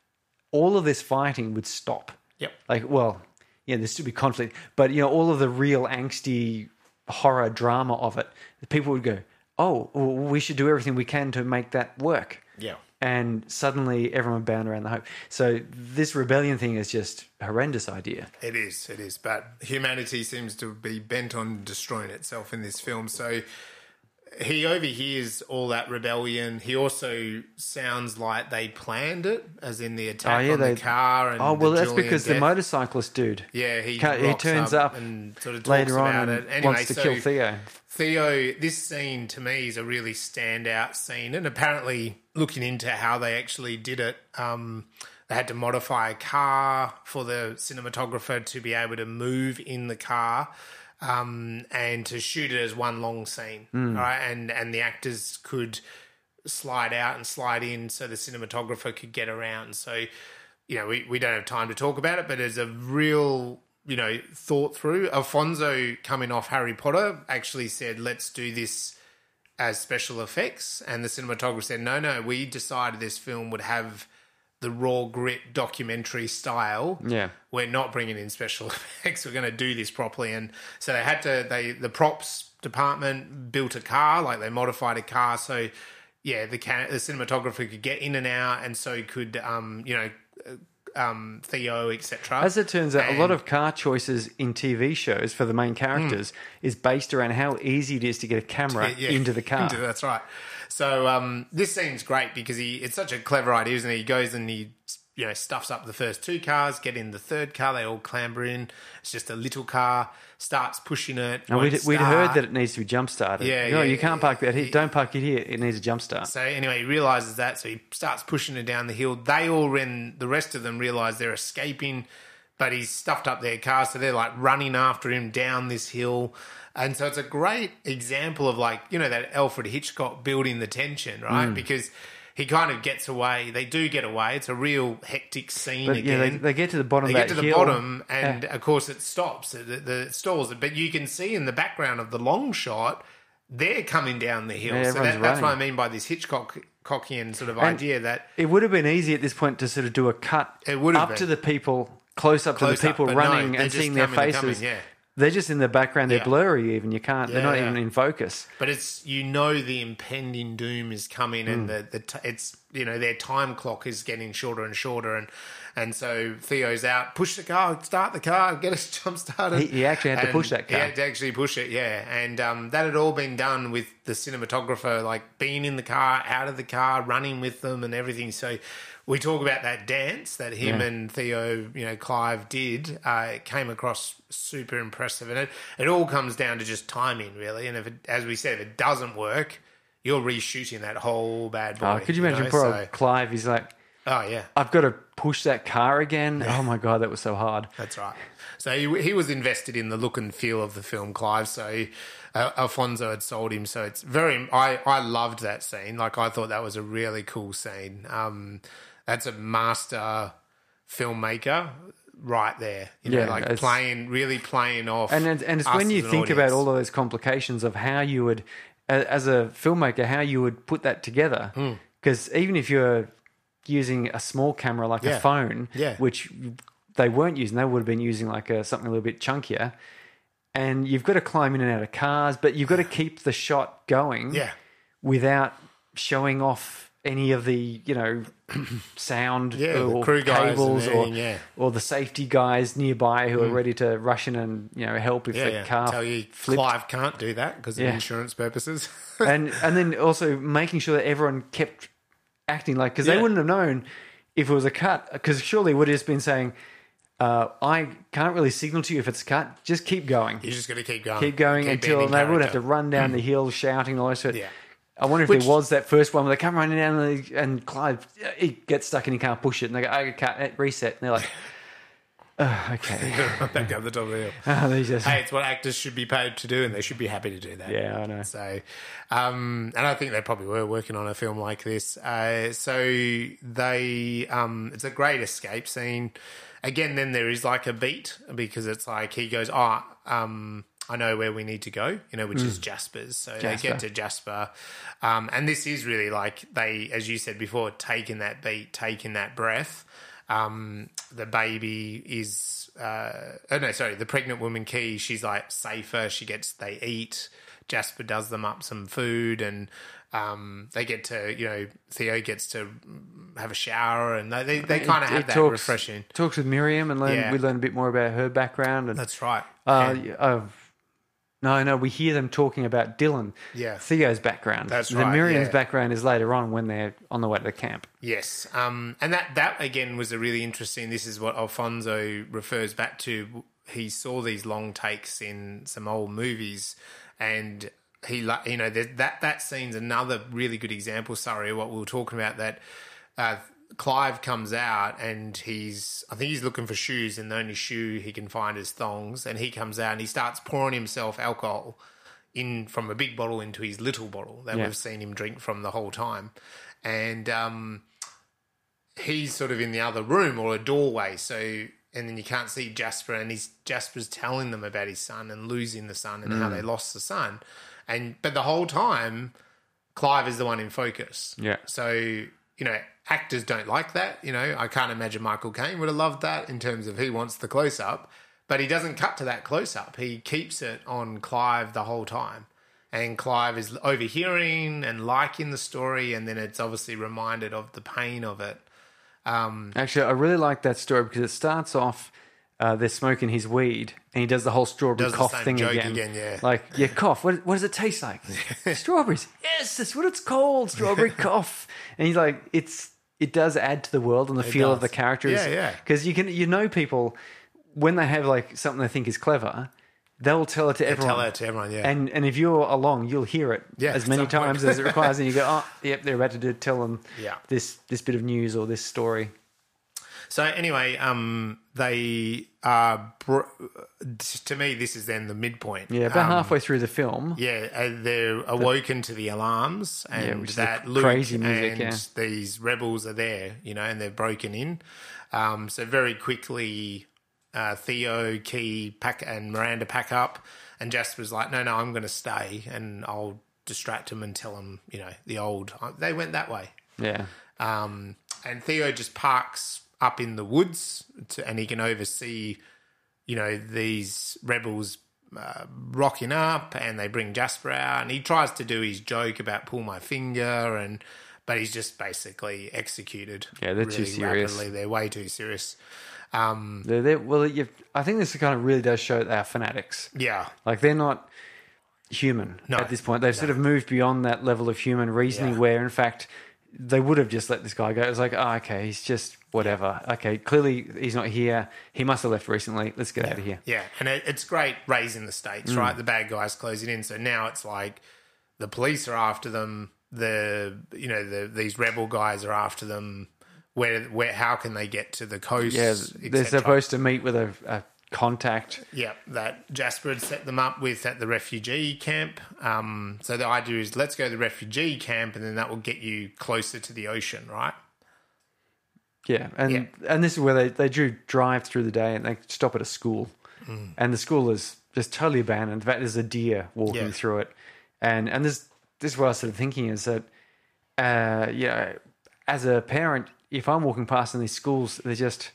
Speaker 1: all of this fighting would stop.
Speaker 2: Yep.
Speaker 1: Like, well, yeah, there'd still be conflict, but you know, all of the real angsty horror drama of it, the people would go, oh, well, we should do everything we can to make that work
Speaker 2: Yeah.
Speaker 1: and suddenly everyone bound around the hope. So this rebellion thing is just a horrendous idea.
Speaker 2: It is, it is. But humanity seems to be bent on destroying itself in this film. So he overhears all that rebellion. He also sounds like they planned it, as in the attack
Speaker 1: Oh, yeah,
Speaker 2: on
Speaker 1: they-
Speaker 2: the car. And
Speaker 1: Oh well,
Speaker 2: the
Speaker 1: that's
Speaker 2: Julian
Speaker 1: because the
Speaker 2: death.
Speaker 1: motorcyclist dude.
Speaker 2: Yeah, he
Speaker 1: Ca- he
Speaker 2: rocks
Speaker 1: turns up
Speaker 2: and sort of talks
Speaker 1: later on
Speaker 2: about
Speaker 1: and
Speaker 2: it. Anyway,
Speaker 1: wants to
Speaker 2: so
Speaker 1: kill Theo.
Speaker 2: Theo, this scene to me is a really standout scene, and apparently, looking into how they actually did it, um, they had to modify a car for the cinematographer to be able to move in the car um, and to shoot it as one long scene,
Speaker 1: Hmm.
Speaker 2: right? And and the actors could slide out and slide in so the cinematographer could get around. So, you know, we, we don't have time to talk about it, but it's a real, you know, thought through. Alfonso coming off Harry Potter actually said, let's do this as special effects. And the cinematographer said, no, no, we decided this film would have the raw grit documentary style
Speaker 1: Yeah.
Speaker 2: we're not bringing in special effects. We're going to do this properly. And so they had to, they, the props department built a car, like they modified a car. So yeah, the, ca- the cinematographer could get in and out and so could, um, you know, uh, um, Theo, etc.
Speaker 1: As it turns out, a lot
Speaker 2: And-
Speaker 1: of car choices in TV shows for the main characters is based around how easy it is to get a camera
Speaker 2: Hmm. Yeah,
Speaker 1: into the car.
Speaker 2: into- that's right. So um, this scene's great because he it's such a clever idea, isn't it? He goes and he you know stuffs up the first two cars, get in the third car, they all clamber in. It's just a little car, starts pushing it.
Speaker 1: and we'd,
Speaker 2: won't
Speaker 1: we'd
Speaker 2: start.
Speaker 1: heard that it needs to be jump started.
Speaker 2: Yeah,
Speaker 1: no,
Speaker 2: yeah,
Speaker 1: you can't
Speaker 2: yeah,
Speaker 1: park that here.
Speaker 2: yeah.
Speaker 1: Don't park it here. It needs a jump start.
Speaker 2: So anyway, he realizes that, so he starts pushing her down the hill. They all then the rest of them realize they're escaping, but he's stuffed up their car, so they're like running after him down this hill. And so it's a great example of like, you know, that Alfred Hitchcock building the tension, right?
Speaker 1: Mm.
Speaker 2: Because he kind of gets away. They do get away. It's a real hectic scene
Speaker 1: But, yeah,
Speaker 2: again
Speaker 1: they, they get to the bottom.
Speaker 2: they
Speaker 1: of
Speaker 2: get
Speaker 1: that
Speaker 2: to the
Speaker 1: hill.
Speaker 2: bottom, and of course it stops. It, it, it stalls, but you can see in the background of the long shot, they're coming down the hill.
Speaker 1: Yeah,
Speaker 2: so that,
Speaker 1: everyone's
Speaker 2: that's what I
Speaker 1: running.
Speaker 2: mean by this Hitchcockian sort of idea that
Speaker 1: It would have been easy at this point to sort of do a cut
Speaker 2: It would have
Speaker 1: up
Speaker 2: been.
Speaker 1: to the people, close up
Speaker 2: Close
Speaker 1: to
Speaker 2: up,
Speaker 1: the people
Speaker 2: but no,
Speaker 1: running
Speaker 2: they're
Speaker 1: and
Speaker 2: just
Speaker 1: seeing their
Speaker 2: coming and
Speaker 1: faces.
Speaker 2: coming, yeah.
Speaker 1: They're just in the background. They're
Speaker 2: Yeah.
Speaker 1: blurry even. You can't. they're not
Speaker 2: Yeah,
Speaker 1: even
Speaker 2: yeah.
Speaker 1: in focus.
Speaker 2: But it's you know the impending doom is coming,
Speaker 1: Hmm.
Speaker 2: and the the t- it's you know their time clock is getting shorter and shorter, and and so Theo's out, push the car, start the car, get us jump started.
Speaker 1: He- he actually had to
Speaker 2: And
Speaker 1: push that car.
Speaker 2: He had to actually push it, yeah. And um, that had all been done with the cinematographer, like being in the car, out of the car, running with them, and everything. So we talk about that dance that him
Speaker 1: Yeah.
Speaker 2: and Theo, you know, Clive did. Uh, it came across super impressive, and it it all comes down to just timing, really. And if it, as we said, if it doesn't work, you're reshooting that whole bad boy.
Speaker 1: Oh, could you imagine
Speaker 2: know,
Speaker 1: poor
Speaker 2: so-
Speaker 1: old Clive? He's like,
Speaker 2: oh yeah.
Speaker 1: I've got to push that car again. Oh my god, that was so hard.
Speaker 2: That's right. So he, he was invested in the look and feel of the film, Clive. So uh, Alfonso had sold him. So it's very. I I loved that scene. Like I thought that was a really cool scene. Um, that's a master filmmaker right there. You
Speaker 1: Yeah,
Speaker 2: know, like
Speaker 1: it's-
Speaker 2: playing really playing off.
Speaker 1: And it's, and it's
Speaker 2: us
Speaker 1: when you
Speaker 2: as an
Speaker 1: think about
Speaker 2: audience.
Speaker 1: all of those complications of how you would, a- as a filmmaker, how you would put that together.
Speaker 2: Hmm.
Speaker 1: Because even if you're using a small camera like
Speaker 2: Yeah.
Speaker 1: a phone,
Speaker 2: Yeah.
Speaker 1: which they weren't using, they would have been using like a, something a little bit chunkier. And you've got to climb in and out of cars, but you've got to keep the shot going
Speaker 2: Yeah.
Speaker 1: without showing off any of the you know sound
Speaker 2: Yeah, the
Speaker 1: or
Speaker 2: crew guys and
Speaker 1: cables or
Speaker 2: everything, yeah. Mm.
Speaker 1: or the safety guys nearby who are ready to rush in and you know help if
Speaker 2: Yeah,
Speaker 1: the
Speaker 2: yeah.
Speaker 1: car
Speaker 2: Tell you,
Speaker 1: flipped.
Speaker 2: Clive can't do that because of
Speaker 1: Yeah.
Speaker 2: insurance purposes.
Speaker 1: and and then also making sure that everyone kept acting like because
Speaker 2: Yeah.
Speaker 1: they wouldn't have known if it was a cut, because surely it would have just been saying, uh, I can't really signal to you if it's a cut. Just keep going.
Speaker 2: You're just going to keep going.
Speaker 1: keep going until
Speaker 2: being in
Speaker 1: they would have to
Speaker 2: character. Mm.
Speaker 1: run down the hill shouting all that sort.
Speaker 2: Yeah.
Speaker 1: I wonder if there was that first one where they come running down and, they- and Clive uh, he gets stuck and he can't push it and they go, "I can't uh, reset," and they're like, oh, "Okay."
Speaker 2: Back down the top of the hill.
Speaker 1: And they just-
Speaker 2: hey, it's what actors should be paid to do, and they should be happy to do that.
Speaker 1: Yeah, I know.
Speaker 2: So, um, and I think they probably were working on a film like this. Uh, so they, um, it's a great escape scene. Again, then there is like a beat because it's like he goes, "Ah, um, I know where we need to go," you know, which is Jasper's. So they get
Speaker 1: Hmm. Jasper.
Speaker 2: to Jasper, um, and this is really like they, as you said before, taking that beat, taking that breath. Um, the baby is, uh, oh no, sorry, the pregnant woman Key. She's like safer. She gets they eat. Jasper does them up some food, and um, they get to you know Theo gets to have a shower, and they they, they kind of
Speaker 1: it
Speaker 2: have that
Speaker 1: talks-
Speaker 2: refreshing.
Speaker 1: Talks with Miriam and learn,
Speaker 2: Yeah.
Speaker 1: we learn a bit more about her background and
Speaker 2: That's right.
Speaker 1: Uh,
Speaker 2: And-
Speaker 1: yeah, oh, no, no, we hear them talking about Dylan.
Speaker 2: Yeah.
Speaker 1: Theo's background.
Speaker 2: That's
Speaker 1: the
Speaker 2: right,
Speaker 1: Miriam's
Speaker 2: yeah.
Speaker 1: background is later on when they're on the way to the camp.
Speaker 2: Yes, um, and that that again was a really interesting. This is what Alfonso refers back to. He saw these long takes in some old movies, and he lo- you know that that, that scene's another really good example. Sorry, what we were talking about that. Uh, Clive comes out and he's, I think he's looking for shoes, and the only shoe he can find is thongs. And he comes out and he starts pouring himself alcohol in from a big bottle into his little bottle that
Speaker 1: Yeah.
Speaker 2: we've seen him drink from the whole time. And um, he's sort of in the other room or a doorway. So, and then you can't see Jasper, and he's Jasper's telling them about his son and losing the son and how they lost the son. And but the whole time, Clive is the one in focus.
Speaker 1: Yeah.
Speaker 2: So you know, actors don't like that. You know, I can't imagine Michael Caine would have loved that in terms of he wants the close up, but he doesn't cut to that close up. He keeps it on Clive the whole time. And Clive is overhearing and liking the story, and then it's obviously reminded of the pain of it.
Speaker 1: Actually, I really like that story because it starts off. Uh, they're smoking his weed, and he does the whole strawberry
Speaker 2: Does the
Speaker 1: cough
Speaker 2: same
Speaker 1: thing
Speaker 2: joke
Speaker 1: again.
Speaker 2: again, yeah.
Speaker 1: Like, yeah, cough. What, what does it taste like? Strawberries. Yes, that's what it's called. Strawberry cough. And he's like, it's it does add to the world and the feel of
Speaker 2: does.
Speaker 1: the characters.
Speaker 2: Yeah, yeah.
Speaker 1: Because you can you know people when they have like something they think is clever, they'll tell it to everyone.
Speaker 2: Tell that to everyone, yeah.
Speaker 1: And and if you're along, you'll hear it
Speaker 2: Yeah,
Speaker 1: as many
Speaker 2: at some point.
Speaker 1: times as it requires, and you go, oh, yep, they're about to do, tell them
Speaker 2: Yeah.
Speaker 1: this this bit of news or this story.
Speaker 2: So anyway, um, they are br- to me. This is then the midpoint.
Speaker 1: Yeah, about
Speaker 2: Um,
Speaker 1: halfway through the film,
Speaker 2: Yeah, uh, they're awoken to the alarms and
Speaker 1: which is the
Speaker 2: that
Speaker 1: cr-
Speaker 2: Luke
Speaker 1: crazy music,
Speaker 2: and
Speaker 1: yeah.
Speaker 2: these rebels are there, you know, and they've broken in. Um, so very quickly, uh, Theo, Key, pack, and Miranda pack up, and Jasper's like, "No, no, I'm going to stay, and I'll distract him and tell him, you know, the old uh, they went that way."
Speaker 1: yeah,
Speaker 2: Um, and Theo just parks up in the woods to, and he can oversee, you know, these rebels uh, rocking up and they bring Jasper out and he tries to do his joke about pull my finger and but he's just basically executed.
Speaker 1: Yeah, they're too serious.
Speaker 2: Rapidly. They're way too serious.
Speaker 1: they're, they're, well, you I think this kind of really does show they are fanatics.
Speaker 2: Yeah.
Speaker 1: Like they're not human at this point. They've sort of moved beyond that level of human reasoning
Speaker 2: Yeah.
Speaker 1: where in fact they would have just let this guy go. It's like, oh, okay, he's just whatever. Okay, clearly he's not here. He must have left recently. Let's get out of here.
Speaker 2: Yeah, and it, it's great raising the
Speaker 1: Mm.
Speaker 2: stakes, right? The bad guys closing in, so now it's like the police are after them. The you know the these rebel guys are after them. Where where how can they get to the coast?
Speaker 1: Yeah,
Speaker 2: et
Speaker 1: they're
Speaker 2: cetera?
Speaker 1: supposed to meet with a, a contact.
Speaker 2: Yeah, that Jasper had set them up with at the refugee camp. Um, so the idea is let's go to the refugee camp, and then that will get you closer to the ocean, right?
Speaker 1: Yeah, and
Speaker 2: Yeah.
Speaker 1: and this is where they they do drive through the day and they stop at a school,
Speaker 2: Mm.
Speaker 1: and the school is just totally abandoned. That is a deer walking
Speaker 2: Yeah.
Speaker 1: through it, and and this this is what I started thinking is that, uh, yeah, as a parent, if I'm walking past in these schools, they're just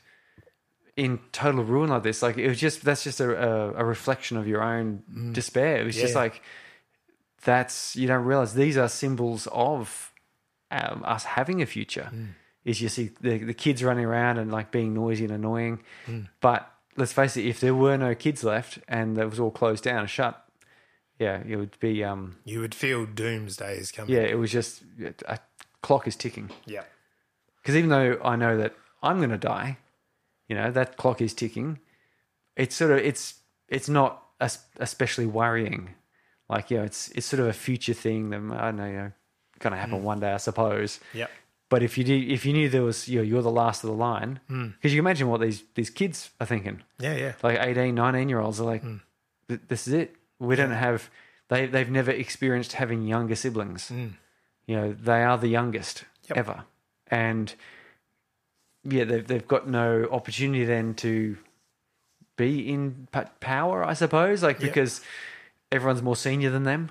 Speaker 1: in total ruin like this. Like it was just that's just a a, a reflection of your own despair. It was just
Speaker 2: Mm. Yeah.
Speaker 1: like that's you don't realize these are symbols of um, us having a future. Is you see the, the kids running around and like being noisy and annoying, but let's face it, if there were no kids left and that was all closed down and shut, yeah, it would be um
Speaker 2: You would feel doomsday is coming.
Speaker 1: yeah, it was just a clock is ticking
Speaker 2: yeah.
Speaker 1: Because even though I know that I'm going to die, you know that clock is ticking. It's sort of it's it's not es- especially worrying. Like yeah, it's it's sort of a future thing that I don't know, you know going to happen one day, I suppose.
Speaker 2: Yep.
Speaker 1: But if you did, if you knew there was you know, you're the last of the line, because you can imagine what these these kids are thinking
Speaker 2: Yeah, yeah.
Speaker 1: like 18 19 year olds are like
Speaker 2: Mm.
Speaker 1: "Th- this is it we don't have they they've never experienced having younger siblings you know they are the youngest
Speaker 2: Mm. Yep.
Speaker 1: ever and yeah they've, they've got no opportunity then to be in p- power i suppose like because everyone's more senior than them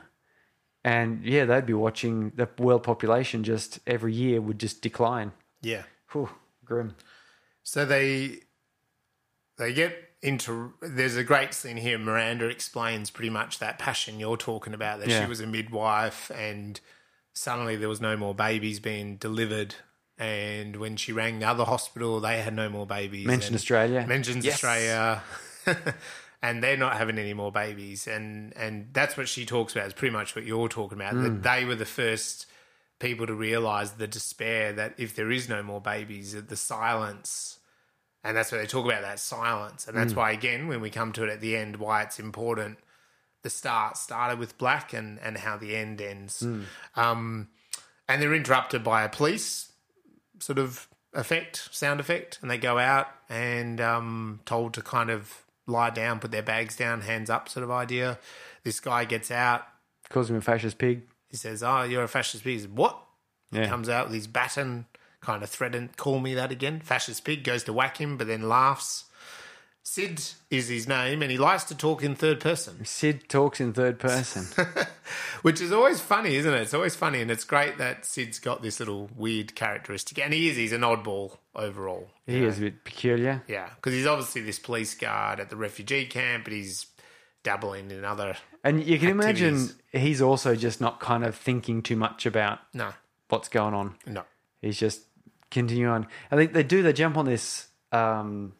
Speaker 1: and yeah they'd be watching the world population just every year would just decline
Speaker 2: Yeah.
Speaker 1: Whew, grim
Speaker 2: So they they get into there's a great scene here. Miranda explains pretty much that passion you're talking about that
Speaker 1: Yeah.
Speaker 2: she was a midwife and suddenly there was no more babies being delivered. And when she rang the other hospital, they had no more babies.
Speaker 1: mention
Speaker 2: And-
Speaker 1: australia
Speaker 2: mentions
Speaker 1: Yes.
Speaker 2: Australia, and they're not having any more babies, and and that's what she talks about. Is pretty much what you're talking about. That they were the first people to realise the despair that if there is no more babies, that the silence, and that's what they talk about that silence, and that's why again when we come to it at the end, why it's important. The start started with black, and and how the end ends. Um, and they're interrupted by a police sort of effect, sound effect, and they go out and um, told to kind of lie down, put their bags down, hands up, sort of idea. This guy gets out.
Speaker 1: calls him a fascist pig
Speaker 2: He says, "Oh, you're a fascist pig." He says, "What?"
Speaker 1: yeah
Speaker 2: Comes out with his baton, kind of threatened, "Call me that again." Fascist pig goes to whack him, but then laughs. Sid is his name, and he likes to talk in third person.
Speaker 1: Sid talks in third person.
Speaker 2: Which is always funny, isn't it? It's always funny, and it's great that Sid's got this little weird characteristic. And he is, he's an oddball overall.
Speaker 1: He is a bit peculiar.
Speaker 2: Yeah, because he's obviously this police guard at the refugee camp, but he's dabbling in other.
Speaker 1: And you can imagine
Speaker 2: Activities.
Speaker 1: he's also just not kind of thinking too much about
Speaker 2: No,
Speaker 1: what's going on.
Speaker 2: no.
Speaker 1: He's just continuing on. I think they do, they jump on this, um,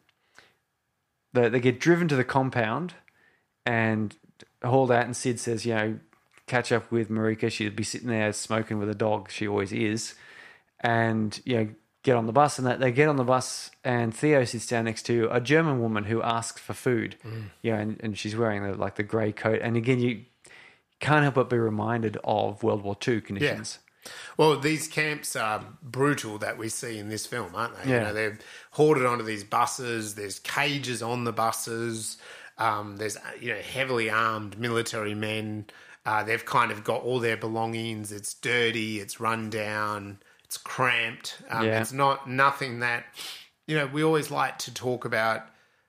Speaker 1: they, they get driven to the compound and hauled out. And Sid says, you know, catch up with Marika. She'd be sitting there smoking with a dog. She always is. And, you know, get on the bus. And that they get on the bus, and Theo sits down next to a German woman who asks for food. You know, and, and she's wearing the, like the grey coat. And again, you can't help but be reminded of World War II conditions.
Speaker 2: Well, these camps are brutal that we see in this film, aren't they?
Speaker 1: Yeah.
Speaker 2: You know, they're hoarded onto these buses. There's cages on the buses. Um, there's uh, you know heavily armed military men. Uh, they've kind of got all their belongings. It's dirty. It's run down. It's cramped. Um,
Speaker 1: Yeah.
Speaker 2: It's not nothing that you know. We always like to talk about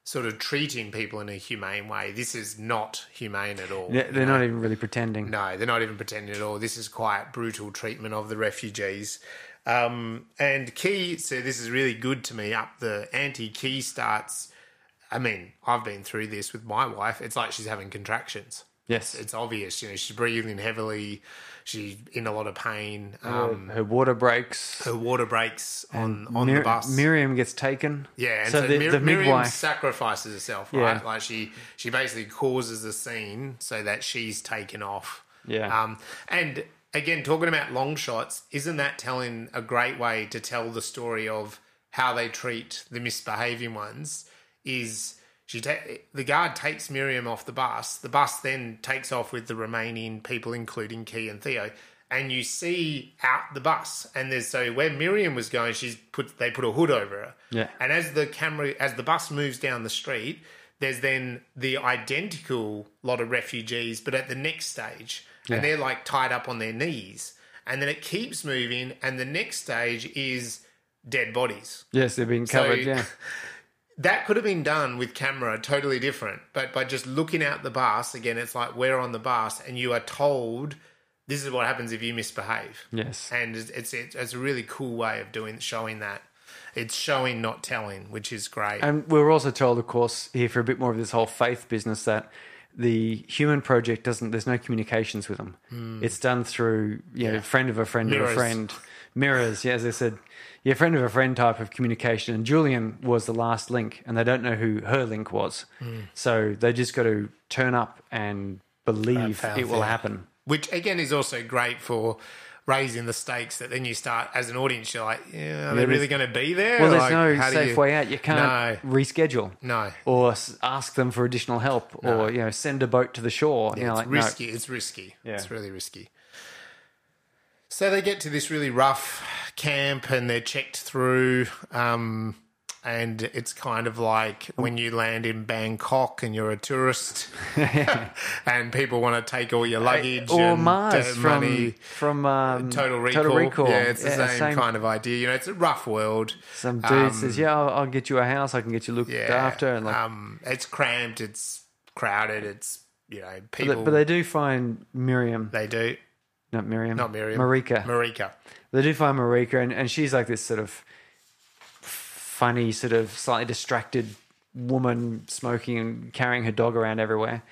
Speaker 2: sort of treating people in a humane way. This is not humane at all.
Speaker 1: They're they're not even really pretending.
Speaker 2: No, they're not even pretending at all. This is quite brutal treatment of the refugees. Um, and Key said, This is really good to me. Up the anti Key starts. I mean, I've been through this with my wife. It's like she's having contractions.
Speaker 1: Yes.
Speaker 2: It's obvious. You know, she's breathing heavily. She's in a lot of pain. Um,
Speaker 1: her water breaks.
Speaker 2: her water breaks on, on
Speaker 1: Mir-
Speaker 2: the bus.
Speaker 1: Miriam gets taken.
Speaker 2: Yeah, and
Speaker 1: so,
Speaker 2: so,
Speaker 1: the,
Speaker 2: Mir-
Speaker 1: the
Speaker 2: Miriam
Speaker 1: midwife.
Speaker 2: sacrifices herself,
Speaker 1: Yeah.
Speaker 2: right? Like she she basically causes a scene so that she's taken off.
Speaker 1: Yeah.
Speaker 2: Um, and again, talking about long shots, isn't that telling a great way to tell the story of how they treat the misbehaving ones? Is she ta- the guard takes Miriam off the bus? The bus then takes off with the remaining people, including Key and Theo. And you see out the bus, and there's so where Miriam was going, she's put they put a hood over her.
Speaker 1: Yeah.
Speaker 2: And as the camera, as the bus moves down the street, there's then the identical lot of refugees, but at the next stage, and they're like tied up on their knees. And then it keeps moving, and the next stage is dead bodies.
Speaker 1: yes, they're being covered. yeah,
Speaker 2: That could have been done with camera, totally different. But by just looking out the bus, again, it's like we're on the bus, and you are told this is what happens if you misbehave
Speaker 1: yes.
Speaker 2: and it's it's, it's it's a really cool way of doing showing that it's showing not telling which is great
Speaker 1: And we were also told, of course, here for a bit more of this whole faith business that the human project doesn't. There's no communications with them. It's done through you know friend of a friend of
Speaker 2: Hmm. Mirrors.
Speaker 1: a friend mirrors. Yeah, as I said, yeah, friend of a friend type of communication. And Julian was the last link, and they don't know who her link was.
Speaker 2: Hmm.
Speaker 1: So they just got to turn up and believe
Speaker 2: found
Speaker 1: it will
Speaker 2: them.
Speaker 1: happen.
Speaker 2: which again is also great for raising the stakes that then you start as an audience, you're like, yeah, are they
Speaker 1: there's-
Speaker 2: really going to be there?
Speaker 1: Well, there's
Speaker 2: Like,
Speaker 1: no
Speaker 2: how do
Speaker 1: safe
Speaker 2: you-
Speaker 1: way out. You can't reschedule.
Speaker 2: No, Mm. no.
Speaker 1: Or s- ask them for additional help, or you know, send a boat to the shore. you know,
Speaker 2: it's
Speaker 1: like, no.
Speaker 2: risky. It's risky. It's really risky. So they get to this really rough camp and they're checked through. Um, and it's kind of like when you land in Bangkok and you're a tourist and people want to take all your luggage
Speaker 1: or
Speaker 2: and
Speaker 1: Mars
Speaker 2: uh,
Speaker 1: from
Speaker 2: money. Uh,
Speaker 1: from um,
Speaker 2: Total recall. Yeah, it's the same, kind of idea. You know, it's a rough world.
Speaker 1: Some
Speaker 2: Um,
Speaker 1: dude says, "Yeah, I'll, I'll get you a house. I can get you looked
Speaker 2: Yeah.
Speaker 1: after." And like,
Speaker 2: um, it's cramped, it's crowded, it's, you know,
Speaker 1: but,
Speaker 2: people.
Speaker 1: but they do find Miriam,
Speaker 2: they do.
Speaker 1: not Miriam,
Speaker 2: Not Miriam.
Speaker 1: Marika.
Speaker 2: Marika.
Speaker 1: they do find Marika, and, and she's like this sort of funny, sort of slightly distracted woman smoking and carrying her dog around everywhere,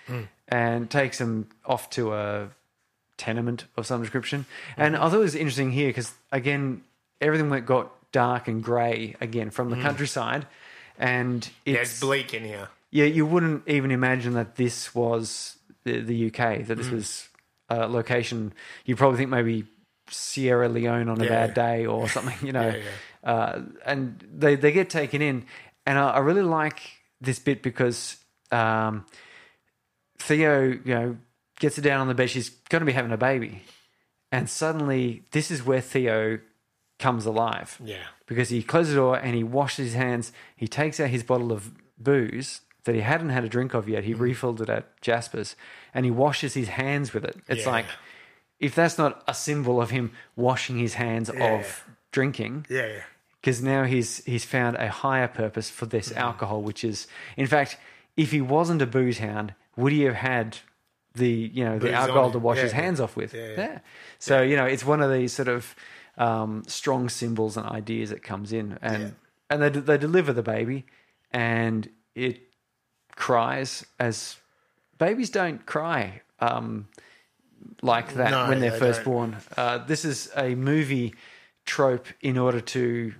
Speaker 1: and takes him off to a tenement of some description. And I thought it was interesting here because again, everything went got dark and grey again from the countryside, and
Speaker 2: Yeah, it's
Speaker 1: it's
Speaker 2: bleak in here.
Speaker 1: yeah, you wouldn't even imagine that this was the, the UK, that
Speaker 2: Mm.
Speaker 1: this was a location. You probably think maybe Sierra Leone on a
Speaker 2: Yeah.
Speaker 1: bad day or something, you know. Uh, and they, they get taken in. And I, I really like this bit because um, Theo, you know, gets her down on the bed. She's going to be having a baby. And suddenly, this is where Theo comes alive
Speaker 2: Yeah.
Speaker 1: because he closes the door and he washes his hands. He takes out his bottle of booze that he hadn't had a drink of yet. He
Speaker 2: Mm.
Speaker 1: refilled it at Jasper's and he washes his hands with it. It's
Speaker 2: Yeah.
Speaker 1: like, if that's not a symbol of him washing his hands of drinking,
Speaker 2: Yeah. yeah.
Speaker 1: because now he's he's found a higher purpose for this
Speaker 2: Mm.
Speaker 1: alcohol, which is, in fact, if he wasn't a booze hound, would he have had the you know the
Speaker 2: Booze on
Speaker 1: alcohol
Speaker 2: him.
Speaker 1: to wash
Speaker 2: Yeah,
Speaker 1: his
Speaker 2: yeah.
Speaker 1: hands off with? Yeah. So you know, it's one of these sort of um, strong symbols and ideas that comes in, and and they they deliver the baby, and it cries as babies don't cry. Um, like that
Speaker 2: No,
Speaker 1: when they're
Speaker 2: they
Speaker 1: 1st
Speaker 2: don't.
Speaker 1: born. Uh, this is a movie trope in order to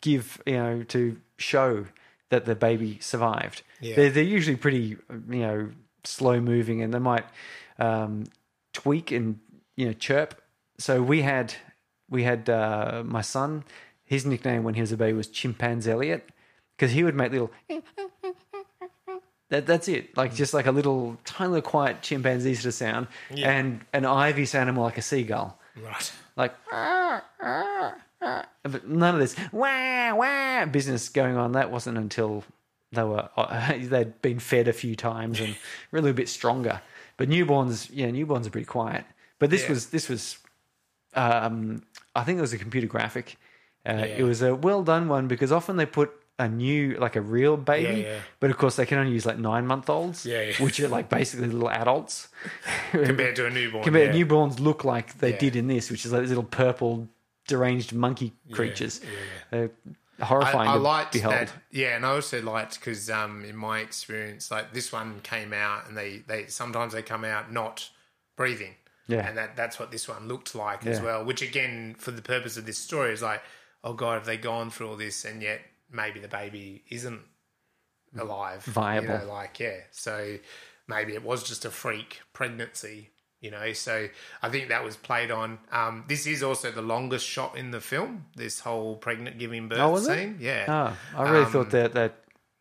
Speaker 1: give, you know, to show that the baby survived. They're, they're usually pretty, you know, slow moving and they might um, tweak and, you know, chirp. So we had, we had uh, my son, his nickname when he was a baby was Chimpanzee Elliot because he would make little that that's it. Like just like a little tiny little quiet chimpanzee sort of sound, and an ivy sound more like a seagull.
Speaker 2: Right.
Speaker 1: Like but none of this wah wah business going on. That wasn't until they were uh, they'd been fed a few times and were a little bit stronger. But newborns, yeah, newborns are pretty quiet. But this was this was, um, I think it was a computer graphic. Uh, It was a well done one because often they put a new like a real baby,
Speaker 2: Yeah, yeah.
Speaker 1: but of course they can only use like nine month olds,
Speaker 2: Yeah, yeah.
Speaker 1: which are like basically little adults.
Speaker 2: Compared to a newborn.
Speaker 1: Compared
Speaker 2: yeah.
Speaker 1: newborns look like they did in this, which is like these little purple deranged monkey creatures. They're horrifying.
Speaker 2: I, I
Speaker 1: to
Speaker 2: liked
Speaker 1: behold.
Speaker 2: that. Yeah, and I also liked because um, in my experience, like this one came out, and they they sometimes they come out not breathing.
Speaker 1: Yeah.
Speaker 2: and that that's what this one looked like as
Speaker 1: Yeah.
Speaker 2: well. Which again, for the purpose of this story, is like, oh god, have they gone through all this, and yet maybe the baby isn't alive,
Speaker 1: Viable.
Speaker 2: You know, like yeah, so maybe it was just a freak pregnancy. You know, so I think that was played on. Um, this is also the longest shot in the film. This whole pregnant giving birth
Speaker 1: was it?
Speaker 2: scene, yeah,
Speaker 1: Oh, I really thought that that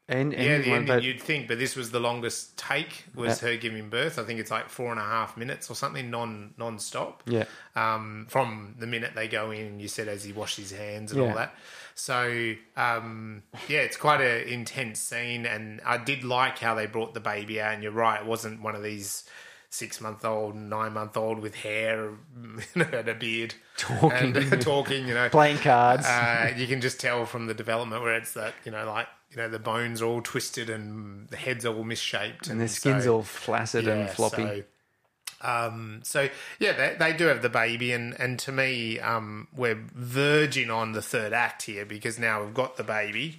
Speaker 1: and
Speaker 2: um, yeah, the
Speaker 1: anyone,
Speaker 2: ending
Speaker 1: but
Speaker 2: you'd think, but this was the longest take was her giving birth. I think it's like four and a half minutes or something, non non stop.
Speaker 1: yeah,
Speaker 2: Um, from the minute they go in, and you said as he washed his hands and
Speaker 1: Yeah.
Speaker 2: all that. So um, yeah, it's quite an intense scene, and I did like how they brought the baby out. And you're right, it wasn't one of these six month old, nine month old with hair and a beard
Speaker 1: Talking.
Speaker 2: and, talking. You know,
Speaker 1: playing cards.
Speaker 2: uh, you can just tell from the development where it's that you know like you know the bones are all twisted and the heads are all misshaped
Speaker 1: and their skin's all flaccid and floppy.
Speaker 2: So, um, so yeah, they, they do have the baby, and and to me, um, we're verging on the third act here because now we've got the baby.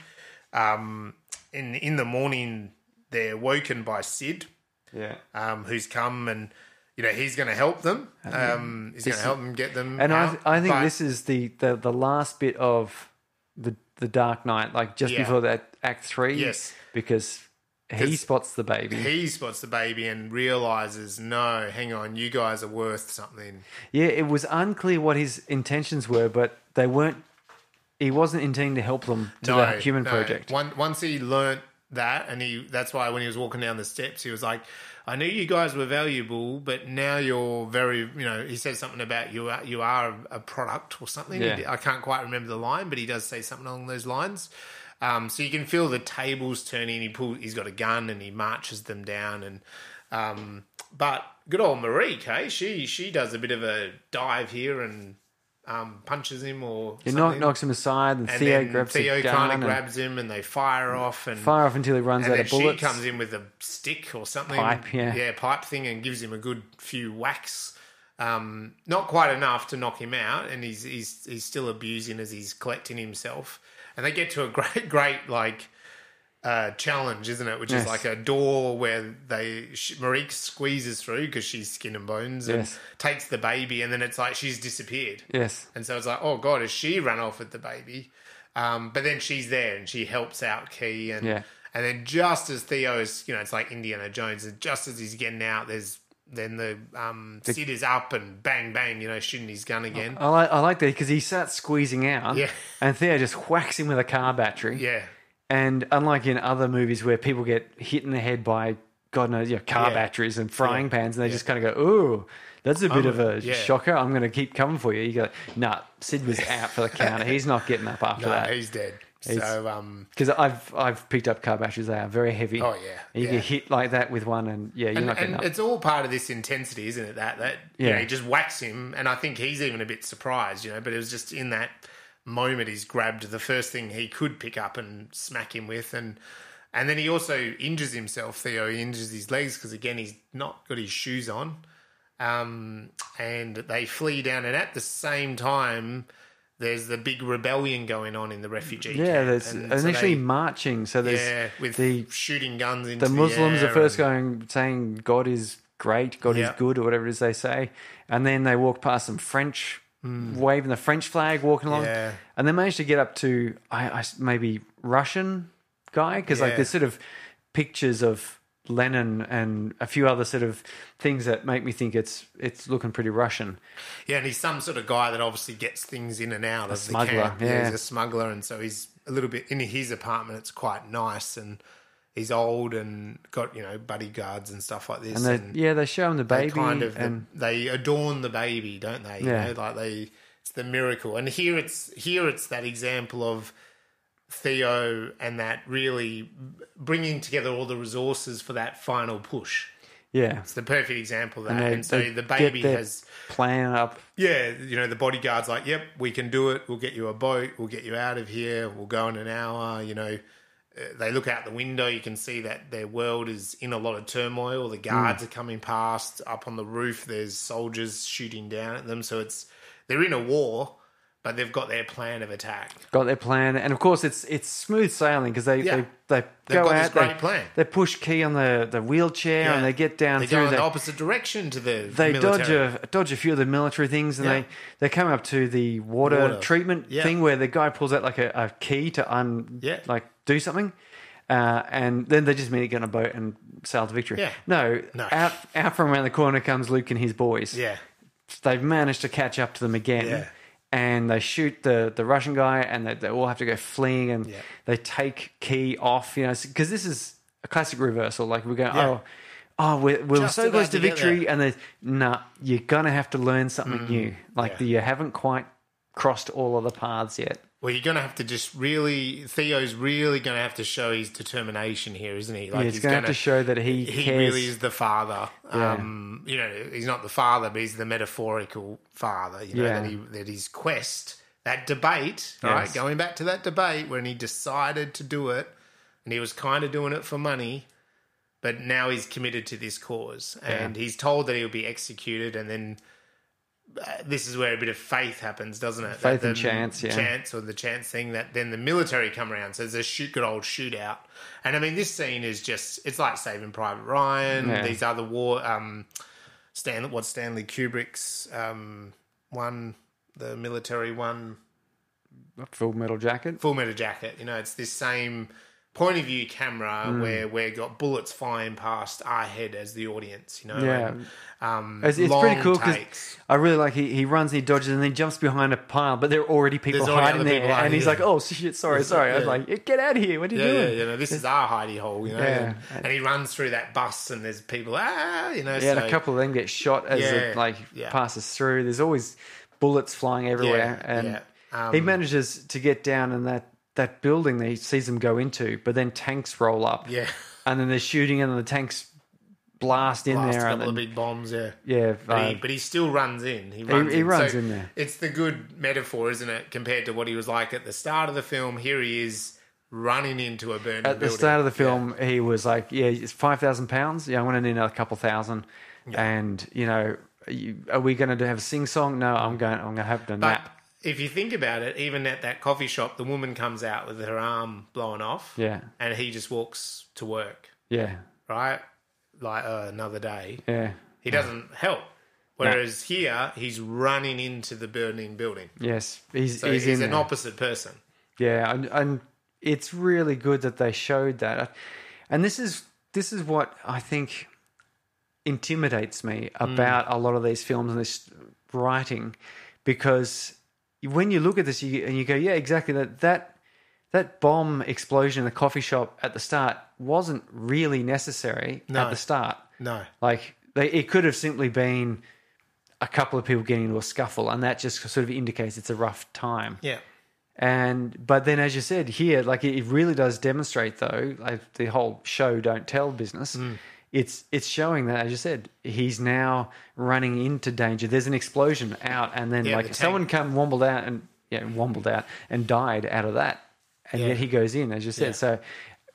Speaker 2: Um, in in the morning, they're woken by Sid,
Speaker 1: yeah.
Speaker 2: um, who's come and. You know he's going to help them. Um, he's going to help them get them.
Speaker 1: Uh, And I,
Speaker 2: out,
Speaker 1: I think
Speaker 2: but-
Speaker 1: this is the, the, the last bit of the the Dark Knight, like just
Speaker 2: Yeah.
Speaker 1: before that Act Three.
Speaker 2: Yes.
Speaker 1: because He spots the baby.
Speaker 2: He spots the baby and realizes, no, hang on, you guys are worth something.
Speaker 1: yeah, it was unclear what his intentions were, but they weren't. He wasn't intending to help them to
Speaker 2: no,
Speaker 1: the human
Speaker 2: no.
Speaker 1: project.
Speaker 2: One, once he learnt that, and he that's why when he was walking down the steps, he was like, "I knew you guys were valuable, but now you're very, you know." He says something about you are you are a product or something.
Speaker 1: Yeah.
Speaker 2: He- I can't quite remember the line, but he does say something along those lines. Um, so you can feel the tables turning. He pulls. He's got a gun and he marches them down. And um, but good old Marie, hey, she she does a bit of a dive here and um, punches him or
Speaker 1: He knock,
Speaker 2: something.
Speaker 1: knocks him aside, and,
Speaker 2: And
Speaker 1: Theo
Speaker 2: then
Speaker 1: grabs
Speaker 2: Theo
Speaker 1: a
Speaker 2: kind
Speaker 1: gun
Speaker 2: of
Speaker 1: and
Speaker 2: grabs him, and they fire off, and,
Speaker 1: fire off until he runs
Speaker 2: and
Speaker 1: out
Speaker 2: then
Speaker 1: of
Speaker 2: she
Speaker 1: bullets.
Speaker 2: comes in with a stick or something,
Speaker 1: Pipe, yeah.
Speaker 2: pipe thing, and gives him a good few whacks. Um, not quite enough to knock him out, and he's he's he's still abusing as he's collecting himself. And they get to a great great like uh, challenge, isn't it? Which
Speaker 1: Yes.
Speaker 2: is like a door where they sh Marique squeezes through because she's skin and bones, and
Speaker 1: Yes.
Speaker 2: takes the baby, and then it's like she's disappeared.
Speaker 1: Yes.
Speaker 2: And so it's like, oh god, has she run off with the baby? Um, but then she's there and she helps out Key and
Speaker 1: Yeah.
Speaker 2: and then just as Theo's, you know, it's like Indiana Jones, and just as he's getting out, there's then the um, Sid is up and bang bang, you know, shooting his gun again.
Speaker 1: I like, I like that because he starts squeezing out,
Speaker 2: Yeah.
Speaker 1: and Theo just whacks him with a car battery.
Speaker 2: Yeah,
Speaker 1: And unlike in other movies where people get hit in the head by God knows, you know, car
Speaker 2: Yeah.
Speaker 1: batteries and frying pans, and they just kind of go, "Ooh, that's a bit of a
Speaker 2: yeah.
Speaker 1: shocker. I'm going to keep coming for you." You go, "Nah, Sid was out for the counter. He's not getting up after
Speaker 2: No,
Speaker 1: that."
Speaker 2: Uh, he's dead. so um,
Speaker 1: Because I've I've picked up car batteries. They are very heavy.
Speaker 2: Oh, yeah.
Speaker 1: And you
Speaker 2: Yeah.
Speaker 1: get hit like that with one, and yeah, you're
Speaker 2: and,
Speaker 1: not getting
Speaker 2: and
Speaker 1: up.
Speaker 2: it's all part of this intensity, isn't it? That that you
Speaker 1: Yeah.
Speaker 2: know, he just whacks him, and I think he's even a bit surprised, you know. But it was just in that moment he's grabbed the first thing he could pick up and smack him with, and and then he also injures himself. Theo he injures his legs because again he's not got his shoes on, um, and they flee down. And at the same time, there's the big rebellion going on in the refugee
Speaker 1: Yeah,
Speaker 2: camp.
Speaker 1: there's
Speaker 2: and
Speaker 1: initially
Speaker 2: so they-
Speaker 1: marching. So there's
Speaker 2: yeah, with
Speaker 1: the
Speaker 2: shooting guns into
Speaker 1: the Muslims
Speaker 2: air
Speaker 1: are first
Speaker 2: and-
Speaker 1: going saying God is great, God
Speaker 2: Yeah.
Speaker 1: is good, or whatever it is they say, and then they walk past some French waving the French flag, walking along,
Speaker 2: Hmm. Yeah.
Speaker 1: and they manage to get up to I, I s- maybe Russian guy because like
Speaker 2: Yeah.
Speaker 1: there's sort of pictures of Lenin and a few other sort of things that make me think it's it's looking pretty Russian.
Speaker 2: Yeah, and he's some sort of guy that obviously gets things in and out of
Speaker 1: smuggler,
Speaker 2: the camp.
Speaker 1: yeah.
Speaker 2: he's a smuggler, and so he's a little bit in his apartment. It's quite nice, and he's old and got you know bodyguards and stuff like this.
Speaker 1: And they,
Speaker 2: and
Speaker 1: yeah, they show him the
Speaker 2: they
Speaker 1: baby
Speaker 2: kind of
Speaker 1: and
Speaker 2: the, they adorn the baby, don't they? You
Speaker 1: Yeah.
Speaker 2: know, like they it's the miracle. And here it's here it's that example of Theo and that really bringing together all the resources for that final push.
Speaker 1: yeah,
Speaker 2: It's the perfect example of that.
Speaker 1: and,
Speaker 2: And,
Speaker 1: they-
Speaker 2: so
Speaker 1: they
Speaker 2: the
Speaker 1: get
Speaker 2: baby
Speaker 1: their
Speaker 2: has
Speaker 1: plan up.
Speaker 2: yeah, you know, the bodyguard's like, yep, we can do it. We'll get you a boat. We'll get you out of here. We'll go in an hour. You know, Uh, they look out the window. You can see that their world is in a lot of turmoil.
Speaker 1: Hmm.
Speaker 2: The guards are coming past. Up on the roof, there's soldiers shooting down at them. So it's, they're in a war, but they've got their plan of attack.
Speaker 1: got their plan, and of course it's it's smooth sailing because they,
Speaker 2: Yeah.
Speaker 1: they they
Speaker 2: They've
Speaker 1: go
Speaker 2: got
Speaker 1: out,
Speaker 2: this great
Speaker 1: they,
Speaker 2: plan.
Speaker 1: they push Key on the, the wheelchair,
Speaker 2: Yeah.
Speaker 1: and they get down
Speaker 2: They go
Speaker 1: through.
Speaker 2: in
Speaker 1: They,
Speaker 2: the opposite direction to the
Speaker 1: they
Speaker 2: military.
Speaker 1: dodge a dodge a few of the military things, and
Speaker 2: Yeah.
Speaker 1: they they come up to the water,
Speaker 2: Water.
Speaker 1: treatment
Speaker 2: Yeah.
Speaker 1: thing where the guy pulls out like a, a key to un
Speaker 2: Yeah.
Speaker 1: like do something. Uh, and then they just meet get on a boat and sail to victory.
Speaker 2: Yeah.
Speaker 1: No,
Speaker 2: No.
Speaker 1: Out, out from around the corner comes Luke and his boys
Speaker 2: Yeah.
Speaker 1: they've managed to catch up to them again.
Speaker 2: Yeah.
Speaker 1: And they shoot the, the Russian guy, and they, they all have to go fleeing, and
Speaker 2: Yeah.
Speaker 1: they take Key off, you know, because this is a classic reversal. Like we're going,
Speaker 2: Yeah.
Speaker 1: oh, oh, we're, we're
Speaker 2: Just
Speaker 1: so
Speaker 2: about
Speaker 1: close to
Speaker 2: to get Mm.
Speaker 1: victory, and then nah, you're gonna have to learn something new. Like
Speaker 2: Yeah.
Speaker 1: the, you haven't quite crossed all of the paths yet.
Speaker 2: Well, you're going to have to just really, Theo's really going to have to show his determination here, isn't he? Like
Speaker 1: Yeah, it's going to have
Speaker 2: gonna-
Speaker 1: to show that he,
Speaker 2: he
Speaker 1: cares.
Speaker 2: really is the father. Um, you know, he's not the father, but he's the metaphorical father. You know
Speaker 1: Yeah.
Speaker 2: that he that his quest, that debate, right? Going back to that debate when he decided to do it, and he was kind of doing it for money, but now he's committed to this cause, and he's told that he'll be executed, and then. uh, This is where a bit of faith happens, doesn't it?
Speaker 1: Faith
Speaker 2: That
Speaker 1: and
Speaker 2: the
Speaker 1: chance, yeah.
Speaker 2: chance or the chance thing that then the military come around. So there's a shoot good old shootout. And I mean this scene is just it's like Saving Private Ryan,
Speaker 1: Yeah.
Speaker 2: these other war um Stan what's Stanley Kubrick's um one the military one
Speaker 1: full metal jacket.
Speaker 2: full metal jacket. You know, it's this same point of view camera
Speaker 1: Hmm.
Speaker 2: where we've got bullets flying past our head as the audience, you know?
Speaker 1: Yeah.
Speaker 2: and, um,
Speaker 1: It's, it's
Speaker 2: long
Speaker 1: pretty cool
Speaker 2: takes.
Speaker 1: because I really like he, he runs and he dodges and then jumps behind a pile, but there are already people
Speaker 2: There's already
Speaker 1: hiding
Speaker 2: other
Speaker 1: there,
Speaker 2: people hiding,
Speaker 1: and he's
Speaker 2: yeah.
Speaker 1: like, "Oh shit, sorry, sorry." I was
Speaker 2: yeah.
Speaker 1: like, "Yeah, "Get out of here! What are you
Speaker 2: Yeah, yeah,
Speaker 1: doing?"
Speaker 2: you know, this is our hidey hole, you know?
Speaker 1: Yeah.
Speaker 2: And, and he runs through that bus and there's people, ah, you know?
Speaker 1: Yeah, and
Speaker 2: so-
Speaker 1: a couple of them get shot as it
Speaker 2: Yeah,
Speaker 1: like
Speaker 2: yeah.
Speaker 1: passes through. There's always bullets flying everywhere, and
Speaker 2: yeah.
Speaker 1: he
Speaker 2: Um,
Speaker 1: manages to get down in that that building that he sees them go into. But then tanks roll up,
Speaker 2: Yeah.
Speaker 1: and then they're shooting, and the tanks blast in
Speaker 2: Last
Speaker 1: there, and
Speaker 2: couple of
Speaker 1: then,
Speaker 2: big bombs, yeah.
Speaker 1: yeah,
Speaker 2: But, he,
Speaker 1: uh,
Speaker 2: but he still runs in. He runs,
Speaker 1: he
Speaker 2: in.
Speaker 1: runs
Speaker 2: So
Speaker 1: in there.
Speaker 2: It's the good metaphor, isn't it? Compared to what he was like at the start of the film, here he is running into a burning
Speaker 1: at the
Speaker 2: building.
Speaker 1: start of the film, he was like, "Yeah, it's five thousand pounds. Yeah, I'm going to need another couple thousand, and you know." are you- Are we going to have a sing song? No, I'm going. I'm going to have a
Speaker 2: But
Speaker 1: nap.
Speaker 2: if you think about it, even at that coffee shop, the woman comes out with her arm blown off,
Speaker 1: Yeah,
Speaker 2: and he just walks to work,
Speaker 1: yeah,
Speaker 2: right? Like uh, another day.
Speaker 1: yeah,
Speaker 2: He doesn't help. Whereas here, he's running into the burning building.
Speaker 1: yes. He's
Speaker 2: So
Speaker 1: he's,
Speaker 2: he's,
Speaker 1: in
Speaker 2: an
Speaker 1: there.
Speaker 2: opposite person.
Speaker 1: Yeah, and, and it's really good that they showed that. And this is this is what I think intimidates me about a lot of these films and this writing, because when you look at this you, and you go, yeah, exactly that that that bomb explosion in the coffee shop at the start wasn't really necessary at
Speaker 2: No.
Speaker 1: the start.
Speaker 2: No.
Speaker 1: Like they, it could have simply been a couple of people getting into a scuffle, and that just sort of indicates it's a rough time.
Speaker 2: Yeah.
Speaker 1: And but then, as you said here, like it it really does demonstrate, though, like the whole show don't tell business.
Speaker 2: Mm.
Speaker 1: It's it's showing that, as you said, he's now running into danger. There's an explosion out, and then
Speaker 2: Yeah,
Speaker 1: like
Speaker 2: the
Speaker 1: someone come wombled out and yeah, wombled out and died out of that, and
Speaker 2: Yeah.
Speaker 1: yet he goes in, as you said.
Speaker 2: Yeah.
Speaker 1: So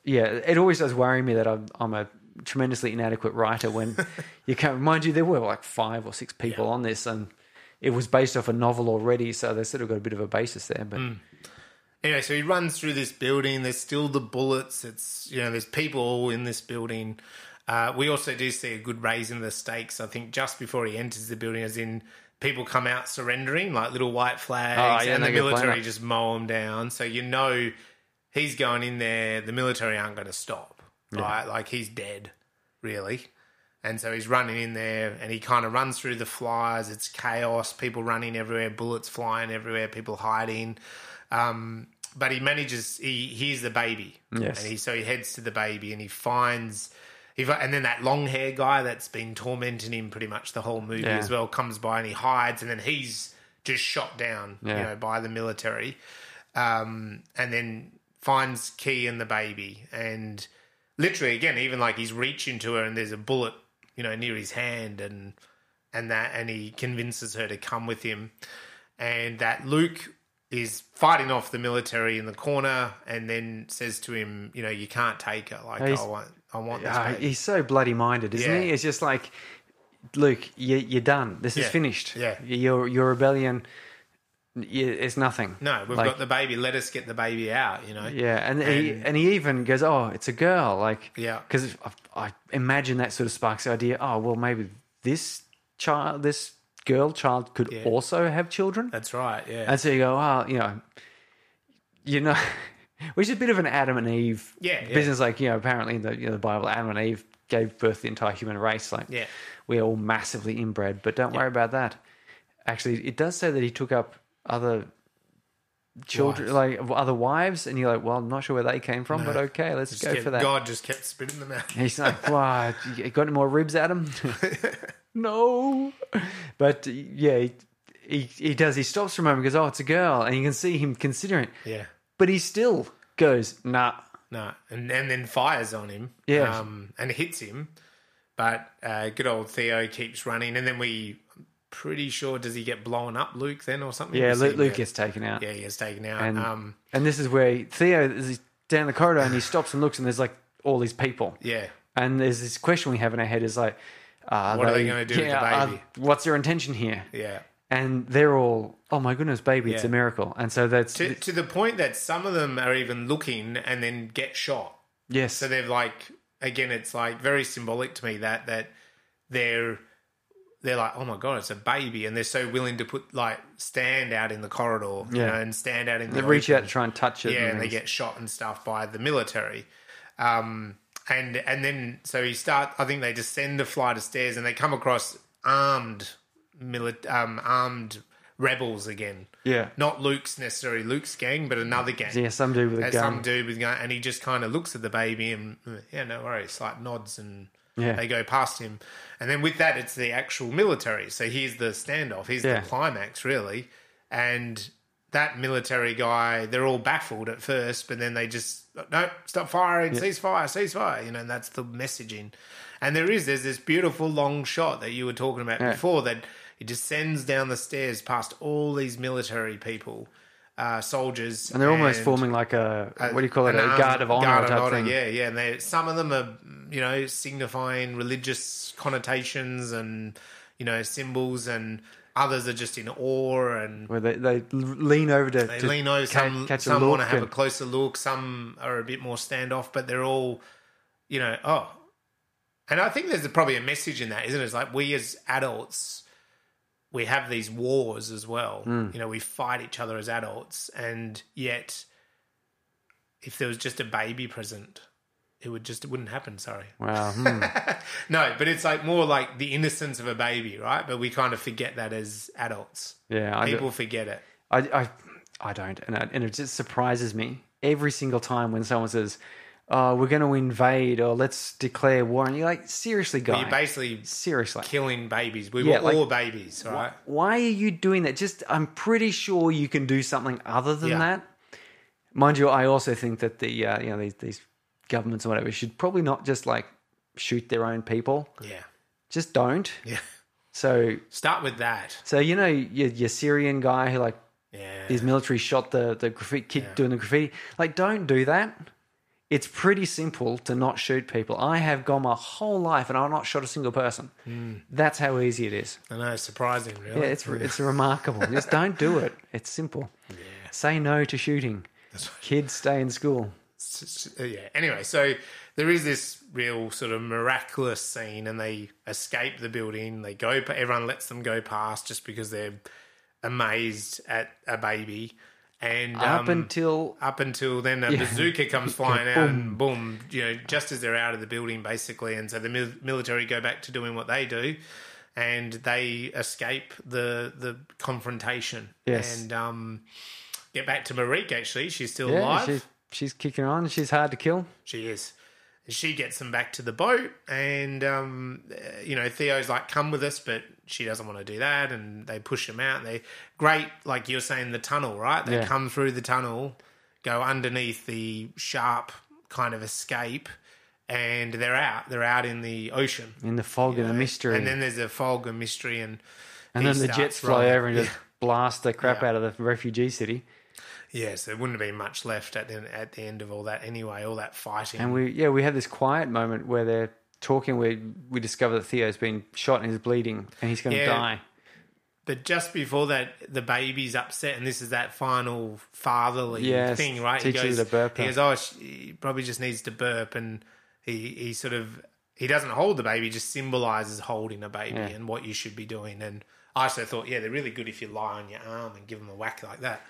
Speaker 1: yeah, it always does worry me that I'm, I'm a tremendously inadequate writer when you can't. Mind you, there were like five or six people on this, and it was based off a novel already, so they sort of got a bit of a basis there,
Speaker 2: Mm.
Speaker 1: but.
Speaker 2: Anyway, so he runs through this building. There's still the bullets. It's you know, there's people in this building. Uh, we also do see a good raise in the stakes. I think just before he enters the building, as in people come out surrendering, like little white flags,
Speaker 1: Oh, yeah,
Speaker 2: and
Speaker 1: they
Speaker 2: the
Speaker 1: get blown
Speaker 2: military
Speaker 1: up.
Speaker 2: just mow them down. So you know he's going in there. The military aren't going to stop, right? Like he's dead, really. And so he's running in there and he kind of runs through the flyers. It's chaos, people running everywhere, bullets flying everywhere, people hiding. Um, but he manages, he hears the baby.
Speaker 1: Yes.
Speaker 2: And he, so he heads to the baby and he finds, he, fi- and then that long hair guy that's been tormenting him pretty much the whole movie
Speaker 1: Yeah.
Speaker 2: as well comes by and he hides and then he's just shot down,
Speaker 1: Yeah.
Speaker 2: you know, by the military. Um, and then finds Key and the baby and literally again, even like he's reaching to her and there's a bullet, you know, near his hand and and that and he convinces her to come with him. And that Luke is fighting off the military in the corner and then says to him, you know, you can't take her. Like
Speaker 1: He's-
Speaker 2: I want I want this
Speaker 1: Ah,
Speaker 2: baby.
Speaker 1: he's so bloody minded, isn't
Speaker 2: Yeah.
Speaker 1: he? It's just like, Luke, you, you're done. This is
Speaker 2: Yeah.
Speaker 1: finished.
Speaker 2: Yeah.
Speaker 1: your your rebellion y is nothing.
Speaker 2: No, we've
Speaker 1: Like-
Speaker 2: got the baby. Let us get the baby out, you know?
Speaker 1: Yeah, and, he and he even goes, "Oh, it's a girl." Like,
Speaker 2: Yeah.
Speaker 1: because I, I imagine that sort of sparks the idea. Oh, well, maybe this child, this girl child, could also have children.
Speaker 2: That's right. Yeah.
Speaker 1: And so you go, oh, you know, you know, which is a bit of an Adam and Eve
Speaker 2: Yeah, yeah.
Speaker 1: business. Like, you know, apparently in the, you know, the Bible, Adam and Eve gave birth to the entire human race. Like,
Speaker 2: Yeah.
Speaker 1: we're all massively inbred, but don't worry about that. Actually, it does say that he took up other children, like other wives, and you're like, well, I'm not sure where they came from, but okay, let's
Speaker 2: Just
Speaker 1: go
Speaker 2: kept-
Speaker 1: for that.
Speaker 2: God just kept spitting them out.
Speaker 1: And he's like, wow, you got any more ribs, Adam? no. But yeah, he, he, he does. He stops for a moment and goes, oh, it's a girl. And you can see him considering it.
Speaker 2: Yeah.
Speaker 1: But he still goes, nah.
Speaker 2: No, and and then fires on him.
Speaker 1: Yeah.
Speaker 2: um, and hits him. But uh, good old Theo keeps running, and then we, I'm pretty sure, does he get blown up, Luke? Then or something?
Speaker 1: Yeah,
Speaker 2: We see
Speaker 1: Luke,
Speaker 2: him
Speaker 1: Luke
Speaker 2: get-
Speaker 1: gets taken out.
Speaker 2: Yeah, he gets taken out.
Speaker 1: And,
Speaker 2: um,
Speaker 1: and this is where Theo is down the corridor and he stops and looks and there's like all these people.
Speaker 2: yeah,
Speaker 1: And there's this question we have in our head is like, uh,
Speaker 2: What are they gonna do with the baby?
Speaker 1: what's their intention here?
Speaker 2: yeah.
Speaker 1: And they're all, oh my goodness, baby, it's
Speaker 2: Yeah.
Speaker 1: a miracle. And so that's,
Speaker 2: To, to the point that some of them are even looking and then get shot.
Speaker 1: yes.
Speaker 2: So they're like, again, it's like very symbolic to me that that they're they're like, oh my god, it's a baby, and they're so willing to put like stand out in the corridor, you
Speaker 1: Yeah.
Speaker 2: know, and stand out in the
Speaker 1: They reach
Speaker 2: ocean.
Speaker 1: out to try and touch it.
Speaker 2: yeah, and they
Speaker 1: things.
Speaker 2: get shot and stuff by the military. Um, and and then so you start. I think they descend a flight of stairs and they come across armed milit- um, armed rebels again.
Speaker 1: Yeah.
Speaker 2: not Luke's necessarily Luke's gang, but another gang.
Speaker 1: yeah, some dude with a
Speaker 2: Uh,
Speaker 1: gun.
Speaker 2: some dude with a gun, and he just kind of looks at the baby and "Mm, yeah, no worries, like nods and.
Speaker 1: Yeah.
Speaker 2: They go past him, and then with that, it's the actual military. So here's the standoff. Here's
Speaker 1: Yeah.
Speaker 2: the climax, really. And that military guy, they're all baffled at first, but then they just no, stop firing, cease fire, cease fire. You know, and that's the messaging. And there is there's this beautiful long shot that you were talking about
Speaker 1: Yeah.
Speaker 2: before that it descends down the stairs past all these military people, uh, soldiers,
Speaker 1: and they're almost forming like a, what do you call it?
Speaker 2: Uh, an
Speaker 1: A
Speaker 2: armed
Speaker 1: guard of honor
Speaker 2: guard
Speaker 1: type
Speaker 2: honor,
Speaker 1: thing.
Speaker 2: Yeah, yeah. And they, some of them are, you know, signifying religious connotations and you know symbols, and others are just in awe and
Speaker 1: Where they, they lean over to,
Speaker 2: they
Speaker 1: to
Speaker 2: lean over.
Speaker 1: ca-
Speaker 2: Some
Speaker 1: catch
Speaker 2: some
Speaker 1: a
Speaker 2: want
Speaker 1: look.
Speaker 2: to have a
Speaker 1: and-
Speaker 2: closer look. Some are a bit more standoff, but they're all, you know, oh. And I think there's probably a message in that, isn't it? It's like we as adults, we have these wars as well.
Speaker 1: Hmm.
Speaker 2: You know, we fight each other as adults, and yet, if there was just a baby present, it would just it wouldn't happen. Sorry,
Speaker 1: wow. hmm.
Speaker 2: no, but it's like more like the innocence of a baby, right? But we kind of forget that as adults.
Speaker 1: Yeah. I,
Speaker 2: People forget it.
Speaker 1: I, I, I don't, and, I, and it just surprises me every single time when someone says, "Oh, we're going to invade," or "Let's declare war," and you're like, "Seriously, guy,
Speaker 2: You basically
Speaker 1: seriously,
Speaker 2: killing babies. We
Speaker 1: Yeah,
Speaker 2: were
Speaker 1: like-
Speaker 2: all babies, right?
Speaker 1: why are you doing that?" Just, I'm pretty sure you can do something other than
Speaker 2: Yeah.
Speaker 1: that. Mind you, I also think that the uh, you know these these governments or whatever should probably not just like shoot their own people.
Speaker 2: Yeah.
Speaker 1: Just don't.
Speaker 2: Yeah.
Speaker 1: So,
Speaker 2: Start with that.
Speaker 1: so you know, your, your Syrian guy who like
Speaker 2: Yeah.
Speaker 1: his military shot the the graffiti kid doing the graffiti. Like, don't do that. It's pretty simple to not shoot people. I have gone my whole life and I've not shot a single person.
Speaker 2: Hmm.
Speaker 1: That's how easy it is.
Speaker 2: I know, surprising, really.
Speaker 1: Yeah, it's it's remarkable. Just don't do it. It's simple. Say no to shooting. Kids stay in school.
Speaker 2: It's- it's- uh, yeah. Anyway, so there is this real sort of miraculous scene, and they escape the building. They go, pa- everyone lets them go past just because they're amazed at a baby. And
Speaker 1: Up
Speaker 2: um,
Speaker 1: until
Speaker 2: up until then a bazooka comes flying out and boom, you know, just as they're out of the building, basically. And so the mil- military go back to doing what they do, and they escape the the confrontation.
Speaker 1: Yes.
Speaker 2: and um, get back to Marique. Actually, she's still
Speaker 1: yeah,
Speaker 2: alive.
Speaker 1: she's, she's kicking on. She's hard to kill.
Speaker 2: She is. She gets them back to the boat, and um, uh, you know Theo's like, "Come with us," but she doesn't want to do that, and they push him out. They great, like you're saying, the tunnel, right? They
Speaker 1: Yeah.
Speaker 2: come through the tunnel, go underneath the sharp kind of escape, and they're out. They're out in the ocean,
Speaker 1: In the fog and the mystery.
Speaker 2: and then there's a fog and mystery, and
Speaker 1: And
Speaker 2: he
Speaker 1: then the
Speaker 2: starts
Speaker 1: jets fly
Speaker 2: running.
Speaker 1: over and just blast the crap out of the refugee city.
Speaker 2: Yes, there wouldn't have been much left at the at the end of all that anyway. All that fighting,
Speaker 1: And we yeah, we have this quiet moment where they're talking where we discover that Theo's been shot and he's bleeding and he's gonna
Speaker 2: Yeah.
Speaker 1: die.
Speaker 2: But just before that, the baby's upset, and this is that final fatherly
Speaker 1: Yes,
Speaker 2: thing, right?
Speaker 1: teaches her to burp
Speaker 2: He
Speaker 1: her.
Speaker 2: goes, "Oh, she probably just needs to burp," and he he sort of he doesn't hold the baby; just symbolizes holding a baby and what you should be doing. And I also thought, yeah, they're really good if you lie on your arm and give them a whack like that.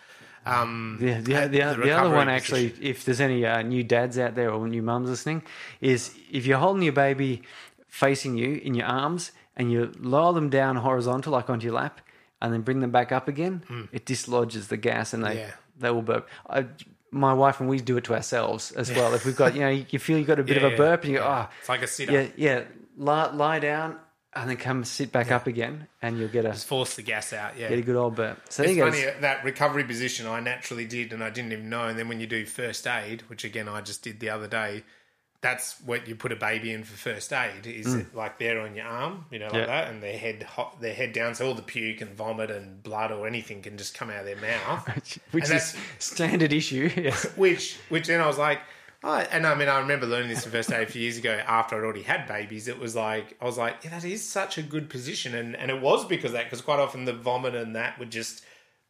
Speaker 2: Um,
Speaker 1: The, the,
Speaker 2: At
Speaker 1: the,
Speaker 2: the
Speaker 1: the, other
Speaker 2: recovery
Speaker 1: one actually, if there's any uh, new dads out there or new mums listening, is if you're holding your baby facing you in your arms and you lower them down horizontal like onto your lap and then bring them back up again, it dislodges the gas and they
Speaker 2: Hmm. Yeah.
Speaker 1: they will burp. I, my wife and we do it to ourselves as well. If we've got you know you feel you've got a bit
Speaker 2: Yeah,
Speaker 1: of a
Speaker 2: yeah,
Speaker 1: burp and you go, oh,
Speaker 2: it's like a sit up.
Speaker 1: Yeah, yeah. Lie, lie down and then come sit back up again, and you'll get a
Speaker 2: Force the gas out. Yeah,
Speaker 1: get a good old burp. So there
Speaker 2: It's
Speaker 1: you go.
Speaker 2: funny uh, that recovery position I naturally did and I didn't even know. And then when you do first aid, which again I just did the other day, that's what you put a baby in for first aid. Is it like there on your arm, you know, like
Speaker 1: Hmm. Yeah.
Speaker 2: that, and their head hot, their head down, so all the puke and vomit and blood or anything can just come out of their mouth.
Speaker 1: Which
Speaker 2: and
Speaker 1: is standard issue. Yes.
Speaker 2: which which then I was like. Oh, and I mean, I remember learning this in first aid a few years ago after I'd already had babies. It was like, I was like, yeah, that is such a good position. And, and it was because of that, because quite often the vomit and that would just,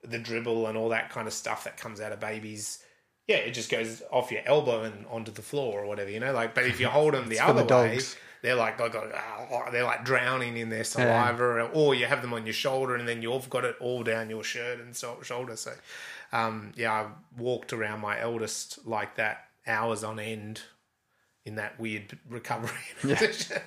Speaker 2: the dribble and all that kind of stuff that comes out of babies, yeah, it just goes off your elbow and onto the floor or whatever, you know? Like, but if you hold them the
Speaker 1: for
Speaker 2: other
Speaker 1: the
Speaker 2: way,
Speaker 1: dogs.
Speaker 2: they're like they got ah, they're like drowning in their saliva, or you have them on your shoulder, and then you've got it all down your shirt and so, shoulder. So, um, yeah, I walked around my eldest like that hours on end in that weird recovery position.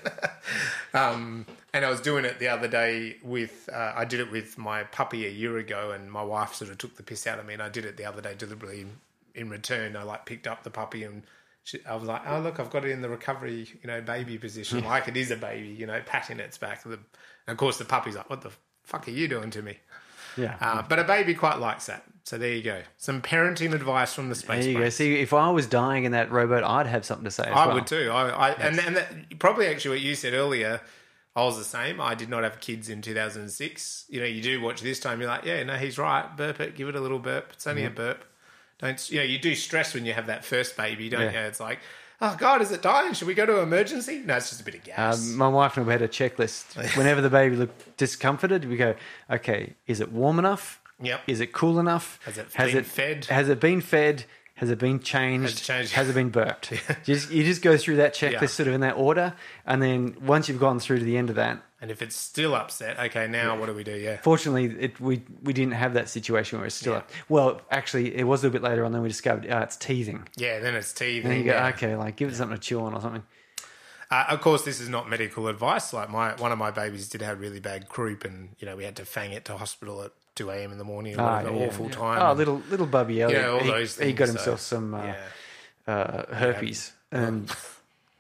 Speaker 2: um, and I was doing it the other day with, uh, I did it with my puppy a year ago, and my wife sort of took the piss out of me, and I did it the other day deliberately. In return, I like picked up the puppy and. she- I was like, oh look, I've got it in the recovery, you know, baby position, like it is a baby, you know, patting its back. The, and of course, the puppy's like, what the fuck are you doing to me?
Speaker 1: Yeah.
Speaker 2: Uh, but a baby quite likes that. So there you go. Some parenting advice from the space.
Speaker 1: there you
Speaker 2: Brain.
Speaker 1: go. See, if I was dying in that rowboat, I'd have something to say. As
Speaker 2: I
Speaker 1: well.
Speaker 2: would too. I, I and and that, probably actually what you said earlier. I was the same. I did not have kids in 2006. You know, you do watch this time. You're like, yeah, no, he's right. Burp it. Give it a little burp. It's
Speaker 1: Mm-hmm.
Speaker 2: only a burp. Don't you know? You do stress when you have that first baby, don't
Speaker 1: Yeah.
Speaker 2: you? It's like, oh god, is it dying? Should we go to emergency? No, it's just a bit of gas.
Speaker 1: Um, my wife and I had a checklist. Whenever the baby looked discomforted, we go, okay, is it warm enough?
Speaker 2: Yep.
Speaker 1: Is it cool enough?
Speaker 2: Has it been fed?
Speaker 1: Has it been fed? Has it been changed?
Speaker 2: Has it changed?
Speaker 1: been burped? just, you just go through that checklist
Speaker 2: Yeah.
Speaker 1: sort of in that order. And then once you've gone through to the end of that,
Speaker 2: and if it's still upset, okay, now what do we do? Yeah.
Speaker 1: fortunately, it, we, we didn't have that situation where it's still up. Well, actually, it was a little bit later on. Then we discovered, oh, it's teething.
Speaker 2: Yeah, then it's teething.
Speaker 1: And you go,
Speaker 2: yeah.
Speaker 1: okay, like give it something to chew on or something.
Speaker 2: Uh, of course, this is not medical advice. Like my one of my babies did have really bad croup, and you know we had to fang it to hospital at two a.m. in the morning. Or
Speaker 1: Ah,
Speaker 2: whatever,
Speaker 1: yeah,
Speaker 2: awful
Speaker 1: yeah.
Speaker 2: time.
Speaker 1: Oh,
Speaker 2: and-
Speaker 1: little little Bubby Elliot.
Speaker 2: Yeah, all
Speaker 1: he,
Speaker 2: those
Speaker 1: he got
Speaker 2: things,
Speaker 1: himself
Speaker 2: so-
Speaker 1: some uh,
Speaker 2: yeah.
Speaker 1: uh, herpes. And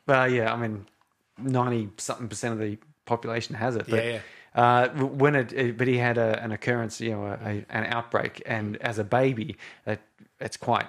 Speaker 1: well, yeah, I mean, ninety something percent of the population has it. But,
Speaker 2: Yeah,
Speaker 1: Uh, w- when it, it- but he had a, an occurrence, you know, a, a, an outbreak, and as a baby, it, it's quite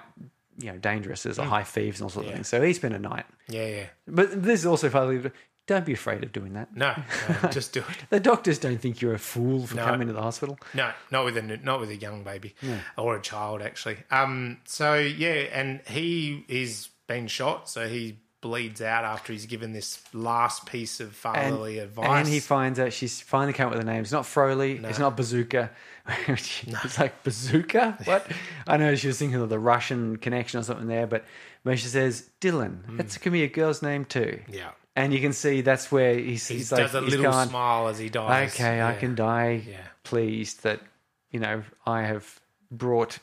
Speaker 1: you know dangerous.
Speaker 2: Mm.
Speaker 1: There's a high fevers and all sorts of things. So he spent a night.
Speaker 2: Yeah, yeah.
Speaker 1: But this is also partly. Don't be afraid of doing that.
Speaker 2: No, no just do it.
Speaker 1: The doctors don't think you're a fool for coming to the hospital.
Speaker 2: No, not with a not with a young baby or a child actually. Um. So yeah, and he is been shot, so he bleeds out after he's given this last piece of fatherly advice.
Speaker 1: And he finds out she's finally come up with a name. It's not Froley. It's not Bazooka. It's like Bazooka. What? I know she was thinking of the Russian connection or something there, but when she says Dylan, that's can be a girl's name too.
Speaker 2: Hmm. Yeah.
Speaker 1: And you can see that's where he's,
Speaker 2: he
Speaker 1: he's like,
Speaker 2: does a
Speaker 1: he's
Speaker 2: little
Speaker 1: going,
Speaker 2: smile as he dies.
Speaker 1: Okay, I
Speaker 2: Yeah.
Speaker 1: can die
Speaker 2: Yeah.
Speaker 1: pleased that you know I have brought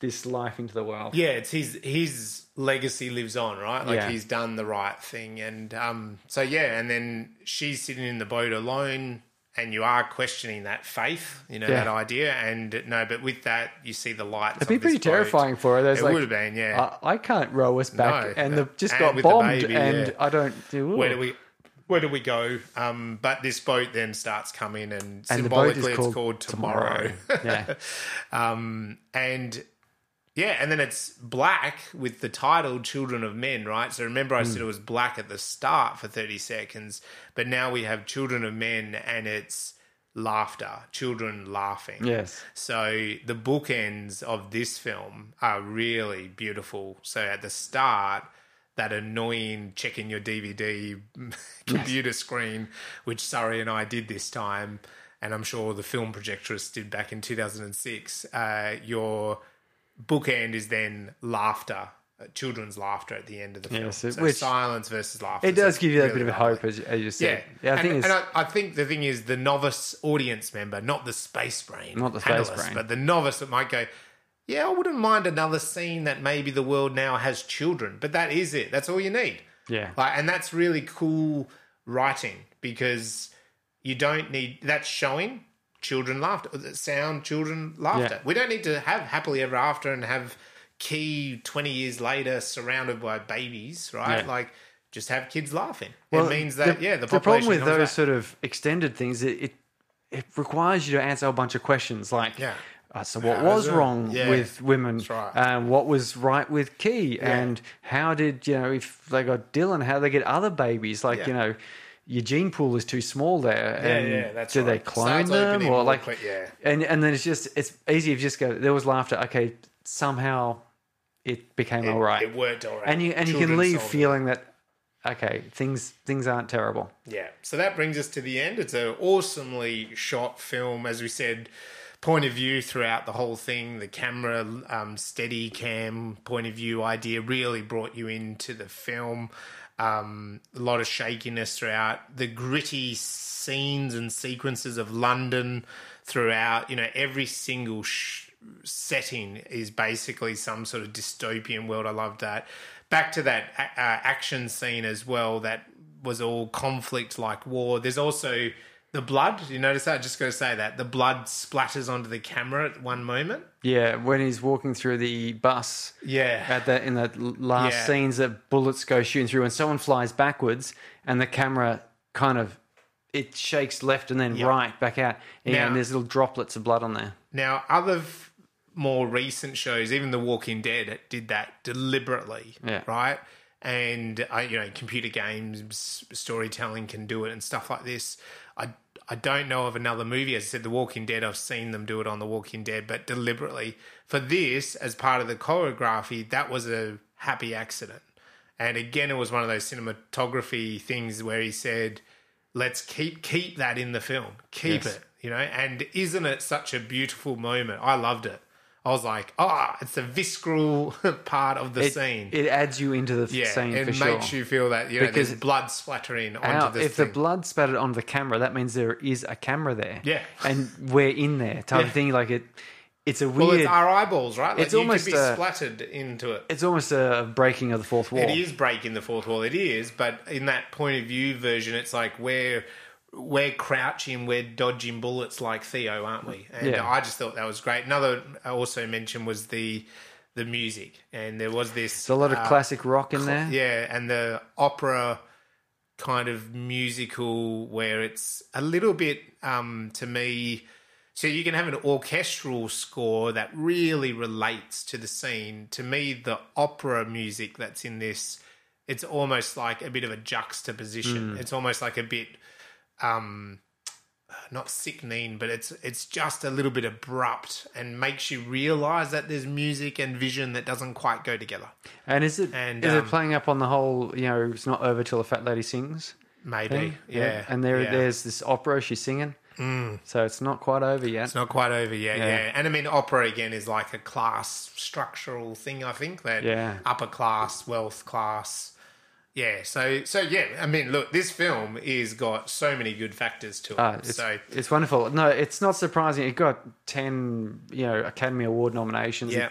Speaker 1: this life into the world.
Speaker 2: yeah, it's his his legacy lives on, right? Like
Speaker 1: Yeah.
Speaker 2: he's done the right thing, and um, so yeah, and then she's sitting in the boat alone, and you are questioning that faith, you know,
Speaker 1: Yeah.
Speaker 2: that idea, and no, but with that, you see the lights.
Speaker 1: It'd be pretty terrifying for her. There's
Speaker 2: It
Speaker 1: like, uh,
Speaker 2: would have been, yeah.
Speaker 1: I, I can't row us back,
Speaker 2: No.
Speaker 1: and the, just
Speaker 2: And
Speaker 1: got
Speaker 2: with the
Speaker 1: bombed,
Speaker 2: baby,
Speaker 1: and
Speaker 2: yeah.
Speaker 1: I don't. do.
Speaker 2: Where do we? Where do we go? Um, but this boat then starts coming, and,
Speaker 1: And the boat is
Speaker 2: symbolically,
Speaker 1: called
Speaker 2: it's called tomorrow.
Speaker 1: yeah.
Speaker 2: um, and yeah, and then it's black with the title "Children of Men," right? So remember, I said it was black at the start for thirty seconds, but now we have "Children of Men," and it's laughter, children laughing.
Speaker 1: Yes.
Speaker 2: So the bookends of this film are really beautiful. So at the start, that annoying checking your DVD computer screen, which Surrey and I did this time, and I'm sure the film projectorist did back in 2006. Uh, your bookend is then laughter, uh, children's laughter at the end of the film.
Speaker 1: so-
Speaker 2: so
Speaker 1: which-
Speaker 2: silence versus laughter.
Speaker 1: It does give you that
Speaker 2: a
Speaker 1: bit of hope, as, as you
Speaker 2: yeah,
Speaker 1: said. Yeah, I
Speaker 2: and,
Speaker 1: think it's,
Speaker 2: and I, I think the thing is the novice audience member, not the space brain,
Speaker 1: Not the space brain.
Speaker 2: but the novice that might go, yeah, I wouldn't mind another scene that maybe the world now has children, but that is it. That's all you need.
Speaker 1: Yeah.
Speaker 2: like, and that's really cool writing because you don't need that's showing children laughter, the sound children laughter.
Speaker 1: Yeah.
Speaker 2: We don't need to have happily ever after and have Key twenty years later surrounded by babies, right?
Speaker 1: Yeah.
Speaker 2: Like. Just have kids laughing.
Speaker 1: well,
Speaker 2: it means that yeah, the,
Speaker 1: problem
Speaker 2: population
Speaker 1: with
Speaker 2: comes
Speaker 1: those
Speaker 2: back.
Speaker 1: sort of extended things, it, it it requires you to answer a bunch of questions like,
Speaker 2: Yeah.
Speaker 1: uh, so what
Speaker 2: How
Speaker 1: was
Speaker 2: is it?
Speaker 1: wrong
Speaker 2: Yeah.
Speaker 1: with women?
Speaker 2: right.
Speaker 1: And what was right with Key? And how did you know if they got Dylan? How did they get other babies? Like
Speaker 2: Yeah.
Speaker 1: you know. Your gene pool is too small there.
Speaker 2: Yeah,
Speaker 1: and
Speaker 2: yeah, that's
Speaker 1: do they
Speaker 2: right.
Speaker 1: clone
Speaker 2: Starts
Speaker 1: them
Speaker 2: opening
Speaker 1: or
Speaker 2: more
Speaker 1: like?
Speaker 2: quick, yeah.
Speaker 1: And and then it's just it's easy to just go. There was laughter. Okay, somehow it became all right.
Speaker 2: It worked all right.
Speaker 1: and you and you
Speaker 2: Children
Speaker 1: can leave
Speaker 2: solved it.
Speaker 1: feeling that okay things things aren't terrible
Speaker 2: Yeah. So that brings us to the end. It's an awesomely shot film, as we said. Point of view throughout the whole thing, the camera, um, steady cam point of view idea really brought you into the film. Um, a lot of shakiness throughout the gritty scenes and sequences of London throughout. You know, every single sh- setting is basically some sort of dystopian world. I love that. Back to that a- uh, action scene as well. That was all conflict like war. There's also the blood. You notice that? Just going to say that the blood splatters onto the camera at one moment.
Speaker 1: Yeah, when he's walking through the bus.
Speaker 2: Yeah.
Speaker 1: At the in the l- last
Speaker 2: Yeah.
Speaker 1: scenes that bullets go shooting through and someone flies backwards and the camera kind of it shakes left and then right back out. Yeah,
Speaker 2: Now-
Speaker 1: and there's little droplets of blood on there.
Speaker 2: Now, other f- more recent shows, even The Walking Dead, it did that deliberately,
Speaker 1: Yeah.
Speaker 2: right? And I, you know, computer games storytelling can do it and stuff like this. I I don't know of another movie. As I said, The Walking Dead, I've seen them do it on The Walking Dead, but deliberately for this, as part of the choreography, that was a happy accident. And again, it was one of those cinematography things where he said, "Let's keep keep that in the film, keep
Speaker 1: Yes.
Speaker 2: it." You know, and isn't it such a beautiful moment? I loved it. I was like, "Ah, it's a visceral part of the
Speaker 1: It,
Speaker 2: scene."
Speaker 1: it adds you into the
Speaker 2: yeah,
Speaker 1: scene
Speaker 2: it
Speaker 1: for
Speaker 2: makes
Speaker 1: sure.
Speaker 2: you feel that you know
Speaker 1: Because-
Speaker 2: there's blood splattering onto
Speaker 1: Now,
Speaker 2: this
Speaker 1: if
Speaker 2: thing.
Speaker 1: the blood spattered onto the camera, that means there is a camera there.
Speaker 2: Yeah.
Speaker 1: and we're in there type of thing. Like it, it's a weird.
Speaker 2: well, it's our eyeballs, right? Like
Speaker 1: It's
Speaker 2: you
Speaker 1: almost
Speaker 2: could be
Speaker 1: a-
Speaker 2: splattered into it.
Speaker 1: it's almost a breaking of the fourth wall.
Speaker 2: It is breaking the fourth wall. It is, but in that point of view version, it's like we're we're crouching, we're dodging bullets like Theo, aren't we? And
Speaker 1: Yeah.
Speaker 2: I just thought that was great. Another I also mentioned was the the music, and there was this
Speaker 1: There's a lot of classic rock in there.
Speaker 2: uh, yeah, and the opera kind of musical where it's a little bit um, to me. So you can have an orchestral score that really relates to the scene. To me, the opera music that's in this, it's almost like a bit of a juxtaposition. It's almost like a bit um not sickening, but it's it's just a little bit abrupt and makes you realize that there's music and vision that doesn't quite go together.
Speaker 1: And is it
Speaker 2: And,
Speaker 1: is
Speaker 2: um,
Speaker 1: it playing up on the whole? You know, it's not over till the fat lady sings.
Speaker 2: Maybe, yeah.
Speaker 1: And there,
Speaker 2: yeah.
Speaker 1: there's this opera she's singing. Mm. So it's not quite over yet.
Speaker 2: It's not quite over yet, yeah.
Speaker 1: Yeah.
Speaker 2: And I mean, opera again is like a class structural thing. I think that
Speaker 1: Yeah.
Speaker 2: upper class, wealth class, yeah. So, so yeah. I mean, look, this film is got so many good factors to it.
Speaker 1: Ah, it's,
Speaker 2: so,
Speaker 1: it's wonderful. No, it's not surprising. It got ten, you know, Academy Award nominations.
Speaker 2: yeah,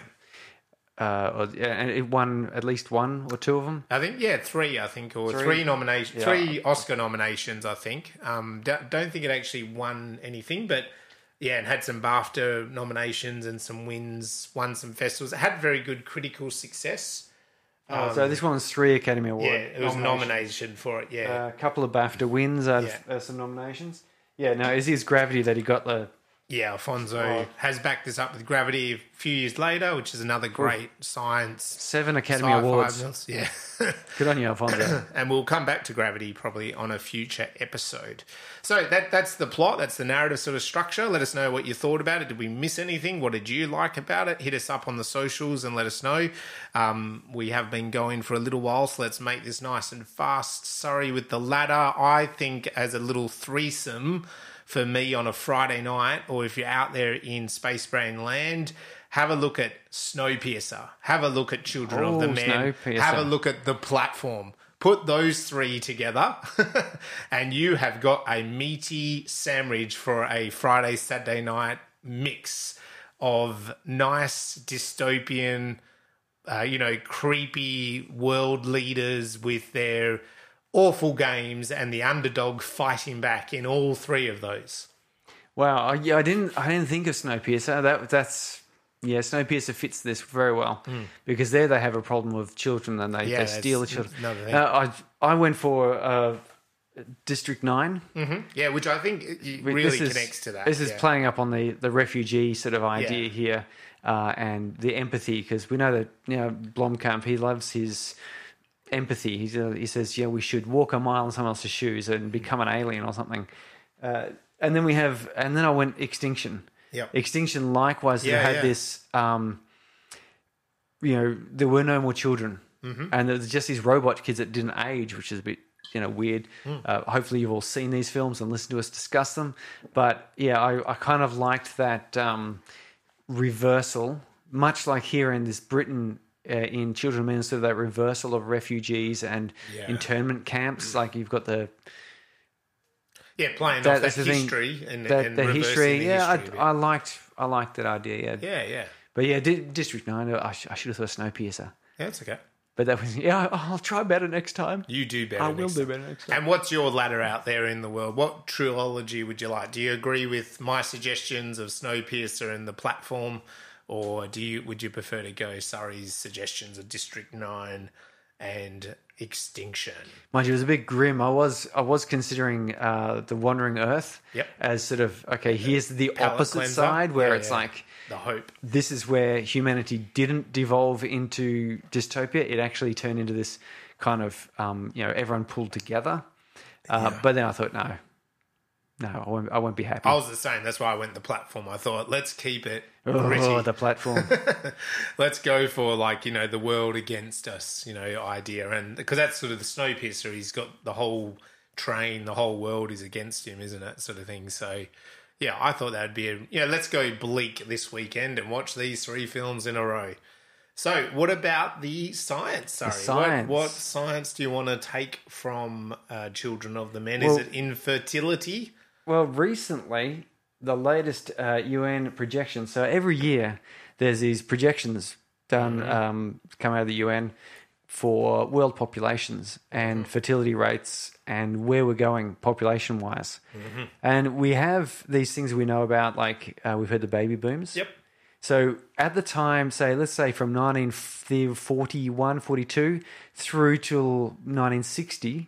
Speaker 1: Uh, or, yeah, and it won at least one or two of them.
Speaker 2: I think yeah, three. I think or three, nominations, three Oscar nominations. I think. Um, d- don't think it actually won anything, but yeah, and had some BAFTA nominations and some wins. Won some festivals. It had very good critical success.
Speaker 1: so this one's three Academy Award.
Speaker 2: Oh, Yeah, it was a
Speaker 1: nominations. Uh,
Speaker 2: nomination for it. Yeah.
Speaker 1: A couple of BAFTA wins out of uh, some nominations. Yeah, no, it's his gravity that he got the
Speaker 2: Yeah, Alfonso has backed this up with Gravity a few years later, which is another great science
Speaker 1: seven Academy
Speaker 2: sci-fi
Speaker 1: Awards.
Speaker 2: films. Yeah,
Speaker 1: Good on you, Alfonso.
Speaker 2: and we'll come back to Gravity probably on a future episode. So that that's the plot. That's the narrative sort of structure. Let us know what you thought about it. Did we miss anything? What did you like about it? Hit us up on the socials and let us know. Um, we have been going for a little while, so let's make this nice and fast. Sorry with the ladder. I think as a little threesome for me on a Friday night, or if you're out there in Space Brain land, have a look at Snowpiercer. Have a look at Children of the
Speaker 1: Oh,
Speaker 2: Men.
Speaker 1: Snowpiercer.
Speaker 2: Have a look at the platform. Put those three together, and you have got a meaty sandwich for a Friday, Saturday night mix of nice dystopian uh, you know, creepy world leaders with their awful games and the underdog fighting back in all three of those.
Speaker 1: wow, I, yeah, I didn't, I didn't think of Snowpiercer. That that's yeah, Snowpiercer fits this very well because there they have a problem with children and they,
Speaker 2: Hmm. Yeah,
Speaker 1: they
Speaker 2: that's
Speaker 1: steal the children.
Speaker 2: another thing.
Speaker 1: Uh, I I went for uh, District Nine.
Speaker 2: Yeah, which I think it- it
Speaker 1: We-
Speaker 2: really
Speaker 1: is-
Speaker 2: connects to that.
Speaker 1: This is
Speaker 2: yeah.
Speaker 1: playing up on the, the refugee sort of idea
Speaker 2: Yeah.
Speaker 1: here uh, and the empathy because we know that you know Blomkamp he loves his empathy. He's, uh, he says, "Yeah, we should walk a mile in someone else's shoes and become an alien or something." Uh, and then we have, and then I went extinction.
Speaker 2: Yep.
Speaker 1: Extinction likewise
Speaker 2: Yeah,
Speaker 1: they had
Speaker 2: yeah.
Speaker 1: this. Um, you know, there were no more children,
Speaker 2: Mm-hmm.
Speaker 1: and there was just these robot kids that didn't age, which is a bit you know weird.
Speaker 2: Mm.
Speaker 1: Uh, hopefully, you've all seen these films and listened to us discuss them. But yeah, I, I kind of liked that um, reversal, much like here in this Britain uh, in Children of Men, sort of that reversal of refugees and
Speaker 2: Yeah. Mm.
Speaker 1: internment camps. Like you've got the
Speaker 2: Yeah, playing
Speaker 1: That-
Speaker 2: off that
Speaker 1: that's the thing.
Speaker 2: history and,
Speaker 1: that,
Speaker 2: and
Speaker 1: the
Speaker 2: reversing
Speaker 1: history.
Speaker 2: the
Speaker 1: yeah,
Speaker 2: history a bit.
Speaker 1: I, I liked I liked that idea. Yeah,
Speaker 2: yeah, yeah,
Speaker 1: but yeah, di- District Nine. I, sh- I should have thought Snowpiercer,
Speaker 2: yeah. It's okay.
Speaker 1: but that was yeah. I- I'll try better next time.
Speaker 2: You do better.
Speaker 1: I will
Speaker 2: next
Speaker 1: do
Speaker 2: time.
Speaker 1: better next time.
Speaker 2: And what's your ladder out there in the world? What trilogy would you like? Do you agree with my suggestions of Snowpiercer and the platform, or do you would you prefer to go Surrey's suggestions of District Nine and Extinction?
Speaker 1: Mind you, it was a bit grim. I was I was considering uh, the Wandering Earth
Speaker 2: Yep.
Speaker 1: as sort of okay. Here's the
Speaker 2: Palate
Speaker 1: opposite
Speaker 2: cleanser?
Speaker 1: side where
Speaker 2: Yeah,
Speaker 1: it's
Speaker 2: yeah.
Speaker 1: like
Speaker 2: The Hope.
Speaker 1: this is where humanity didn't devolve into dystopia. It actually turned into this kind of, um, you know, everyone pulled together. Uh, But then I thought, no, no, I won't, I won't be happy.
Speaker 2: I was the same. That's why I went the platform. I thought let's keep it gritty.
Speaker 1: oh, the platform.
Speaker 2: let's go for like you know the world against us you know idea and because that's sort of the snowpiercer he's got the whole train the whole world is against him isn't it sort of thing so yeah i thought that'd be a you know let's go bleak this weekend and watch these three films in a row so what about the science sorry
Speaker 1: science.
Speaker 2: What, what science do you want to take from uh, children of the men
Speaker 1: Well-
Speaker 2: is it infertility
Speaker 1: Well, recently, the latest uh, UN projections. So every year, there's these projections done um, come out of the UN for world populations and fertility rates and where we're going population wise. And we have these things we know about, like uh, we've heard the baby booms.
Speaker 2: yep
Speaker 1: So at the time, say, let's say from 1941, 42 through till 1960, there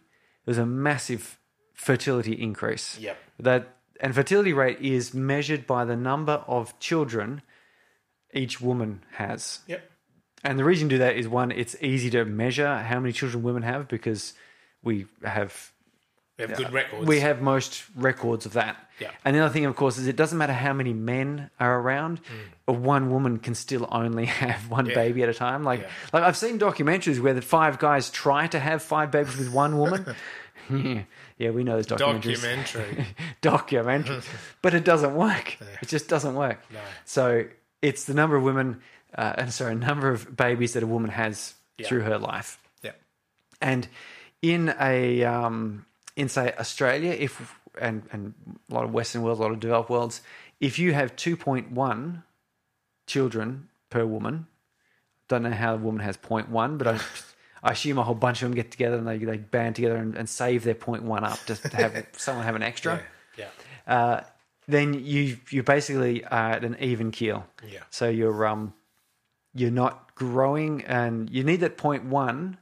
Speaker 1: was a massive fertility increase.
Speaker 2: Yep.
Speaker 1: That and fertility rate is measured by the number of children each woman has.
Speaker 2: yep
Speaker 1: And the reason to do that is one, it's easy to measure how many children women have because we have
Speaker 2: we have good records
Speaker 1: we have most records of that.
Speaker 2: Yeah.
Speaker 1: And the other thing, of course, is it doesn't matter how many men are around,
Speaker 2: Mm.
Speaker 1: but one woman can still only have one baby at a time. Like, like I've seen documentaries where the five guys try to have five babies with one woman. yeah. yeah, we know those documentaries.
Speaker 2: documentary
Speaker 1: Documentary. but it doesn't work. It just doesn't work. So it's the number of women, uh, and sorry, number of babies that a woman has through her life.
Speaker 2: yep
Speaker 1: And in a um, in say Australia, if and and a lot of Western worlds, a lot of developed worlds, if you have two point one children per woman, don't know how a woman has 0.1, but I, I assume a whole bunch of them get together and they they band together and, and save their 0.1 up just to have someone have an extra
Speaker 2: yeah
Speaker 1: uh, then you you basically are at an even keel.
Speaker 2: Yeah.
Speaker 1: So you're um you're not growing, and you need that point one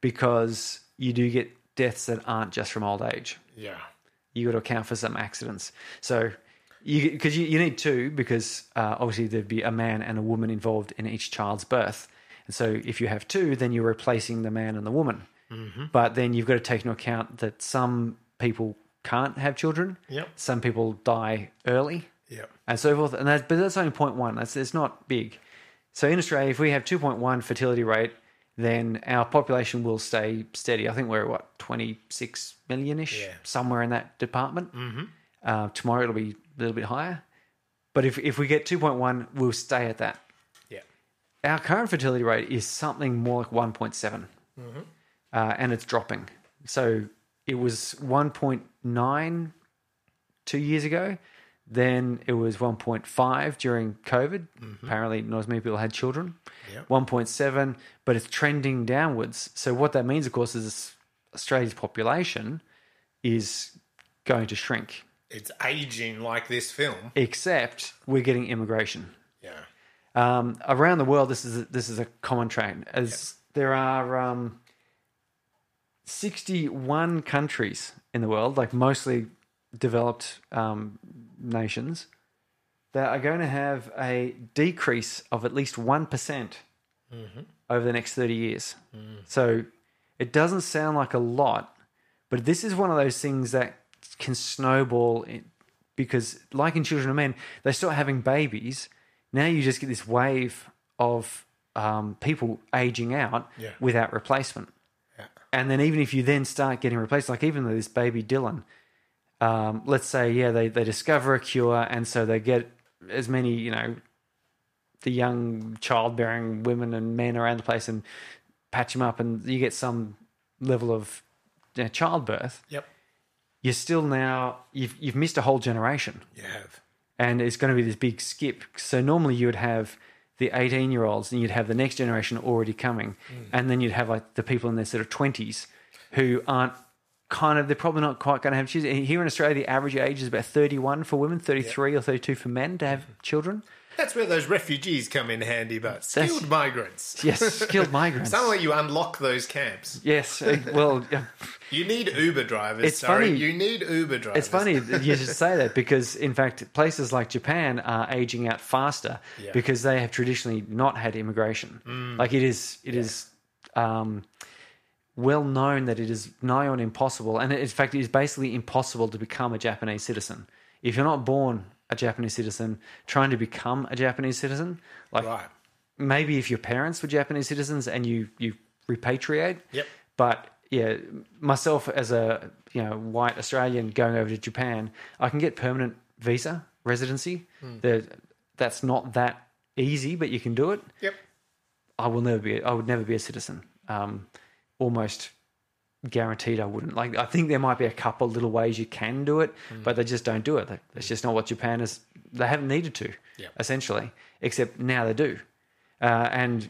Speaker 1: because you do get deaths that aren't just from old age.
Speaker 2: yeah
Speaker 1: You got to account for some accidents. So you because you, you need two because uh, obviously there'd be a man and a woman involved in each child's birth, and so if you have two, then you're replacing the man and the woman. But then you've got to take into account that some people can't have children
Speaker 2: Yep.
Speaker 1: some people die early
Speaker 2: yep
Speaker 1: and so forth. And that's, but that's only 0.1. That's, it's not big. So in Australia, if we have 2.1 fertility rate, then our population will stay steady. I think we're at what, 26 million ish,
Speaker 2: Yeah.
Speaker 1: somewhere in that department. Mm-hmm. Uh, tomorrow it'll be a little bit higher. But if, if we get 2.1, we'll stay at that.
Speaker 2: yep
Speaker 1: Our current fertility rate is something more like 1.7, uh, and it's dropping. So it was 1.9 two years ago. Then it was 1.5 during COVID. Apparently, not as many people had children.
Speaker 2: Yep.
Speaker 1: 1.7, but it's trending downwards. So what that means, of course, is Australia's population is going to shrink,
Speaker 2: it's aging like this film.
Speaker 1: except we're getting immigration.
Speaker 2: Yeah.
Speaker 1: um, around the world this is a, this is a common trend as there are um, 61 countries in the world like mostly developed um, nations that are going to have a decrease of at least one over the next 30 years so it doesn't sound like a lot but this is one of those things that can snowball in, because, like in Children of Men, they start having babies. Now you just get this wave of um, people aging out
Speaker 2: Yeah.
Speaker 1: without replacement.
Speaker 2: Yeah.
Speaker 1: And then, even if you then start getting replaced, like even this baby Dylan, um, let's say, yeah, they, they discover a cure, and so they get as many, you know, the young childbearing women and men around the place and patch them up, and you get some level of you know, childbirth.
Speaker 2: Yep.
Speaker 1: You're still now you've you've missed a whole generation
Speaker 2: You have.
Speaker 1: and it's going to be this big skip. So normally you would have the 18 year olds and you'd have the next generation already coming. And then you'd have like the people in their sort of 20s who aren't kind of, they're probably not quite going to have kids. And Here in Australia, the average age is about 31 for women, 33 or 32 for men to have children.
Speaker 2: That's where those refugees come in handy, but skilled
Speaker 1: That's-
Speaker 2: migrants.
Speaker 1: Yes, skilled migrants.
Speaker 2: Somewhere you unlock those camps.
Speaker 1: Yes, uh, well, yeah.
Speaker 2: You need Uber drivers.
Speaker 1: It's
Speaker 2: sorry,
Speaker 1: funny.
Speaker 2: you need Uber drivers.
Speaker 1: it's funny that you should say that because, in fact, places like Japan are aging out faster
Speaker 2: Yeah. Mm.
Speaker 1: because they have traditionally not had immigration. Like it is, it is um, well known that it is nigh on impossible, and in fact, it is basically impossible to become a Japanese citizen if you're not born a Japanese citizen. Trying to become a Japanese citizen, like
Speaker 2: Right.
Speaker 1: maybe if your parents were Japanese citizens and you you repatriate.
Speaker 2: Yep.
Speaker 1: But yeah, myself as a you know white Australian going over to Japan, I can get permanent visa residency. The, that's not that easy, but you can do it.
Speaker 2: Yep.
Speaker 1: I will never be. I would never be a citizen. Um, almost guaranteed, I wouldn't. Like I think there might be a couple little ways you can do it, but they just don't do it. That- That's just not what Japan is. They haven't needed to,
Speaker 2: Yep.
Speaker 1: essentially. Except now they do, uh, and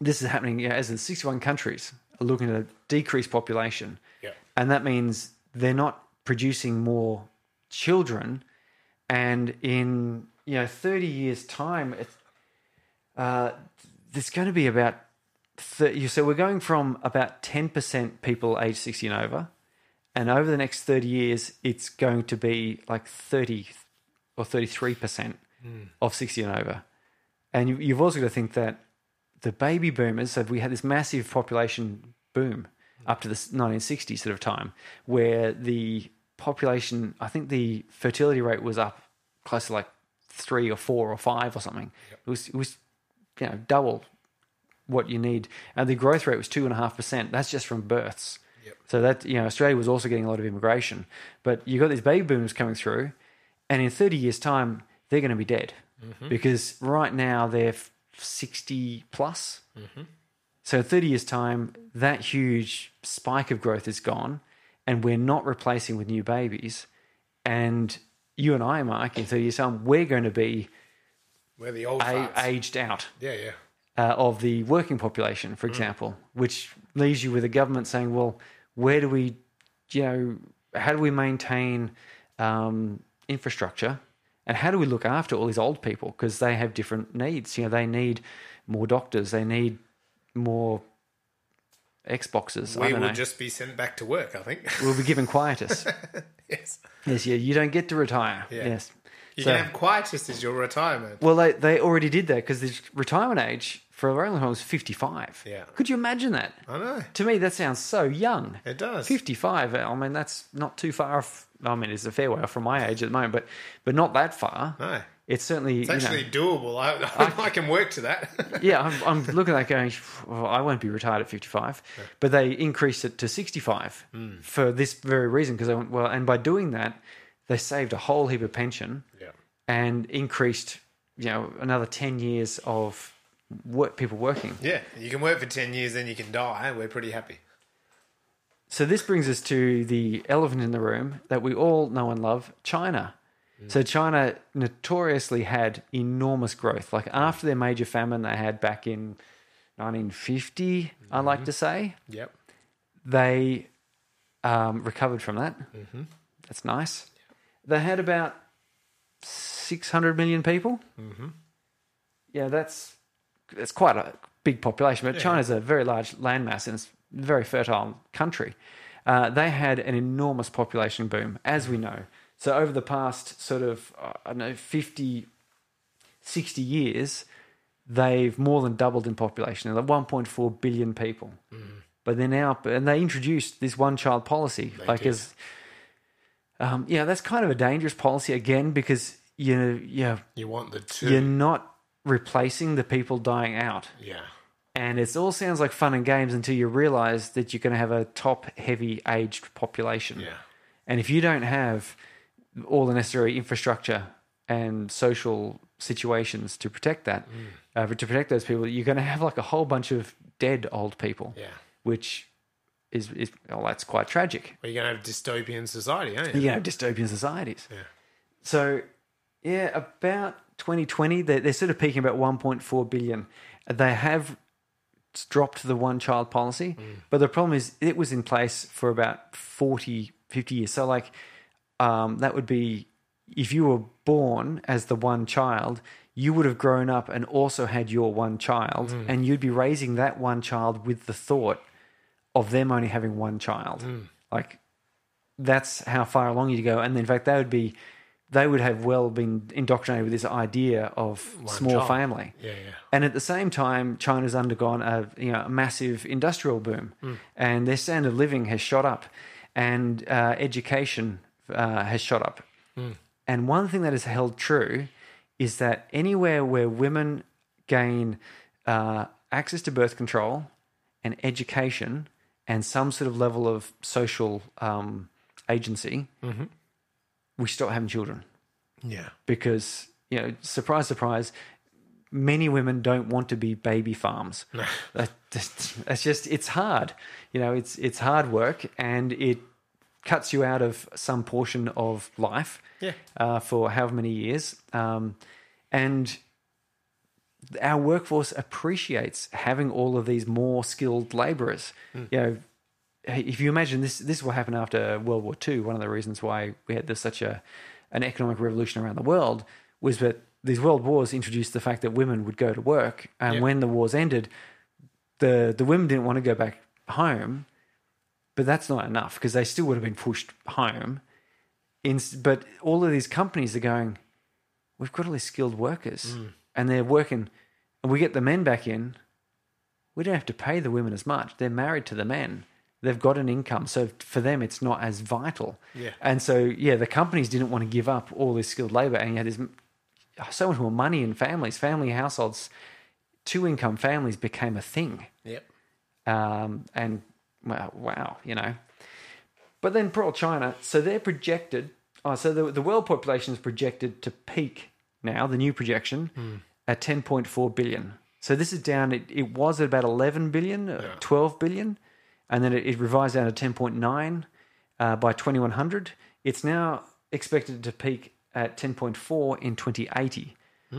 Speaker 1: this is happening you know, as the 61 countries are looking at a decreased population,
Speaker 2: Yep.
Speaker 1: and that means they're not producing more children. And in you know 30 years' time, it's uh, there's going to be about 30, so we're going from about 10% people age 60 and over and over the next 30 years it's going to be like 30 or 33% of 60 and over and you, you've also got to think that the baby boomers so we had this massive population boom up to the 1960s sort of time where the population i think the fertility rate was up close to like three or four or five or something it was it was you know double what you need. And the growth rate was two and a half percent. That's just from births. So that you know, Australia was also getting a lot of immigration, but you got these baby boomers coming through, and in thirty years' time, they're going to be dead because right now they're f- sixty plus. So in thirty years' time, that huge spike of growth is gone, and we're not replacing with new babies. And you and I, Mark, in thirty years' time, we're going to be
Speaker 2: Where the old
Speaker 1: a-
Speaker 2: farts.
Speaker 1: aged out
Speaker 2: yeah, yeah.
Speaker 1: uh, of the working population,
Speaker 2: Mm.
Speaker 1: for example, which leaves you with a government saying, well, where do we, you know, how do we maintain um, infrastructure and how do we look after all these old people? Because they have different needs. You know, they need more doctors, they need more Xboxes. I
Speaker 2: We
Speaker 1: don't
Speaker 2: will
Speaker 1: know.
Speaker 2: just be sent back to work, I think.
Speaker 1: we'll be given quietus.
Speaker 2: yes.
Speaker 1: yes, yeah, you don't get to retire. Yes.
Speaker 2: You
Speaker 1: So-
Speaker 2: can have quietus as your retirement.
Speaker 1: Well, they, they already did that because the retirement age for a very long time was 55.
Speaker 2: Yeah.
Speaker 1: Could you imagine that?
Speaker 2: I know.
Speaker 1: To me, that sounds so young.
Speaker 2: It does.
Speaker 1: 55. I mean, that's not too far off. I mean, it's a fair way off from my age at the moment, but but not that far.
Speaker 2: No.
Speaker 1: It's certainly
Speaker 2: It's
Speaker 1: you know-
Speaker 2: actually doable. I, I, can work to that.
Speaker 1: yeah. I'm, I'm looking at that going. "Well, I won't be retired at 55, but they increased it to 65
Speaker 2: Hmm.
Speaker 1: for this very reason because they went well, and by doing that, they saved a whole heap of pension
Speaker 2: yeah.
Speaker 1: and increased you know another 10 years of work, people working.
Speaker 2: Yeah. You can work for 10 years, then you can die. We're pretty happy.
Speaker 1: So this brings us to the elephant in the room that we all know and love, China. So China notoriously had enormous growth. Like after their major famine they had back in 1950, I like to say,
Speaker 2: Yep.
Speaker 1: they um, recovered from that. Mm-hmm. That's nice. They had about 600 million people. Mm-hmm. Yeah, that's that's quite a big population, but China's a very large landmass and it's a very fertile country. Uh, they had an enormous population boom, as we know. So over the past sort of, uh, I don't know, 50, 60 years, they've more than doubled in population. They're 1.4 billion people. But they're now, and they introduced this one child policy. like, as, um, yeah, that's kind of a dangerous policy again because, you know, yeah,
Speaker 2: You want the two.
Speaker 1: you're not replacing the people dying out.
Speaker 2: yeah.
Speaker 1: And it all sounds like fun and games until you realize that you're going to have a top heavy aged population.
Speaker 2: Yeah.
Speaker 1: And if you don't have all the necessary infrastructure and social situations to protect that,
Speaker 2: Mm.
Speaker 1: uh, to protect those people, you're going to have like a whole bunch of dead old people,
Speaker 2: Yeah.
Speaker 1: which is, is well, that's quite tragic.
Speaker 2: Well, you're going to have dystopian society, aren't you?
Speaker 1: You know, dystopian societies. So, yeah, about 2020, they're, they're sort of peaking about 1.4 billion. They have dropped the one child policy,
Speaker 2: Mm.
Speaker 1: but the problem is it was in place for about 40, 50 years. So, like, um, that would be if you were born as the one child, you would have grown up and also had your one child,
Speaker 2: Mm.
Speaker 1: and you'd be raising that one child with the thought of them only having one child.
Speaker 2: Mm.
Speaker 1: Like, that's how far along you go. And in fact, they would be, they would have well been indoctrinated with this idea of small
Speaker 2: child.
Speaker 1: family.
Speaker 2: Yeah, yeah.
Speaker 1: And at the same time, China's undergone a you know a massive industrial boom, and their standard of living has shot up, and uh, education uh, has shot up. And one thing that is held true is that anywhere where women gain uh, access to birth control and education and some sort of level of social um, agency, we stop having children
Speaker 2: Yeah.
Speaker 1: because you know, surprise, surprise, many women don't want to be baby farms. That- That's just it's hard. You know, it's it's hard work, and it cuts you out of some portion of life
Speaker 2: Yeah.
Speaker 1: uh, for however many years. Um, and our workforce appreciates having all of these more skilled laborers. You know, if you imagine this, this will happen after World War II. One of the reasons why we had this, such a an economic revolution around the world was that these world wars introduced the fact that women would go to work, and when the wars ended, the the women didn't want to go back home, but that's not enough because they still would have been pushed home. In, but all of these companies are going, we've got all these skilled workers, and they're working, and we get the men back in. We don't have to pay the women as much. They're married to the men. They've got an income, so for them it's not as vital.
Speaker 2: Yeah.
Speaker 1: And so yeah, the companies didn't want to give up all this skilled labor, and you had this so much more money in families, family households, two income families became a thing
Speaker 2: Yep.
Speaker 1: um, and wow, wow, you know. But then poor old China, so they're projected. Oh, so the, the world population is projected to peak now. The new projection at ten point four billion. So this is down. It, it was at about eleven billion, uh, twelve billion, and then it, it revised down to ten point nine uh, by twenty one hundred. It's now expected to peak at ten point four in twenty eighty.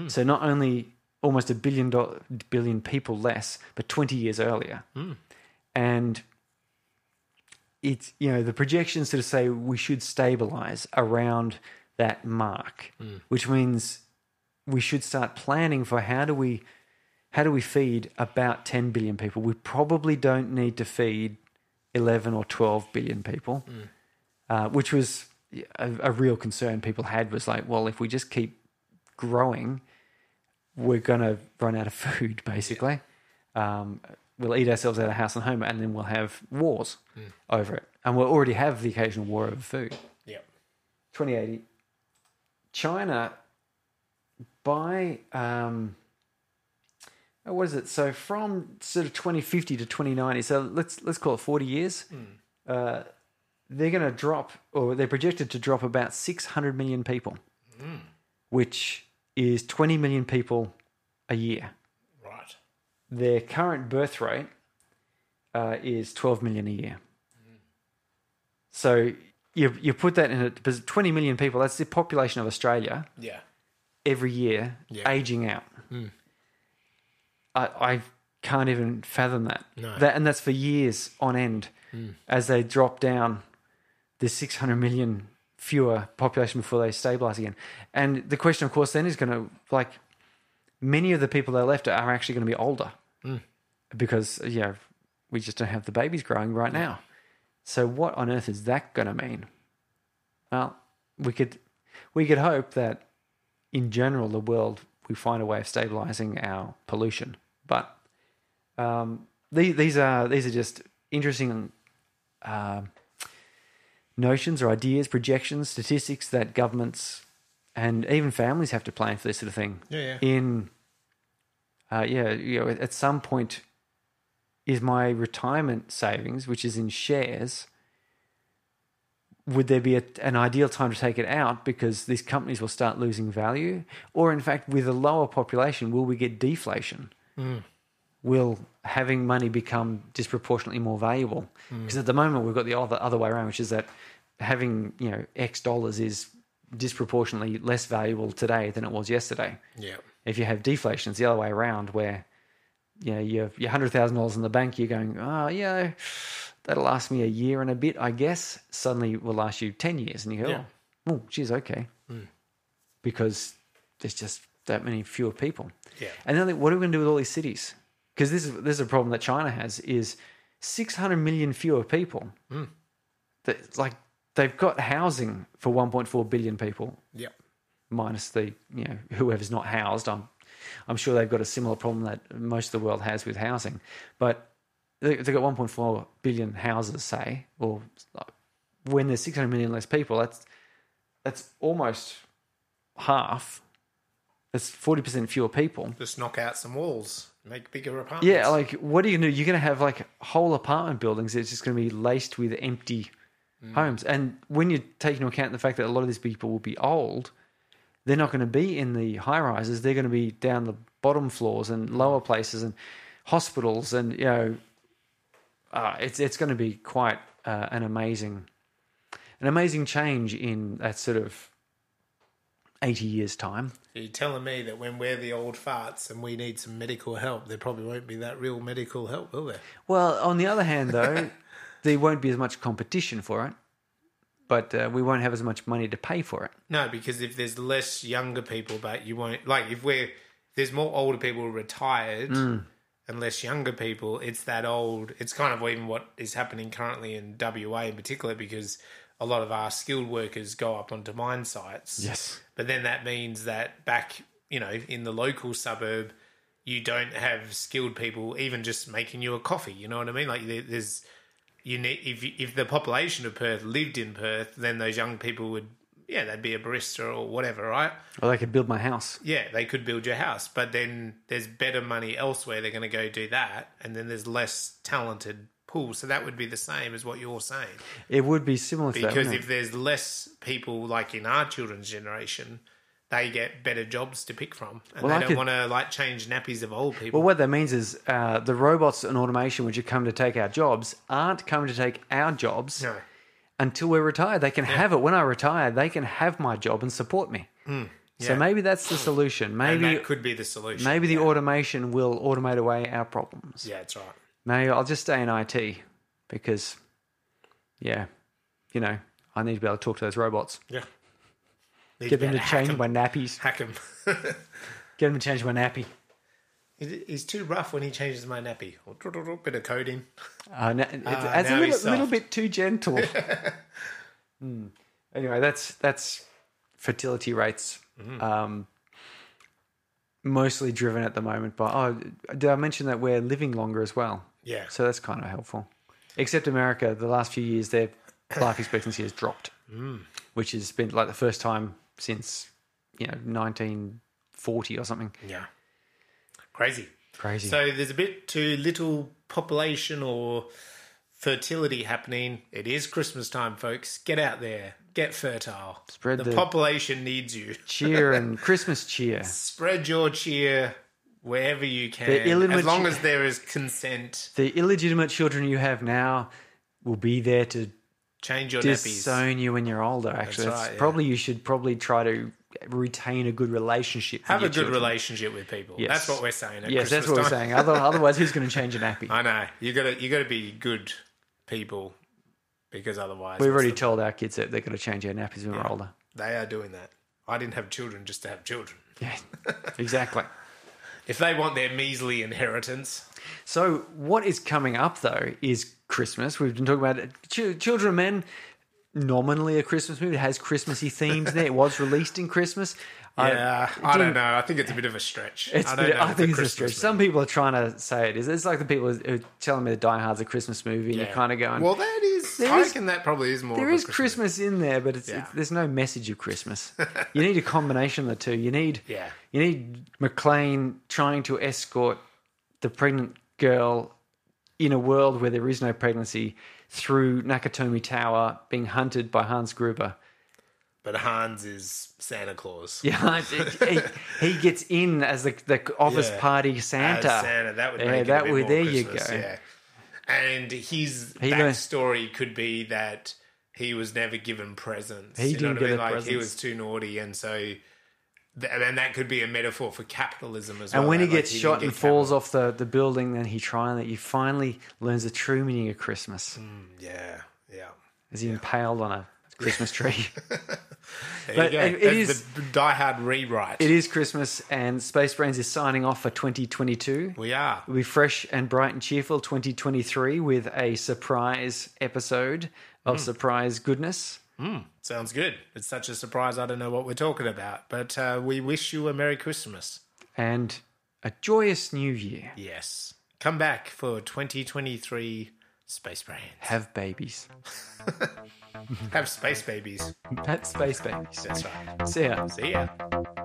Speaker 1: So not only almost a billion dollar billion people less, but twenty years earlier and it's you know the projections sort of say we should stabilize around that mark which means we should start planning for how do we how do we feed about 10 billion people we probably don't need to feed 11 or 12 billion people uh, which was a, a real concern people had was like well if we just keep growing we're going to run out of food basically um, we'll eat ourselves out of house and home, and then we'll have wars over it. And we'll already have the occasional war over food.
Speaker 2: Yep.
Speaker 1: 2080, China, by um, oh, what is it? So from sort of 2050 to 2090, so let's let's call it 40 years. Uh, they're going to drop, or they're projected to drop about 600 million people, which is 20 million people a year
Speaker 2: Right.
Speaker 1: their current birth rate uh, is 12 million a year. So you, you put that in a because 20 million people, that's the population of Australia
Speaker 2: Yeah.
Speaker 1: every year
Speaker 2: Yeah. Hmm.
Speaker 1: aging out. I, I can't even fathom that.
Speaker 2: No. Hmm.
Speaker 1: that. And that's for years on end as they drop down there's 600 million fewer population before they stabilize again. And the question, of course, then is going to like many of the people that are left are actually going to be older
Speaker 2: Hmm.
Speaker 1: because you know we just don't have the babies growing
Speaker 2: Hmm.
Speaker 1: right now. So what on earth is that going to mean? Well, we could we could hope that in general the world we find a way of stabilizing our pollution, but um, these these are these are just interesting um notions or ideas, projections, statistics that governments and even families have to plan for this sort of thing.
Speaker 2: Yeah, yeah.
Speaker 1: In uh, yeah, you know, at some point, is my retirement savings, which is in shares, would there be a, an ideal time to take it out because these companies will start losing value? Or, in fact, with a lower population, will we get deflation? Will having money become disproportionately more valuable? Because at the moment, we've got the other, other way around, which is that having you know X dollars is disproportionately less valuable today than it was yesterday.
Speaker 2: Yeah.
Speaker 1: If you have deflation, it's the other way around where you know, you have your hundred thousand dollars in the bank, you're going, oh yeah, that'll last me a year and a bit, I guess. Suddenly it will last you ten years and you go,
Speaker 2: Yeah. Hmm.
Speaker 1: oh, oh, geez, okay. Because there's just that many fewer people.
Speaker 2: Yeah.
Speaker 1: And then I think, what are we gonna do with all these cities? Because this is this is a problem that China has is six hundred million fewer people.
Speaker 2: Hmm.
Speaker 1: That like they've got housing for one point four billion people
Speaker 2: Yeah.
Speaker 1: minus the you know whoever's not housed. I'm I'm sure they've got a similar problem that most of the world has with housing, but they- they've got 1.4 billion houses, say, or when there's 600 million less people, that's that's almost half. That's 40 percent fewer people.
Speaker 2: Just knock out some walls, make bigger apartments.
Speaker 1: Yeah, like what are you gonna do? You're gonna have like whole apartment buildings that's just gonna be laced with empty homes. And when you take into account the fact that a lot of these people will be old, they're not gonna be in the high rises, they're gonna be down the bottom floors and lower places and hospitals and you know uh, it's it's gonna be quite uh, an amazing an amazing change in that sort of eighty years time.
Speaker 2: You're telling me that when we're the old farts and we need some medical help, there probably won't be that real medical help, will there?
Speaker 1: Well, on the other hand, though, there won't be as much competition for it, but uh, we won't have as much money to pay for it.
Speaker 2: No, because if there's less younger people, but you won't like if we're there's more older people retired and less younger people. It's that old. It's kind of even what is happening currently in WA in particular, because a lot of our skilled workers go up onto mine sites.
Speaker 1: Yes.
Speaker 2: But then that means that back, you know, in the local suburb, you don't have skilled people even just making you a coffee. You know what I mean? Like there- there's, you need if if the population of Perth lived in Perth, then those young people would, yeah, they'd be a barista or whatever, right?
Speaker 1: Or they could build my house.
Speaker 2: Yeah, they could build your house, but then there's better money elsewhere. They're going to go do that, and then there's less talented pool. So that would be the same as what you're saying
Speaker 1: It would be similar to that.
Speaker 2: because
Speaker 1: wouldn't
Speaker 2: if
Speaker 1: it?
Speaker 2: there's less people like in our children's generation they get better jobs to pick from and
Speaker 1: Well,
Speaker 2: they
Speaker 1: I
Speaker 2: don't
Speaker 1: could-
Speaker 2: want to like change nappies of old people
Speaker 1: Well, what that means is uh, the robots and automation, which are coming to take our jobs, aren't coming to take our jobs
Speaker 2: no
Speaker 1: until we're retired. They can have it when I retire. They can have my job and support me. So
Speaker 2: Hmm. yeah.
Speaker 1: maybe that's the solution.
Speaker 2: and
Speaker 1: Maybe
Speaker 2: that could be the solution
Speaker 1: maybe the automation will automate away our problems.
Speaker 2: yeah that's right
Speaker 1: Maybe I'll just stay in IT because, yeah, you know, I need to be able to talk to those robots.
Speaker 2: yeah Need
Speaker 1: Get them to
Speaker 2: be able hack
Speaker 1: change
Speaker 2: 'em.
Speaker 1: my nappies.
Speaker 2: hack him
Speaker 1: Get them to change my nappy.
Speaker 2: he's too rough when he changes my nappy bit of coding
Speaker 1: Uh, na- it's, that's a
Speaker 2: Ah, now he's
Speaker 1: little, little
Speaker 2: soft.
Speaker 1: bit too gentle. Hmm. Anyway, that's that's fertility rates.
Speaker 2: Mm-hmm.
Speaker 1: Um, mostly driven at the moment by. Oh, did I mention that we're living longer as well?
Speaker 2: yeah
Speaker 1: So that's kind of helpful. Except America, the last few years, their life expectancy has dropped,
Speaker 2: Mm.
Speaker 1: which has been like the first time since, you know, 1940 or something.
Speaker 2: yeah crazy
Speaker 1: Crazy.
Speaker 2: So there's a bit too little population or fertility happening. It is Christmas time, folks. Get out there, get fertile.
Speaker 1: Spread
Speaker 2: the,
Speaker 1: the-
Speaker 2: population needs you.
Speaker 1: cheer and Christmas cheer.
Speaker 2: Spread your cheer wherever you can,
Speaker 1: illegitimate
Speaker 2: as long
Speaker 1: che-
Speaker 2: as there is consent.
Speaker 1: The illegitimate children you have now will be there to
Speaker 2: Change your nappies.
Speaker 1: disown you when you're older, actually.
Speaker 2: That's
Speaker 1: That's
Speaker 2: right, yeah.
Speaker 1: Probably you should probably try to retain a good relationship. with
Speaker 2: Have a
Speaker 1: your
Speaker 2: good
Speaker 1: children.
Speaker 2: relationship with people. That's what we're saying. At
Speaker 1: Yes,
Speaker 2: Christmas
Speaker 1: that's what we're
Speaker 2: time.
Speaker 1: saying. Other- Otherwise, who's going to change a nappy?
Speaker 2: I know you got to you got to be good people because otherwise
Speaker 1: We've already told our kids that they're going to change our nappies when we're older.
Speaker 2: they are doing that. I didn't have children just to have children.
Speaker 1: Yeah, exactly.
Speaker 2: If they want their measly inheritance,
Speaker 1: So, what is coming up though is Christmas. We've been talking about it. Ch- Children of Men, nominally a Christmas movie. It has Christmassy themes in it. It was released in Christmas.
Speaker 2: Yeah, I,
Speaker 1: do-
Speaker 2: don't know. I think it's a bit of a stretch.
Speaker 1: It's
Speaker 2: I
Speaker 1: I,
Speaker 2: don't
Speaker 1: bit,
Speaker 2: know
Speaker 1: I
Speaker 2: if
Speaker 1: think it's
Speaker 2: the
Speaker 1: a stretch.
Speaker 2: Christmas
Speaker 1: Some people are trying to say it is. It's like the people who are telling me the Die Hard's a Christmas movie. And
Speaker 2: movie-
Speaker 1: you're kind of going,
Speaker 2: Well, that is.
Speaker 1: There
Speaker 2: I
Speaker 1: is-
Speaker 2: reckon that probably is more.
Speaker 1: there
Speaker 2: of a
Speaker 1: is Christmas in there, but it's,
Speaker 2: Yeah.
Speaker 1: it's there's no message of Christmas. you need a combination of the two. You need
Speaker 2: Yeah.
Speaker 1: you need McLean trying to escort the pregnant girl in a world where there is no pregnancy through Nakatomi Tower, being hunted by Hans Gruber.
Speaker 2: But Hans is Santa Claus.
Speaker 1: Yeah, Hans- he, he gets in as the, the office
Speaker 2: Yeah.
Speaker 1: party
Speaker 2: As
Speaker 1: Santa.
Speaker 2: Santa. That would
Speaker 1: Yeah,
Speaker 2: make it
Speaker 1: that
Speaker 2: a bit
Speaker 1: would-
Speaker 2: more
Speaker 1: there you
Speaker 2: Christmas,
Speaker 1: go.
Speaker 2: Yeah. And his
Speaker 1: He learned-
Speaker 2: backstory could be that he was never given presents.
Speaker 1: He
Speaker 2: you know
Speaker 1: didn't
Speaker 2: what
Speaker 1: get
Speaker 2: I mean?
Speaker 1: a
Speaker 2: Like he
Speaker 1: presents.
Speaker 2: was too naughty, and so th- and that could be a metaphor for capitalism as well.
Speaker 1: And when he
Speaker 2: that, like,
Speaker 1: gets
Speaker 2: didn't
Speaker 1: shot
Speaker 2: get
Speaker 1: and falls off the, the building, then he try and he finally learns the true meaning of Christmas
Speaker 2: capital- Yeah, Mm. yeah.
Speaker 1: as he impaled on a Christmas tree.
Speaker 2: There
Speaker 1: But
Speaker 2: you go.
Speaker 1: it- it
Speaker 2: That's
Speaker 1: is-
Speaker 2: the Die Hard rewrite.
Speaker 1: it is Christmas, and Space Brains is signing off for 2022.
Speaker 2: we are.
Speaker 1: We'll be fresh and bright and cheerful 2023 with a surprise episode of surprise goodness.
Speaker 2: Sounds good. It's such a surprise. I don't know what we're talking about, but uh, we wish you a Merry Christmas.
Speaker 1: and a joyous new year.
Speaker 2: Yes. Come back for 2023 Space Brains.
Speaker 1: Have babies.
Speaker 2: Have space babies.
Speaker 1: Have space babies.
Speaker 2: That's right.
Speaker 1: See ya.
Speaker 2: See ya.